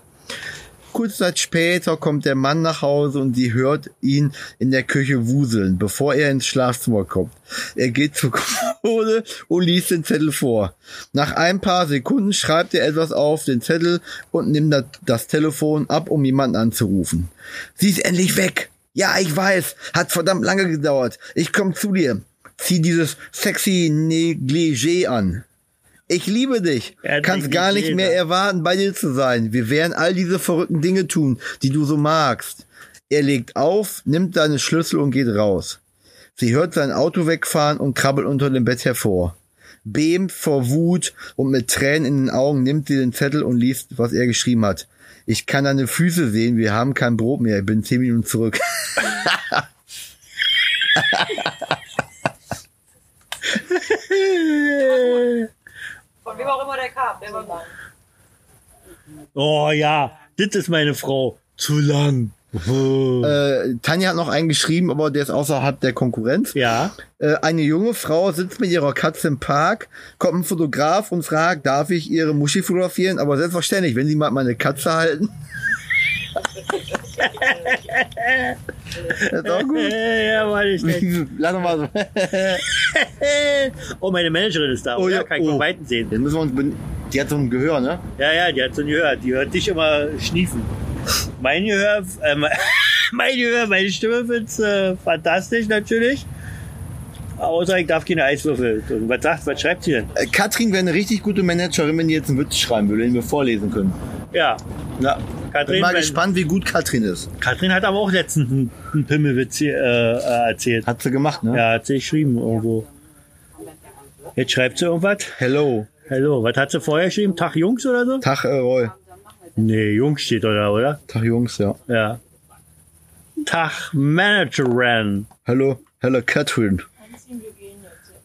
[SPEAKER 2] Kurz Zeit später kommt der Mann nach Hause und sie hört ihn in der Küche wuseln, bevor er ins Schlafzimmer kommt. Er geht zur Kommode und liest den Zettel vor. Nach ein paar Sekunden schreibt er etwas auf den Zettel und nimmt das, das Telefon ab, um jemanden anzurufen. Sie ist endlich weg. Ja, ich weiß. Hat verdammt lange gedauert. Ich komme zu dir. Zieh dieses sexy Negligé an. Ich liebe dich.
[SPEAKER 1] Er hat
[SPEAKER 2] Kannst gar nicht
[SPEAKER 1] Negligé
[SPEAKER 2] mehr
[SPEAKER 1] da.
[SPEAKER 2] erwarten, bei dir zu sein. Wir werden all diese verrückten Dinge tun, die du so magst. Er legt auf, nimmt seine Schlüssel und geht raus. Sie hört sein Auto wegfahren und krabbelt unter dem Bett hervor. Bebt vor Wut und mit Tränen in den Augen nimmt sie den Zettel und liest, was er geschrieben hat. Ich kann deine Füße sehen, wir haben kein Brot mehr, ich bin zehn Minuten zurück.
[SPEAKER 7] Von wem auch immer der kam. Der war
[SPEAKER 1] Oh ja, das ist meine Frau. Zu lang.
[SPEAKER 2] äh, Tanja hat noch einen geschrieben, aber der ist außerhalb der Konkurrenz.
[SPEAKER 1] Ja.
[SPEAKER 2] Äh, eine junge Frau sitzt mit ihrer Katze im Park, kommt ein Fotograf und fragt, darf ich ihre Muschi fotografieren? Aber selbstverständlich, wenn sie mal meine Katze halten. das ist auch gut.
[SPEAKER 1] Äh, ja, war nicht schlecht.
[SPEAKER 2] Lass doch mal so.
[SPEAKER 1] oh, meine Managerin ist da.
[SPEAKER 2] Oh
[SPEAKER 1] Oh, ja,
[SPEAKER 2] ja,
[SPEAKER 1] kann ich
[SPEAKER 2] oh.
[SPEAKER 1] von Weitem sehen.
[SPEAKER 2] Jetzt müssen wir uns. ben- Die hat so ein Gehör, ne?
[SPEAKER 1] Ja, ja, die hat so ein Gehör. Die hört dich immer schniefen. Mein Gehör, äh, me- mein Gehör, meine Stimme find's äh, fantastisch natürlich. Außer ich darf keine Eiswürfel. Und was sagt, was schreibt sie denn?
[SPEAKER 2] Äh, Katrin wäre eine richtig gute Managerin, wenn die jetzt einen Witz schreiben würde, den wir vorlesen können.
[SPEAKER 1] Ja,
[SPEAKER 2] Ja.
[SPEAKER 1] Katrin,
[SPEAKER 2] Bin mal
[SPEAKER 1] wenn-
[SPEAKER 2] gespannt, wie gut Katrin ist.
[SPEAKER 1] Katrin hat aber auch letztens einen, einen Pimmelwitz hier, äh, äh, erzählt.
[SPEAKER 2] Hat sie gemacht, ne?
[SPEAKER 1] Ja, hat sie geschrieben irgendwo. Jetzt schreibt sie irgendwas.
[SPEAKER 2] Hello.
[SPEAKER 1] Hallo, was hat sie vorher geschrieben? Tag Jungs oder so?
[SPEAKER 2] Tag, äh, Roy.
[SPEAKER 1] Nee, Jungs steht da, oder?
[SPEAKER 2] Tag, Jungs, ja.
[SPEAKER 1] Ja. Tag Managerin.
[SPEAKER 2] Hello. Hello, Katrin.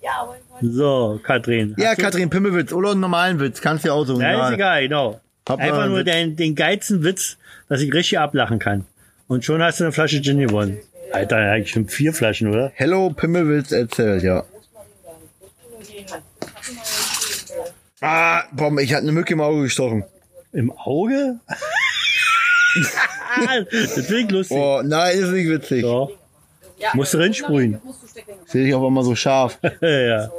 [SPEAKER 5] Ja, aber ich wollte
[SPEAKER 1] So, Katrin.
[SPEAKER 2] Ja, Katrin Pimmelwitz oder einen normalen Witz, kannst du ja auch so.
[SPEAKER 1] Ja,
[SPEAKER 2] Ja.
[SPEAKER 1] ist egal, genau.
[SPEAKER 2] Hab mal
[SPEAKER 1] Einfach
[SPEAKER 2] einen
[SPEAKER 1] nur
[SPEAKER 2] Witz.
[SPEAKER 1] den, den geilsten Witz, dass ich richtig ablachen kann. Und schon hast du eine Flasche Gin gewonnen. Alter, eigentlich schon vier Flaschen, oder?
[SPEAKER 2] Hello Pimmelwitz erzählt, ja. Ah, komm, ich hatte eine Mücke im Auge gestochen.
[SPEAKER 1] Im Auge? das finde ich lustig.
[SPEAKER 2] Oh, nein, ist nicht witzig.
[SPEAKER 1] Doch. Musst du rinsprühen.
[SPEAKER 2] Sehe ich auf einmal so scharf.
[SPEAKER 1] ja.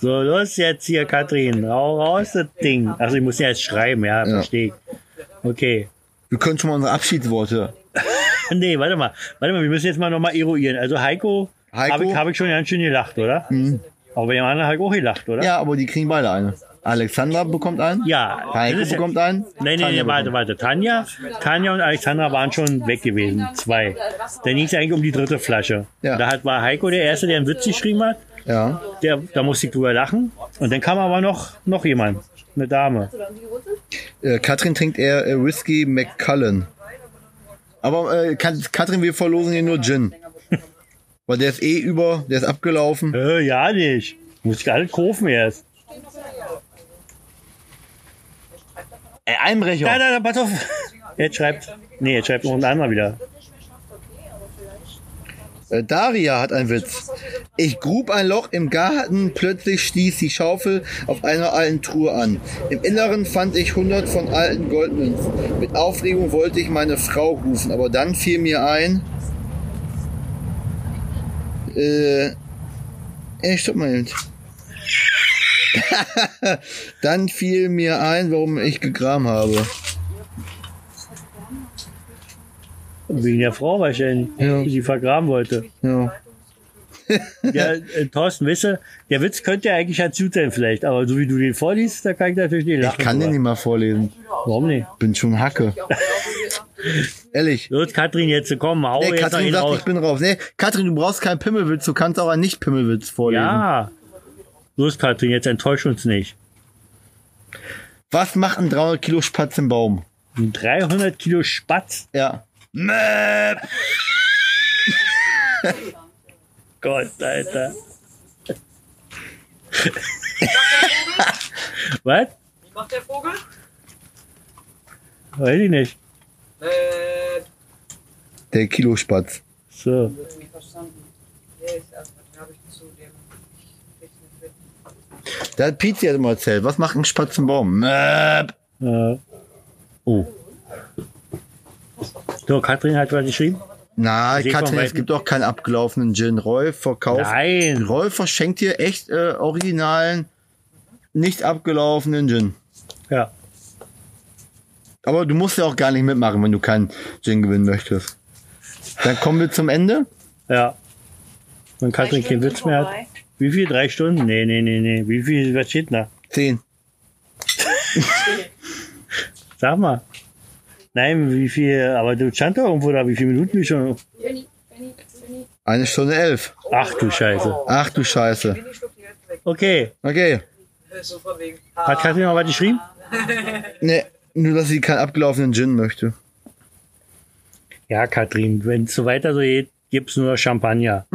[SPEAKER 1] So, los jetzt hier, Katrin. Hau raus das Ding. Also ich muss ja jetzt schreiben, ja, verstehe ich. Okay.
[SPEAKER 2] Wir können schon mal unsere Abschiedsworte.
[SPEAKER 1] Nee, warte mal. Warte mal, wir müssen jetzt mal nochmal eruieren. Also Heiko,
[SPEAKER 2] Heiko? Mhm.
[SPEAKER 1] habe ich, hab ich schon ganz schön gelacht, oder? Aber bei dem anderen habe ich auch gelacht, oder?
[SPEAKER 2] Ja, aber die kriegen beide eine. Alexandra bekommt einen.
[SPEAKER 1] Ja,
[SPEAKER 2] Heiko
[SPEAKER 1] das ist ja-
[SPEAKER 2] bekommt einen.
[SPEAKER 1] Nein, nein,
[SPEAKER 2] Tanja
[SPEAKER 1] nein, warte,
[SPEAKER 2] bekommt-
[SPEAKER 1] warte. Tanja, Tanja und Alexandra waren schon weg gewesen. Zwei. Dann ging es eigentlich um die dritte Flasche.
[SPEAKER 2] Ja.
[SPEAKER 1] Da hat, war Heiko der Erste, der einen Witz geschrieben hat.
[SPEAKER 2] Ja.
[SPEAKER 1] Der, da musste ich drüber lachen. Und dann kam aber noch, noch jemand. Eine Dame.
[SPEAKER 2] Äh, Katrin trinkt eher äh, Whisky McCullen. Aber äh, Kat Katrin, wir verlosen hier nur Gin. Weil der ist eh über, der ist abgelaufen.
[SPEAKER 1] Äh, ja, nicht. Muss ich alles kaufen erst.
[SPEAKER 2] Ey, Einbrecher.
[SPEAKER 1] Nein, nein, nein, pass auf. Jetzt schreibt, nee, jetzt schreibt noch ein anderer wieder.
[SPEAKER 2] Äh, Daria hat einen Witz. Ich grub ein Loch im Garten, plötzlich stieß die Schaufel auf einer alten Truhe an. Im Inneren fand ich hundert von alten Goldmünzen. Mit Aufregung wollte ich meine Frau rufen, aber dann fiel mir ein. Äh. Ey, stopp mal eben. dann fiel mir ein, warum ich gegraben habe.
[SPEAKER 1] Wegen der Frau wahrscheinlich,
[SPEAKER 2] Ja.
[SPEAKER 1] die sie vergraben wollte.
[SPEAKER 2] Ja.
[SPEAKER 1] Ja, äh, Thorsten, wisse, der Witz könnte ja eigentlich ganz gut sein vielleicht, aber so wie du den vorliest, da kann ich natürlich nicht
[SPEAKER 2] Ich
[SPEAKER 1] lachen.
[SPEAKER 2] kann den
[SPEAKER 1] drüber.
[SPEAKER 2] nicht mal vorlesen.
[SPEAKER 1] Warum nicht?
[SPEAKER 2] Bin schon Hacke. Ehrlich.
[SPEAKER 1] Wird Katrin jetzt kommen, hau
[SPEAKER 2] Nee,
[SPEAKER 1] Oh, jetzt noch
[SPEAKER 2] Katrin
[SPEAKER 1] ihn
[SPEAKER 2] sagt,
[SPEAKER 1] raus.
[SPEAKER 2] ich bin raus. Nee, Katrin, du brauchst keinen Pimmelwitz, du kannst auch einen Nicht-Pimmelwitz vorlesen.
[SPEAKER 1] Ja. Los, Katrin, jetzt enttäusch uns nicht.
[SPEAKER 2] Was macht ein 300 Kilo Spatz im Baum?
[SPEAKER 1] Ein 300 Kilo Spatz.
[SPEAKER 2] Ja. Mäh.
[SPEAKER 1] Gott, Alter. Was?
[SPEAKER 7] Was macht der Vogel?
[SPEAKER 1] Weiß ich nicht.
[SPEAKER 7] Äh,
[SPEAKER 2] Der Kilo Spatz.
[SPEAKER 1] So.
[SPEAKER 4] Wird nicht verstanden. Nee, ist erstmal, glaube ich, zu dem. Ich rechne mit.
[SPEAKER 2] Da hat Pizzi hat immer erzählt. Was macht ein Spatz im Baum? Mäh.
[SPEAKER 1] Äh.
[SPEAKER 2] Oh.
[SPEAKER 1] So, Katrin hat was geschrieben?
[SPEAKER 2] Na,
[SPEAKER 1] Ich seh von
[SPEAKER 2] Katrin, es
[SPEAKER 1] Weitem.
[SPEAKER 2] gibt auch keinen abgelaufenen Gin. Rolf verkauft.
[SPEAKER 1] Nein.
[SPEAKER 2] Rolf verschenkt dir echt äh, originalen, nicht abgelaufenen Gin.
[SPEAKER 1] Ja.
[SPEAKER 2] Aber du musst ja auch gar nicht mitmachen, wenn du keinen Gin gewinnen möchtest. Dann kommen wir zum Ende.
[SPEAKER 1] Ja. Wenn Katrin keinen Witz mehr hat. Wie viel? Drei Stunden? Nee, nee, nee, nee. Wie viel? Was steht da?
[SPEAKER 2] Zehn.
[SPEAKER 1] Sag mal. Nein, wie viel? Aber du stand doch irgendwo da, wie viele Minuten wir schon.
[SPEAKER 2] Eine Stunde elf.
[SPEAKER 1] Ach du Scheiße.
[SPEAKER 2] Ach du Scheiße.
[SPEAKER 1] Okay.
[SPEAKER 2] Okay.
[SPEAKER 7] Äh, so von wegen.
[SPEAKER 1] Hat Katrin noch was geschrieben?
[SPEAKER 2] Nee, nur dass sie keinen abgelaufenen Gin möchte.
[SPEAKER 1] Ja, Katrin, wenn es so weiter so geht, gibt's nur Champagner.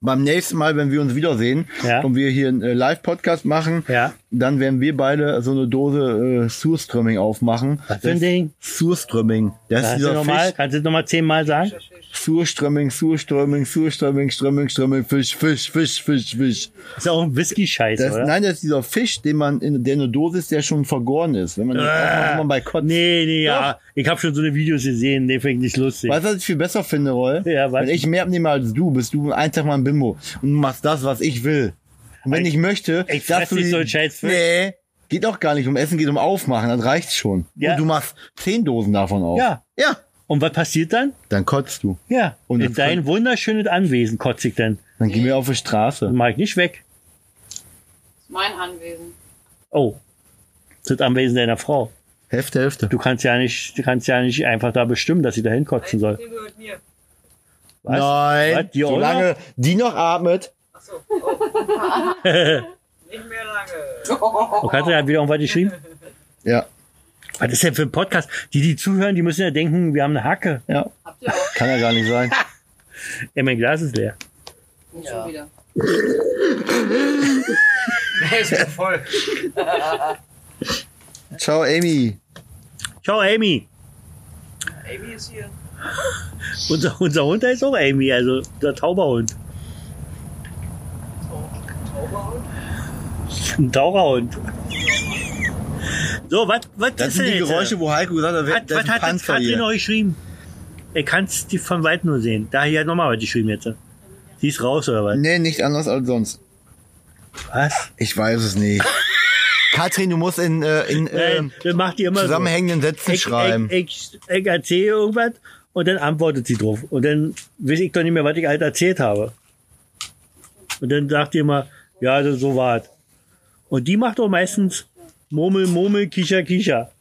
[SPEAKER 2] Beim nächsten Mal, wenn wir uns wiedersehen
[SPEAKER 1] Ja.
[SPEAKER 2] und wir hier einen äh, Live-Podcast machen,
[SPEAKER 1] Ja.
[SPEAKER 2] dann werden wir beide so eine Dose äh, Surströmming aufmachen.
[SPEAKER 1] Was für ein Ding?
[SPEAKER 2] Surströmming. Das ist
[SPEAKER 1] Kannst du,
[SPEAKER 2] dieser
[SPEAKER 1] noch mal,
[SPEAKER 2] Fisch.
[SPEAKER 1] kannst du das nochmal zehnmal sagen?
[SPEAKER 2] Surströmming, Surströmming, Surströmming, Strömming, Strömming, Fisch, Fisch, Fisch, Fisch, Fisch.
[SPEAKER 1] Ist ja auch ein Whisky-Scheiß,
[SPEAKER 2] Das,
[SPEAKER 1] oder?
[SPEAKER 2] nein, das ist dieser Fisch, den man in der eine Dose ist, der schon vergoren ist. Wenn man
[SPEAKER 1] Äh,
[SPEAKER 2] den aufmacht, ist man bei Kotz.
[SPEAKER 1] Nee, nee, ja. Ich habe schon so eine Videos gesehen, den finde ich nicht lustig.
[SPEAKER 2] Weißt du, was ich viel besser finde, Roy?
[SPEAKER 1] Ja, was?
[SPEAKER 2] Wenn ich mehr abnehme als du, bist du ein Tag mal ein Bimbo und du machst das, was ich will. Und wenn ich, möchte,
[SPEAKER 1] ich fress
[SPEAKER 2] dass du
[SPEAKER 1] nicht
[SPEAKER 2] die-
[SPEAKER 1] so einen Scheiß Fisch.
[SPEAKER 2] Nee, geht auch gar nicht um Essen, geht um Aufmachen, das reicht schon.
[SPEAKER 1] Ja.
[SPEAKER 2] Und du machst zehn Dosen davon auf.
[SPEAKER 1] Ja.
[SPEAKER 2] Ja,
[SPEAKER 1] Und was passiert dann?
[SPEAKER 2] dann kotzt du.
[SPEAKER 1] Ja.
[SPEAKER 2] Und
[SPEAKER 1] in
[SPEAKER 2] dann-
[SPEAKER 1] dein wunderschönes Anwesen kotze ich dann.
[SPEAKER 2] Dann gehen wir auf die
[SPEAKER 1] Dann
[SPEAKER 2] Straße.
[SPEAKER 1] mach ich nicht weg.
[SPEAKER 7] Mein Anwesen.
[SPEAKER 1] Oh. Das Anwesen deiner Frau.
[SPEAKER 2] Hälfte, Hälfte.
[SPEAKER 1] Du kannst ja nicht, du kannst ja nicht einfach da bestimmen, dass sie da hinkotzen soll.
[SPEAKER 7] Die gehört mir.
[SPEAKER 1] Was?
[SPEAKER 2] Nein,
[SPEAKER 1] Was? Die auch
[SPEAKER 2] solange die noch atmet,
[SPEAKER 7] Achso. Oh. Nicht mehr lange.
[SPEAKER 1] Und Katrin hat wieder irgendwas geschrieben.
[SPEAKER 2] ja,
[SPEAKER 1] Was ist denn für ein Podcast? Die, die zuhören, die müssen ja denken, wir haben eine Hacke.
[SPEAKER 2] ja. Kann ja gar nicht sein.
[SPEAKER 1] Ey, mein Glas ist leer.
[SPEAKER 7] Nicht schon wieder.
[SPEAKER 6] Nee, ist mir voll.
[SPEAKER 2] Ciao, Amy.
[SPEAKER 1] Ciao, Amy.
[SPEAKER 7] Amy ist hier.
[SPEAKER 1] Unser, unser Hund heißt auch Amy, also der Tauberhund. Ein Taucherhund. So, was was
[SPEAKER 2] Das
[SPEAKER 1] ist
[SPEAKER 2] sind
[SPEAKER 1] denn
[SPEAKER 2] die
[SPEAKER 1] jetzt?
[SPEAKER 2] Geräusche, wo Heiko gesagt hat,
[SPEAKER 1] Hat,
[SPEAKER 2] das
[SPEAKER 1] was
[SPEAKER 2] ist ein
[SPEAKER 1] hat jetzt
[SPEAKER 2] Panzer
[SPEAKER 1] Katrin
[SPEAKER 2] hier.
[SPEAKER 1] noch geschrieben? Er kann es von weit nur sehen. Da hat nochmal was geschrieben jetzt. Sie ist raus oder was?
[SPEAKER 2] Nee, nicht anders als sonst.
[SPEAKER 1] Was?
[SPEAKER 2] Ich weiß es nicht. Katrin, du musst in, äh, in äh,
[SPEAKER 1] Nein, dann macht die immer so.
[SPEAKER 2] zusammenhängenden Sätzen
[SPEAKER 1] ich,
[SPEAKER 2] schreiben.
[SPEAKER 1] Ich, ich, ich erzähle irgendwas und dann antwortet sie drauf. Und dann weiß ich doch nicht mehr, was ich halt erzählt habe. Und dann sagt ihr immer, ja, das- so war's. Und die macht doch meistens Murmel, Murmel, Kicher, Kicher.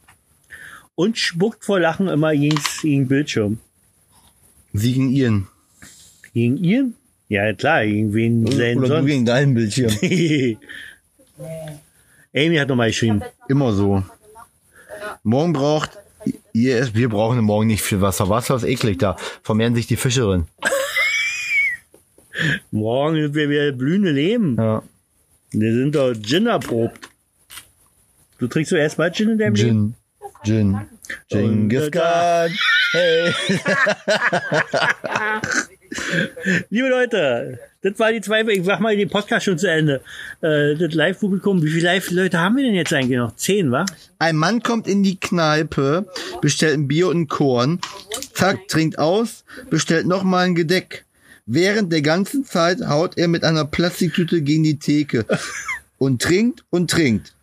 [SPEAKER 1] Und spuckt vor Lachen immer gegen den Bildschirm.
[SPEAKER 2] Sie gegen ihren.
[SPEAKER 1] Gegen ihn? Ja, klar, gegen wen denn
[SPEAKER 2] Oder du
[SPEAKER 1] sonst?
[SPEAKER 2] gegen deinen Bildschirm.
[SPEAKER 1] Amy hat nochmal geschrieben.
[SPEAKER 2] Immer so. Morgen braucht ihr es, wir brauchen morgen nicht viel Wasser. Wasser ist eklig da. Vermehren sich die Fischerin.
[SPEAKER 1] Morgen sind wir wieder blühende Leben.
[SPEAKER 2] Ja.
[SPEAKER 1] Wir sind doch Gin erprobt. Du trinkst du erstmal Gin in deinem Leben?
[SPEAKER 2] Gin. Gin. Genghis Khan. Hey.
[SPEAKER 1] Liebe Leute, das war die zweite. Ich mach mal den Podcast schon zu Ende. Äh, das Live-Publikum, wie viele Live-Leute haben wir denn jetzt eigentlich noch? Zehn, wa?
[SPEAKER 2] Ein Mann kommt in die Kneipe, bestellt ein Bier und ein Korn, zack, trinkt aus, bestellt nochmal ein Gedeck. Während der ganzen Zeit haut er mit einer Plastiktüte gegen die Theke und trinkt und trinkt.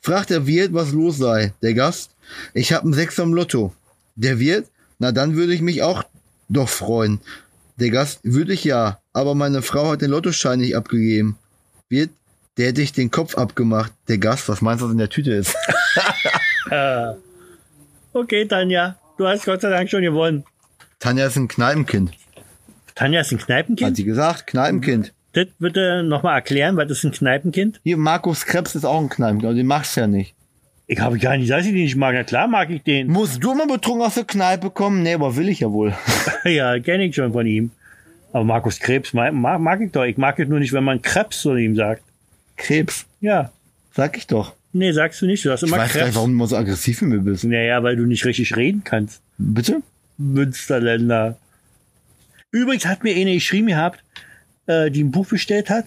[SPEAKER 2] Fragt der Wirt, was los sei. Der Gast, ich hab einen Sechser im Lotto. Der Wirt, na dann würde ich mich auch doch freuen. Der Gast, würde ich ja, aber meine Frau hat den Lottoschein nicht abgegeben. Wirt, der hätte ich den Kopf abgemacht. Der Gast, was meinst du, was in der Tüte ist?
[SPEAKER 1] Okay, Tanja, du hast Gott sei Dank schon gewonnen.
[SPEAKER 2] Tanja ist ein Kneipenkind.
[SPEAKER 1] Tanja ist ein
[SPEAKER 2] Hat
[SPEAKER 1] Kneipenkind.
[SPEAKER 2] sie gesagt, Kneipenkind.
[SPEAKER 1] Das bitte nochmal erklären, was ist ein Kneipenkind?
[SPEAKER 2] Hier, Markus Krebs ist auch ein Kneipenkind, aber den magst du ja nicht.
[SPEAKER 1] Ich habe gar nicht gesagt, dass ich den nicht mag. Na klar mag ich den.
[SPEAKER 2] Musst du mal betrunken aus der Kneipe kommen? Nee, aber will ich ja wohl.
[SPEAKER 1] Ja, kenne ich schon von ihm. Aber Markus Krebs mag, mag, mag ich doch. Ich mag es nur nicht, wenn man Krebs zu ihm sagt.
[SPEAKER 2] Krebs,
[SPEAKER 1] Ja.
[SPEAKER 2] sag ich doch.
[SPEAKER 1] Nee, sagst du nicht. Du hast
[SPEAKER 2] Ich
[SPEAKER 1] immer
[SPEAKER 2] weiß gar
[SPEAKER 1] Krebs.
[SPEAKER 2] nicht, warum du immer so aggressiv mit mir bist.
[SPEAKER 1] Naja, weil du nicht richtig reden kannst.
[SPEAKER 2] Bitte?
[SPEAKER 1] Münsterländer. Übrigens hat mir eine geschrieben gehabt, äh, die ein Buch bestellt hat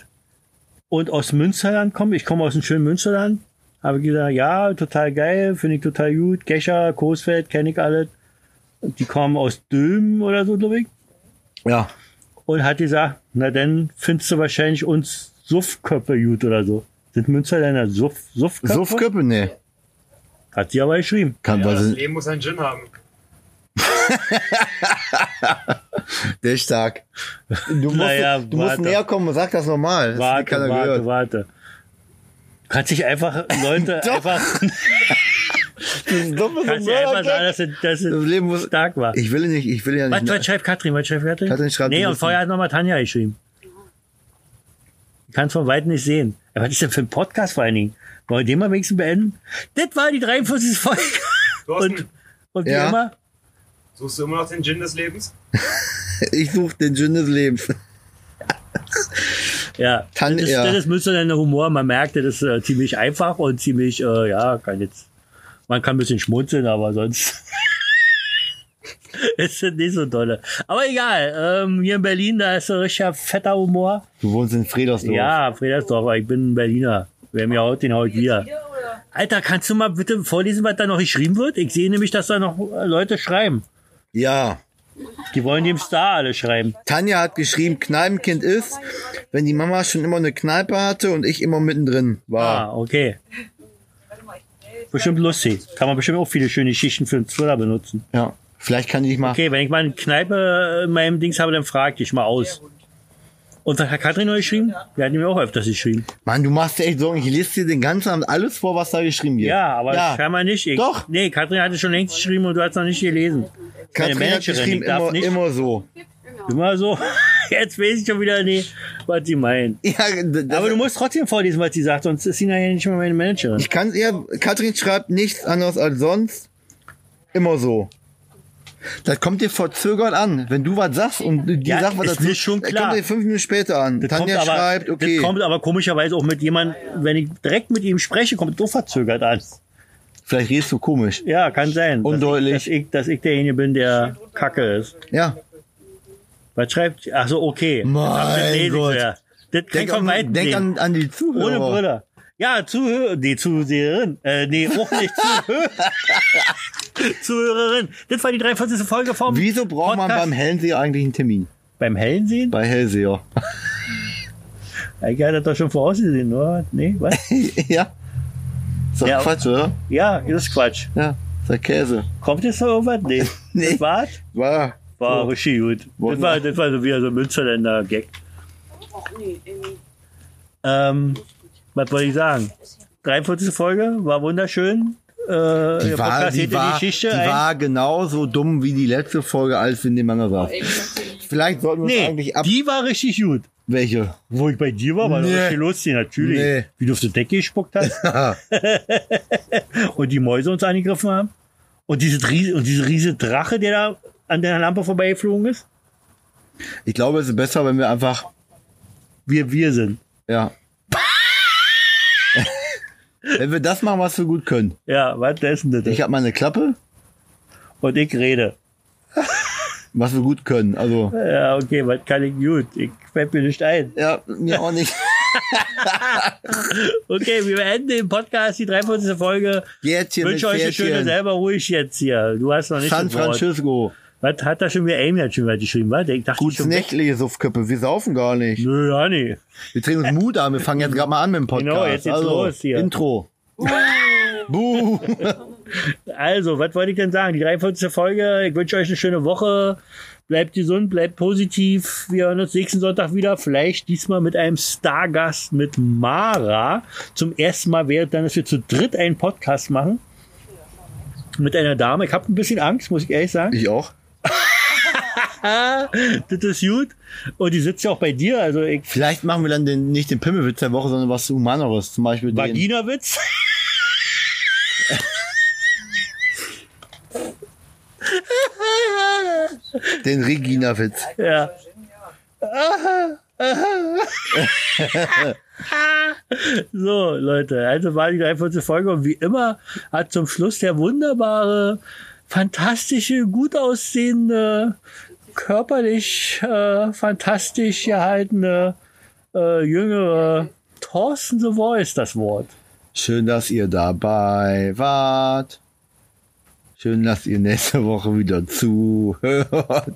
[SPEAKER 1] und aus Münsterland kommt. Ich komme aus dem schönen Münsterland. Habe gesagt, ja, total geil, finde ich total gut. Gescher, Coesfeld, kenne ich alle. Die kommen aus Dömen oder so, glaube ich.
[SPEAKER 2] Ja.
[SPEAKER 1] Und hat gesagt, na dann findest du wahrscheinlich uns Suffköpfe gut oder so. Sind Münsterländer Suff, Suffköpfe?
[SPEAKER 2] Suffköppe? Nee.
[SPEAKER 1] Hat sie aber geschrieben.
[SPEAKER 2] Kann,
[SPEAKER 6] Ja,
[SPEAKER 2] weil
[SPEAKER 6] das
[SPEAKER 2] sie,
[SPEAKER 6] Leben muss einen Gin haben.
[SPEAKER 2] der ist stark. Du musst,
[SPEAKER 1] Naja,
[SPEAKER 2] du musst
[SPEAKER 1] warte.
[SPEAKER 2] näher kommen und sag das normal. Das hat
[SPEAKER 1] Warte,
[SPEAKER 2] keiner
[SPEAKER 1] warte,
[SPEAKER 2] gehört.
[SPEAKER 1] warte. Du kannst dich einfach, Leute,
[SPEAKER 2] Doch.
[SPEAKER 1] einfach
[SPEAKER 2] Das ist ein dummes
[SPEAKER 1] Kannst du einfach sagen, dass
[SPEAKER 2] Mördergag.
[SPEAKER 1] es, dass es
[SPEAKER 2] Das Leben muss-
[SPEAKER 1] stark war.
[SPEAKER 2] Ich will nicht, ich will ja
[SPEAKER 1] was,
[SPEAKER 2] nicht.
[SPEAKER 1] was schreibt Katrin? Was schreibt Katrin?
[SPEAKER 2] Katrin schreibt,
[SPEAKER 1] nee,
[SPEAKER 2] wir
[SPEAKER 1] und
[SPEAKER 2] müssen-
[SPEAKER 1] vorher hat nochmal Tanja geschrieben. Ich kann es von weitem nicht sehen. Aber was ist denn für ein Podcast vor allen Dingen? Wollen wir den mal wenigstens beenden? Das war die 43. Folge. Und,
[SPEAKER 6] Thorsten,
[SPEAKER 1] und wie
[SPEAKER 2] Ja.
[SPEAKER 1] immer,
[SPEAKER 6] suchst du immer noch den Gin des Lebens?
[SPEAKER 2] Ich suche den Gin des Lebens.
[SPEAKER 1] ja,
[SPEAKER 2] Tan-
[SPEAKER 1] das ist,
[SPEAKER 2] ja.
[SPEAKER 1] das ist Münsterländer Humor. Man merkt, das ist äh, ziemlich einfach und ziemlich, äh, ja, kann jetzt, man kann ein bisschen schmunzeln, aber sonst ist das nicht so dolle. Aber egal, ähm, hier in Berlin, da ist so richtiger fetter Humor.
[SPEAKER 2] Du wohnst in Fredersdorf.
[SPEAKER 1] Ja, Fredersdorf, aber ich bin ein Berliner. Wir haben ja heute den heute wieder. Alter, kannst du mal bitte vorlesen, was da noch geschrieben wird? Ich sehe nämlich, dass da noch äh, Leute schreiben.
[SPEAKER 2] Ja.
[SPEAKER 1] Die wollen dem Star alle schreiben.
[SPEAKER 2] Tanja hat geschrieben, Kneipenkind ist, wenn die Mama schon immer eine Kneipe hatte und ich immer mittendrin war.
[SPEAKER 1] Ah, okay. Bestimmt lustig. Kann man bestimmt auch viele schöne Geschichten für den Thriller benutzen.
[SPEAKER 2] Ja. Vielleicht kann ich dich mal.
[SPEAKER 1] Okay, wenn ich mal eine Kneipe in meinem Dings habe, dann frag dich mal aus. Und was hat Katrin noch geschrieben? Die hat mir auch öfters geschrieben.
[SPEAKER 2] Mann, du machst dir echt Sorgen. Ich lese dir den ganzen Abend alles vor, was da geschrieben wird.
[SPEAKER 1] Ja, aber scheinbar nicht. Ich,
[SPEAKER 2] Doch.
[SPEAKER 1] Nee, Katrin hatte schon längst geschrieben und du hast noch nicht gelesen.
[SPEAKER 2] Katrin
[SPEAKER 1] meine
[SPEAKER 2] hat
[SPEAKER 1] Managerin,
[SPEAKER 2] geschrieben,
[SPEAKER 1] ich darf
[SPEAKER 2] immer,
[SPEAKER 1] nicht-
[SPEAKER 2] immer so.
[SPEAKER 1] Immer so. Jetzt weiß ich schon wieder nicht, was sie meint.
[SPEAKER 2] Ja, d- das,
[SPEAKER 1] Aber du musst trotzdem vorlesen, was sie sagt, sonst ist sie nachher nicht mehr meine Managerin.
[SPEAKER 2] ich kann ja, Katrin schreibt nichts anderes als sonst. Immer so. Das kommt dir verzögert an. Wenn du was sagst und die
[SPEAKER 1] Ja,
[SPEAKER 2] sagt was
[SPEAKER 1] ist
[SPEAKER 2] dazu,
[SPEAKER 1] mir schon
[SPEAKER 2] das
[SPEAKER 1] klar.
[SPEAKER 2] kommt dir fünf Minuten später an.
[SPEAKER 1] Das
[SPEAKER 2] Tanja
[SPEAKER 1] kommt aber,
[SPEAKER 2] schreibt, okay.
[SPEAKER 1] Das kommt aber komischerweise auch mit jemandem, wenn ich direkt mit ihm spreche, kommt so verzögert an.
[SPEAKER 2] Vielleicht redest du komisch.
[SPEAKER 1] Ja, kann sein. dass
[SPEAKER 2] Undeutlich.
[SPEAKER 1] Ich, dass, ich, dass ich derjenige bin, der kacke ist.
[SPEAKER 2] Ja.
[SPEAKER 1] Was schreibt? Ach so, okay.
[SPEAKER 2] Mein
[SPEAKER 1] das lese ich
[SPEAKER 2] Gott.
[SPEAKER 1] ja. Das kann ich
[SPEAKER 2] Denk,
[SPEAKER 1] von
[SPEAKER 2] an,
[SPEAKER 1] weitem
[SPEAKER 2] denk
[SPEAKER 1] sehen.
[SPEAKER 2] an, Oh. an die Zuhörer.
[SPEAKER 1] Ohne Brille. Ja, Zuhörer, nee, Zuseherin, äh, nee, auch nicht Zuhörer. Zuhörerin. Das war die 43. Folge vom
[SPEAKER 2] Wieso braucht man
[SPEAKER 1] Podcast.
[SPEAKER 2] beim Hellseher eigentlich einen Termin?
[SPEAKER 1] beim Hellensehen?
[SPEAKER 2] Bei Hellseher.
[SPEAKER 1] Eigentlich hat er doch schon vorausgesehen, oder? Nee, was?
[SPEAKER 2] ja. Ist doch
[SPEAKER 1] Ja.
[SPEAKER 2] Quatsch, oder?
[SPEAKER 1] Ja, das ist Quatsch.
[SPEAKER 2] Ja. Ist doch Käse.
[SPEAKER 1] Kommt jetzt noch irgendwas? Nee.
[SPEAKER 2] Nee.
[SPEAKER 1] Das war's?
[SPEAKER 2] War.
[SPEAKER 1] War richtig gut. Das war, das war so wieder so ein Münsterländer-Gag. Ähm, was wollte ich sagen? 43. Folge war wunderschön. Äh,
[SPEAKER 2] Die war, die, war, die,
[SPEAKER 1] Geschichte ein.
[SPEAKER 2] war genauso dumm wie die letzte Folge, als wir in dem anderen saßen. Vielleicht sollten wir uns
[SPEAKER 1] nee,
[SPEAKER 2] eigentlich ab...
[SPEAKER 1] die war richtig gut.
[SPEAKER 2] Welche?
[SPEAKER 1] Wo ich bei dir war, war
[SPEAKER 2] Nee.
[SPEAKER 1] nee. richtig lustig, natürlich.
[SPEAKER 2] Nee.
[SPEAKER 1] Wie du auf die Decke gespuckt hast und die Mäuse uns angegriffen haben. Und diese riese, und diese riese Drache, der da an der Lampe vorbeigeflogen ist.
[SPEAKER 2] Ich glaube, es ist besser, wenn wir einfach...
[SPEAKER 1] Wir, wir sind.
[SPEAKER 2] Ja. wenn wir das machen, was wir gut können.
[SPEAKER 1] Ja, was der ist denn das?
[SPEAKER 2] Ich habe meine Klappe,
[SPEAKER 1] und ich rede.
[SPEAKER 2] was wir gut können. Also,
[SPEAKER 1] Ja, okay, was kann ich gut? Ich fällt mir nicht ein.
[SPEAKER 2] ja, mir auch nicht.
[SPEAKER 1] Okay, wir beenden den Podcast, die 43. Folge.
[SPEAKER 2] Jetzt
[SPEAKER 1] Ich
[SPEAKER 2] hier
[SPEAKER 1] wünsche euch eine schöne,
[SPEAKER 2] Pferdchen.
[SPEAKER 1] selber ruhig jetzt hier. Du hast noch nicht
[SPEAKER 2] San
[SPEAKER 1] das Wort.
[SPEAKER 2] Francisco.
[SPEAKER 1] Was hat da schon wieder Amy hat schon wieder geschrieben? Was? Ich dachte, ich
[SPEAKER 2] Gutes
[SPEAKER 1] schon weg.
[SPEAKER 2] nächtliche Suffköppe. Wir saufen gar nicht.
[SPEAKER 1] Nö, ja, nee.
[SPEAKER 2] Wir drehen uns Mut an. Wir fangen jetzt gerade mal an mit dem Podcast.
[SPEAKER 1] Genau, jetzt geht's
[SPEAKER 2] also,
[SPEAKER 1] los hier.
[SPEAKER 2] Intro. Buh.
[SPEAKER 1] Also, was wollte ich denn sagen? Die 43. Folge. Ich wünsche euch eine schöne Woche. Bleibt gesund, bleibt positiv. Wir hören uns nächsten Sonntag wieder. Vielleicht diesmal mit einem Stargast mit Mara. Zum ersten Mal wäre dann, dass wir zu dritt einen Podcast machen. Mit einer Dame. Ich habe ein bisschen Angst, muss ich ehrlich sagen.
[SPEAKER 2] Ich auch.
[SPEAKER 1] Das ist gut. Und die sitzt ja auch bei dir. Also ich
[SPEAKER 2] Vielleicht machen wir dann den, nicht den Pimmelwitz der Woche, sondern was Humaneres. Zum Beispiel den.
[SPEAKER 1] Vaginawitz.
[SPEAKER 2] Den Regina-Witz.
[SPEAKER 1] Ja. so, Leute, also war die 43. Folge und wie immer hat zum Schluss der wunderbare, fantastische, gut aussehende, körperlich äh, fantastisch gehaltene, äh, jüngere Thorsten The Voice das Wort.
[SPEAKER 2] Schön, dass ihr dabei wart. Schön, dass ihr nächste Woche wieder zuhört.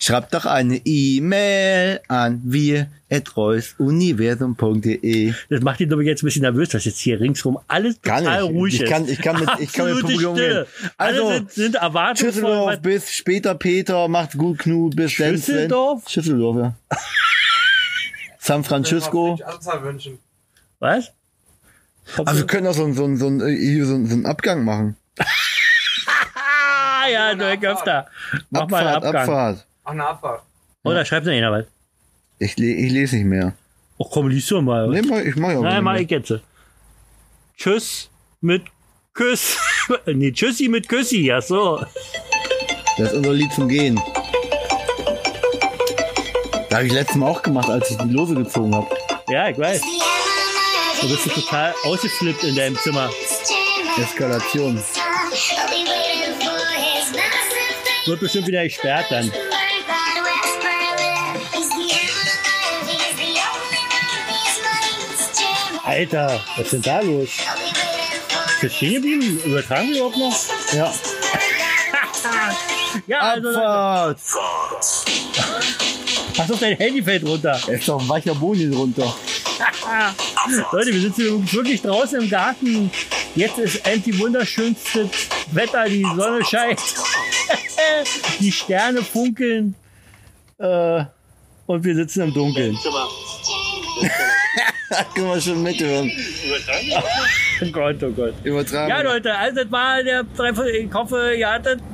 [SPEAKER 2] Schreibt doch eine E-Mail an wir.reusuniversum.de.
[SPEAKER 1] Das macht ihn, glaube ich, jetzt ein bisschen nervös, dass jetzt hier ringsrum alles
[SPEAKER 2] Gar
[SPEAKER 1] total
[SPEAKER 2] nicht.
[SPEAKER 1] ruhig
[SPEAKER 2] Ich
[SPEAKER 1] ist.
[SPEAKER 2] kann- ich kann mit- ich kann mit
[SPEAKER 1] Absolute
[SPEAKER 2] Publikum
[SPEAKER 1] Stille.
[SPEAKER 2] reden. Also,
[SPEAKER 1] Alle sind, sind erwartungsvoll.
[SPEAKER 2] Schüsseldorf,
[SPEAKER 1] was-
[SPEAKER 2] bis später Peter, macht's gut, Knut, bis dann. Sven.
[SPEAKER 1] Schüsseldorf?
[SPEAKER 2] Schüsseldorf, ja. San Francisco.
[SPEAKER 6] Anzahl wünschen.
[SPEAKER 1] Was? Kommt
[SPEAKER 2] Also wir können auch so einen so einen- so einen, äh, hier so einen- so einen Abgang machen.
[SPEAKER 1] Ah ja, nur öfter. Mach mal einen
[SPEAKER 2] Abfahrt,
[SPEAKER 1] Abgang.
[SPEAKER 2] Abfahrt.
[SPEAKER 6] Auch eine Abfahrt.
[SPEAKER 1] Oder schreibt mir einer was.
[SPEAKER 2] Ich, le- ich lese nicht mehr.
[SPEAKER 1] Och Oh, komm, liest du mal.
[SPEAKER 2] Nee, mach, ich mach ja auch
[SPEAKER 1] Nein,
[SPEAKER 2] nicht
[SPEAKER 1] mach
[SPEAKER 2] mehr.
[SPEAKER 1] ich jetzt. Tschüss mit Küss. nee, Tschüssi mit Küssi, ja so.
[SPEAKER 2] Das ist unser Lied zum Gehen. Da habe ich letztes Mal auch gemacht, als ich die Lose gezogen habe.
[SPEAKER 1] Ja, ich weiß. Du bist total ausgeflippt in deinem Zimmer.
[SPEAKER 2] Eskalation.
[SPEAKER 1] Wird bestimmt wieder gesperrt dann. Alter, was ist denn da los? Ist das stehen geblieben? Übertragen wir überhaupt noch?
[SPEAKER 2] Ja.
[SPEAKER 1] Ja, also. Leute,
[SPEAKER 2] Abfahrt!
[SPEAKER 1] Pass auf, dein Handy fällt runter.
[SPEAKER 2] Da ist doch ein weicher Boden hier drunter.
[SPEAKER 1] Leute, wir sitzen hier wirklich draußen im Garten. Jetzt ist endlich wunderschönstes Wetter, die Sonne scheint, die Sterne funkeln äh, und wir sitzen im Dunkeln.
[SPEAKER 2] Da können wir schon mithören.
[SPEAKER 1] Oh Gott, oh Gott.
[SPEAKER 2] Übertragen.
[SPEAKER 1] Ja, Leute, also das war der Treffer. Ich hoffe, ihr hattet.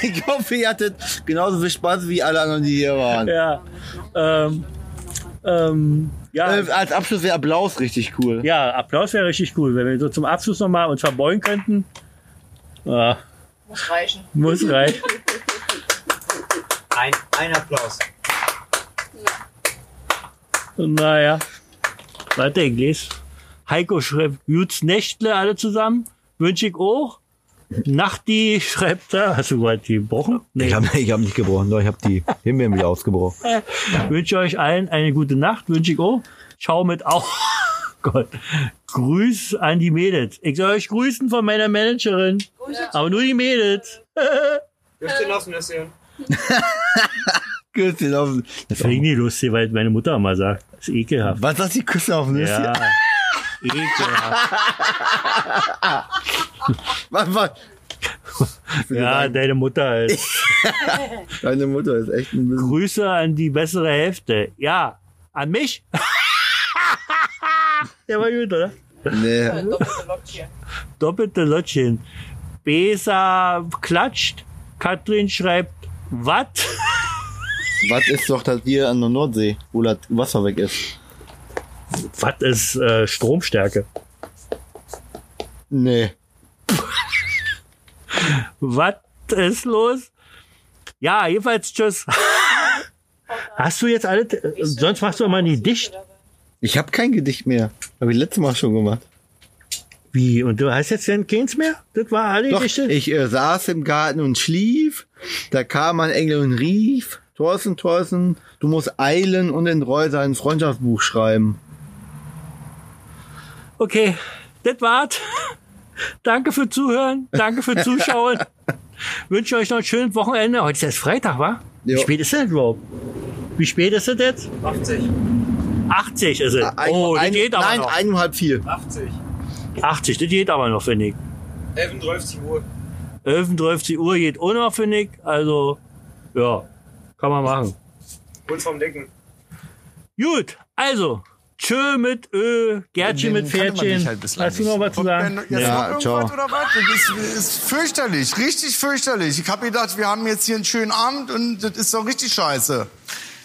[SPEAKER 2] Ich hoffe, ihr hattet genauso viel Spaß wie alle anderen, die hier waren.
[SPEAKER 1] Ja, ähm, ähm, ja,
[SPEAKER 2] Äh, als Abschluss wäre Applaus richtig cool.
[SPEAKER 1] ja Applaus wäre richtig cool, wenn wir so zum Abschluss nochmal uns verbeugen könnten. Ah,
[SPEAKER 7] Muss reichen.
[SPEAKER 1] muss rein.
[SPEAKER 6] Ein, ein Applaus.
[SPEAKER 1] Naja. Warte, ich lese. Heiko schreibt, Jutz Nächtle alle zusammen. Wünsche ich auch. Nachti schreibt da, hast du gerade die gebrochen? Nee.
[SPEAKER 2] habe hab nicht gebrochen, doch, ich habe die Himbeeren wieder ausgebrochen.
[SPEAKER 1] Wünsche euch allen eine gute Nacht. Wünsche ich auch. Ciao mit auch. Gott. Grüß an die Mädels. Ich soll euch grüßen von meiner Managerin. Aber nur die Mädels.
[SPEAKER 6] Dürft ihr lassen, Nüsschen?
[SPEAKER 2] Küsschen auf den-
[SPEAKER 1] Das finde ich nicht lustig, weil meine Mutter mal sagt, das ist ekelhaft.
[SPEAKER 2] Was sagt die Küsse auf ne? den Nüsschen?
[SPEAKER 1] Ja. ekelhaft.
[SPEAKER 2] Was, was?
[SPEAKER 1] Ja, deine Mutter ist.
[SPEAKER 2] Deine Mutter ist echt ein bisschen.
[SPEAKER 1] Grüße an die bessere Hälfte. Ja, an mich. Der war gut, oder?
[SPEAKER 2] Nee.
[SPEAKER 7] Doppelte Locktier.
[SPEAKER 1] Doppelte Lötchen. Besa klatscht. Katrin schreibt, was?
[SPEAKER 2] Was ist doch das hier an der Nordsee, wo das Wasser weg ist?
[SPEAKER 1] Was ist äh, Stromstärke?
[SPEAKER 2] Nee.
[SPEAKER 1] Was ist los? Ja, jedenfalls tschüss. Hast du jetzt alle, äh, sonst machst du immer nie dicht.
[SPEAKER 2] Ich habe kein Gedicht mehr. Habe ich letztes Mal schon gemacht.
[SPEAKER 1] Wie? Und du hast jetzt denn keins mehr? Das war alle
[SPEAKER 2] Doch,
[SPEAKER 1] Gedichte?
[SPEAKER 2] ich äh, saß im Garten und schlief. Da kam ein Engel und rief. Thorsten, Thorsten, du musst eilen und in Reuser ein Freundschaftsbuch schreiben.
[SPEAKER 1] Okay, das war's. Danke für Zuhören, danke für Zuschauen. Wünsche euch noch ein schönes Wochenende. Heute ist erst Freitag, wa?
[SPEAKER 2] Jo.
[SPEAKER 1] Wie spät ist denn überhaupt? Wie spät ist es jetzt?
[SPEAKER 6] 80,
[SPEAKER 1] 80 ist es.
[SPEAKER 2] Ein-
[SPEAKER 1] oh, das
[SPEAKER 2] ein-
[SPEAKER 1] geht aber
[SPEAKER 2] Nein,
[SPEAKER 1] noch.
[SPEAKER 2] ein und halb vier.
[SPEAKER 6] 80,
[SPEAKER 1] 80, das geht aber noch, finde ich.
[SPEAKER 6] 11, 30 Uhr.
[SPEAKER 1] 11, 12 Uhr geht auch noch, finde ich. Also, ja, kann man machen.
[SPEAKER 6] Kurz vorm Decken.
[SPEAKER 1] Gut, also, tschö mit Ö, Gärtchen
[SPEAKER 8] Den
[SPEAKER 1] mit
[SPEAKER 8] kannte man
[SPEAKER 1] Pferdchen.
[SPEAKER 8] dich halt bislang
[SPEAKER 1] Hast du noch was zu sagen?
[SPEAKER 8] Jetzt
[SPEAKER 1] Nee.
[SPEAKER 8] noch
[SPEAKER 2] Ja,
[SPEAKER 8] irgendwas
[SPEAKER 2] ciao.
[SPEAKER 8] oder was? Das ist, ist fürchterlich, richtig fürchterlich. Ich habe gedacht, wir haben jetzt hier einen schönen Abend und das ist doch richtig scheiße.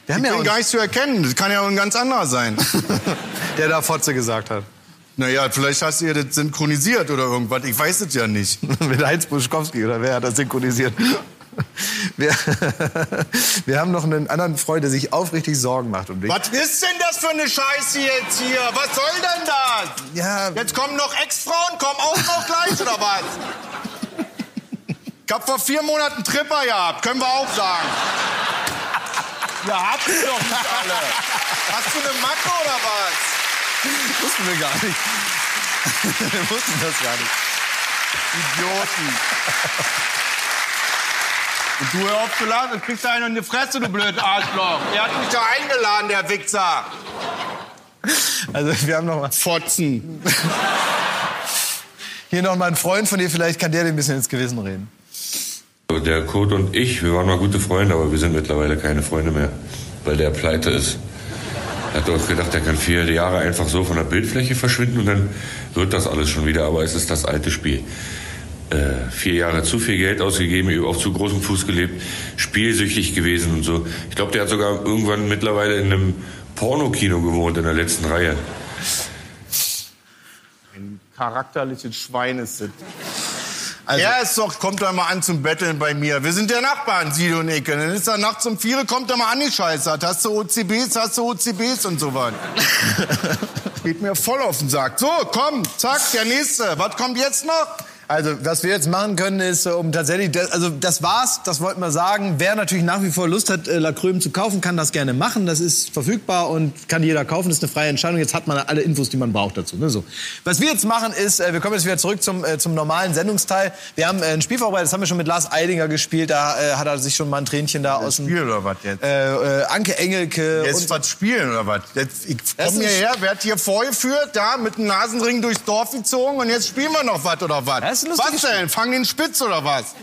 [SPEAKER 8] Wir haben ich bin gar nicht zu erkennen. Das kann ja auch ein ganz anderer sein, der da Fotze gesagt hat. Naja, vielleicht hast du ihr das synchronisiert oder irgendwas. Ich weiß es ja nicht. Mit Heinz Buschkowski oder wer hat das synchronisiert?
[SPEAKER 9] Wir, wir haben noch einen anderen Freund, der sich aufrichtig Sorgen macht um dich.
[SPEAKER 8] Was ist denn das für eine Scheiße jetzt hier? Was soll denn das?
[SPEAKER 9] Ja,
[SPEAKER 8] Jetzt kommen noch Ex-Frauen, kommen auch noch gleich oder was? Ich hab vor vier Monaten Tripper gehabt, können wir auch sagen. Ja, habt ihr doch nicht alle. Hast du eine Macke oder was?
[SPEAKER 9] wussten wir gar nicht. wir wussten das gar nicht.
[SPEAKER 8] Idioten. Und du hör auf zu lachen, jetzt kriegst du einen in die Fresse, du blöden Arschloch. Der hat mich da eingeladen, der Wichser.
[SPEAKER 9] Also wir haben noch mal,
[SPEAKER 8] Fotzen.
[SPEAKER 9] hier noch mal einen Freund von dir, vielleicht kann der dir ein bisschen ins Gewissen reden.
[SPEAKER 10] Der Kurt und ich, wir waren mal gute Freunde, aber wir sind mittlerweile keine Freunde mehr, weil der pleite ist. Er hat doch gedacht, er kann vier Jahre einfach so von der Bildfläche verschwinden und dann wird das alles schon wieder, aber es ist das alte Spiel. Äh, vier Jahre zu viel Geld ausgegeben, auf zu großem Fuß gelebt, spielsüchtig gewesen und so. Ich glaube, der hat sogar irgendwann mittlerweile in einem Pornokino gewohnt, in der letzten Reihe.
[SPEAKER 8] Ein charakterliches Schwein ist das.
[SPEAKER 9] Also,
[SPEAKER 8] er ist doch, kommt doch mal an zum Betteln bei mir. Wir sind ja Nachbarn, Sido und ich. Dann ist er nachts um vier, kommt er mal an, die Scheiße. hat. Hast du OCBs, hast du OCBs und so was. Geht mir voll auf den Sack. So, komm, zack, der nächste. Was kommt jetzt noch?
[SPEAKER 9] Also, was wir jetzt machen können, ist, äh, um tatsächlich, das, also das war's, das wollten wir sagen. Wer natürlich nach wie vor Lust hat, äh, La Crème zu kaufen, kann das gerne machen. Das ist verfügbar und kann jeder kaufen. Das ist eine freie Entscheidung. Jetzt hat man alle Infos, die man braucht dazu. Ne? So. Was wir jetzt machen, ist, äh, wir kommen jetzt wieder zurück zum, äh, zum normalen Sendungsteil. Wir haben äh, ein Spiel vorbereitet, das haben wir schon mit Lars Eidinger gespielt. Da äh, hat er sich schon mal ein Tränchen da aus dem...
[SPEAKER 8] Spiel oder was jetzt?
[SPEAKER 9] Äh, äh, Anke Engelke
[SPEAKER 8] Jetzt was spielen oder was? Jetzt, ich
[SPEAKER 9] Das
[SPEAKER 8] komm
[SPEAKER 9] ist-
[SPEAKER 8] hierher, werd hier vorgeführt, da mit dem Nasenring durchs Dorf gezogen und jetzt spielen wir noch was oder was?
[SPEAKER 9] Das ist ein
[SPEAKER 8] Was
[SPEAKER 9] lustiges
[SPEAKER 8] denn? Fang den Spitz oder was?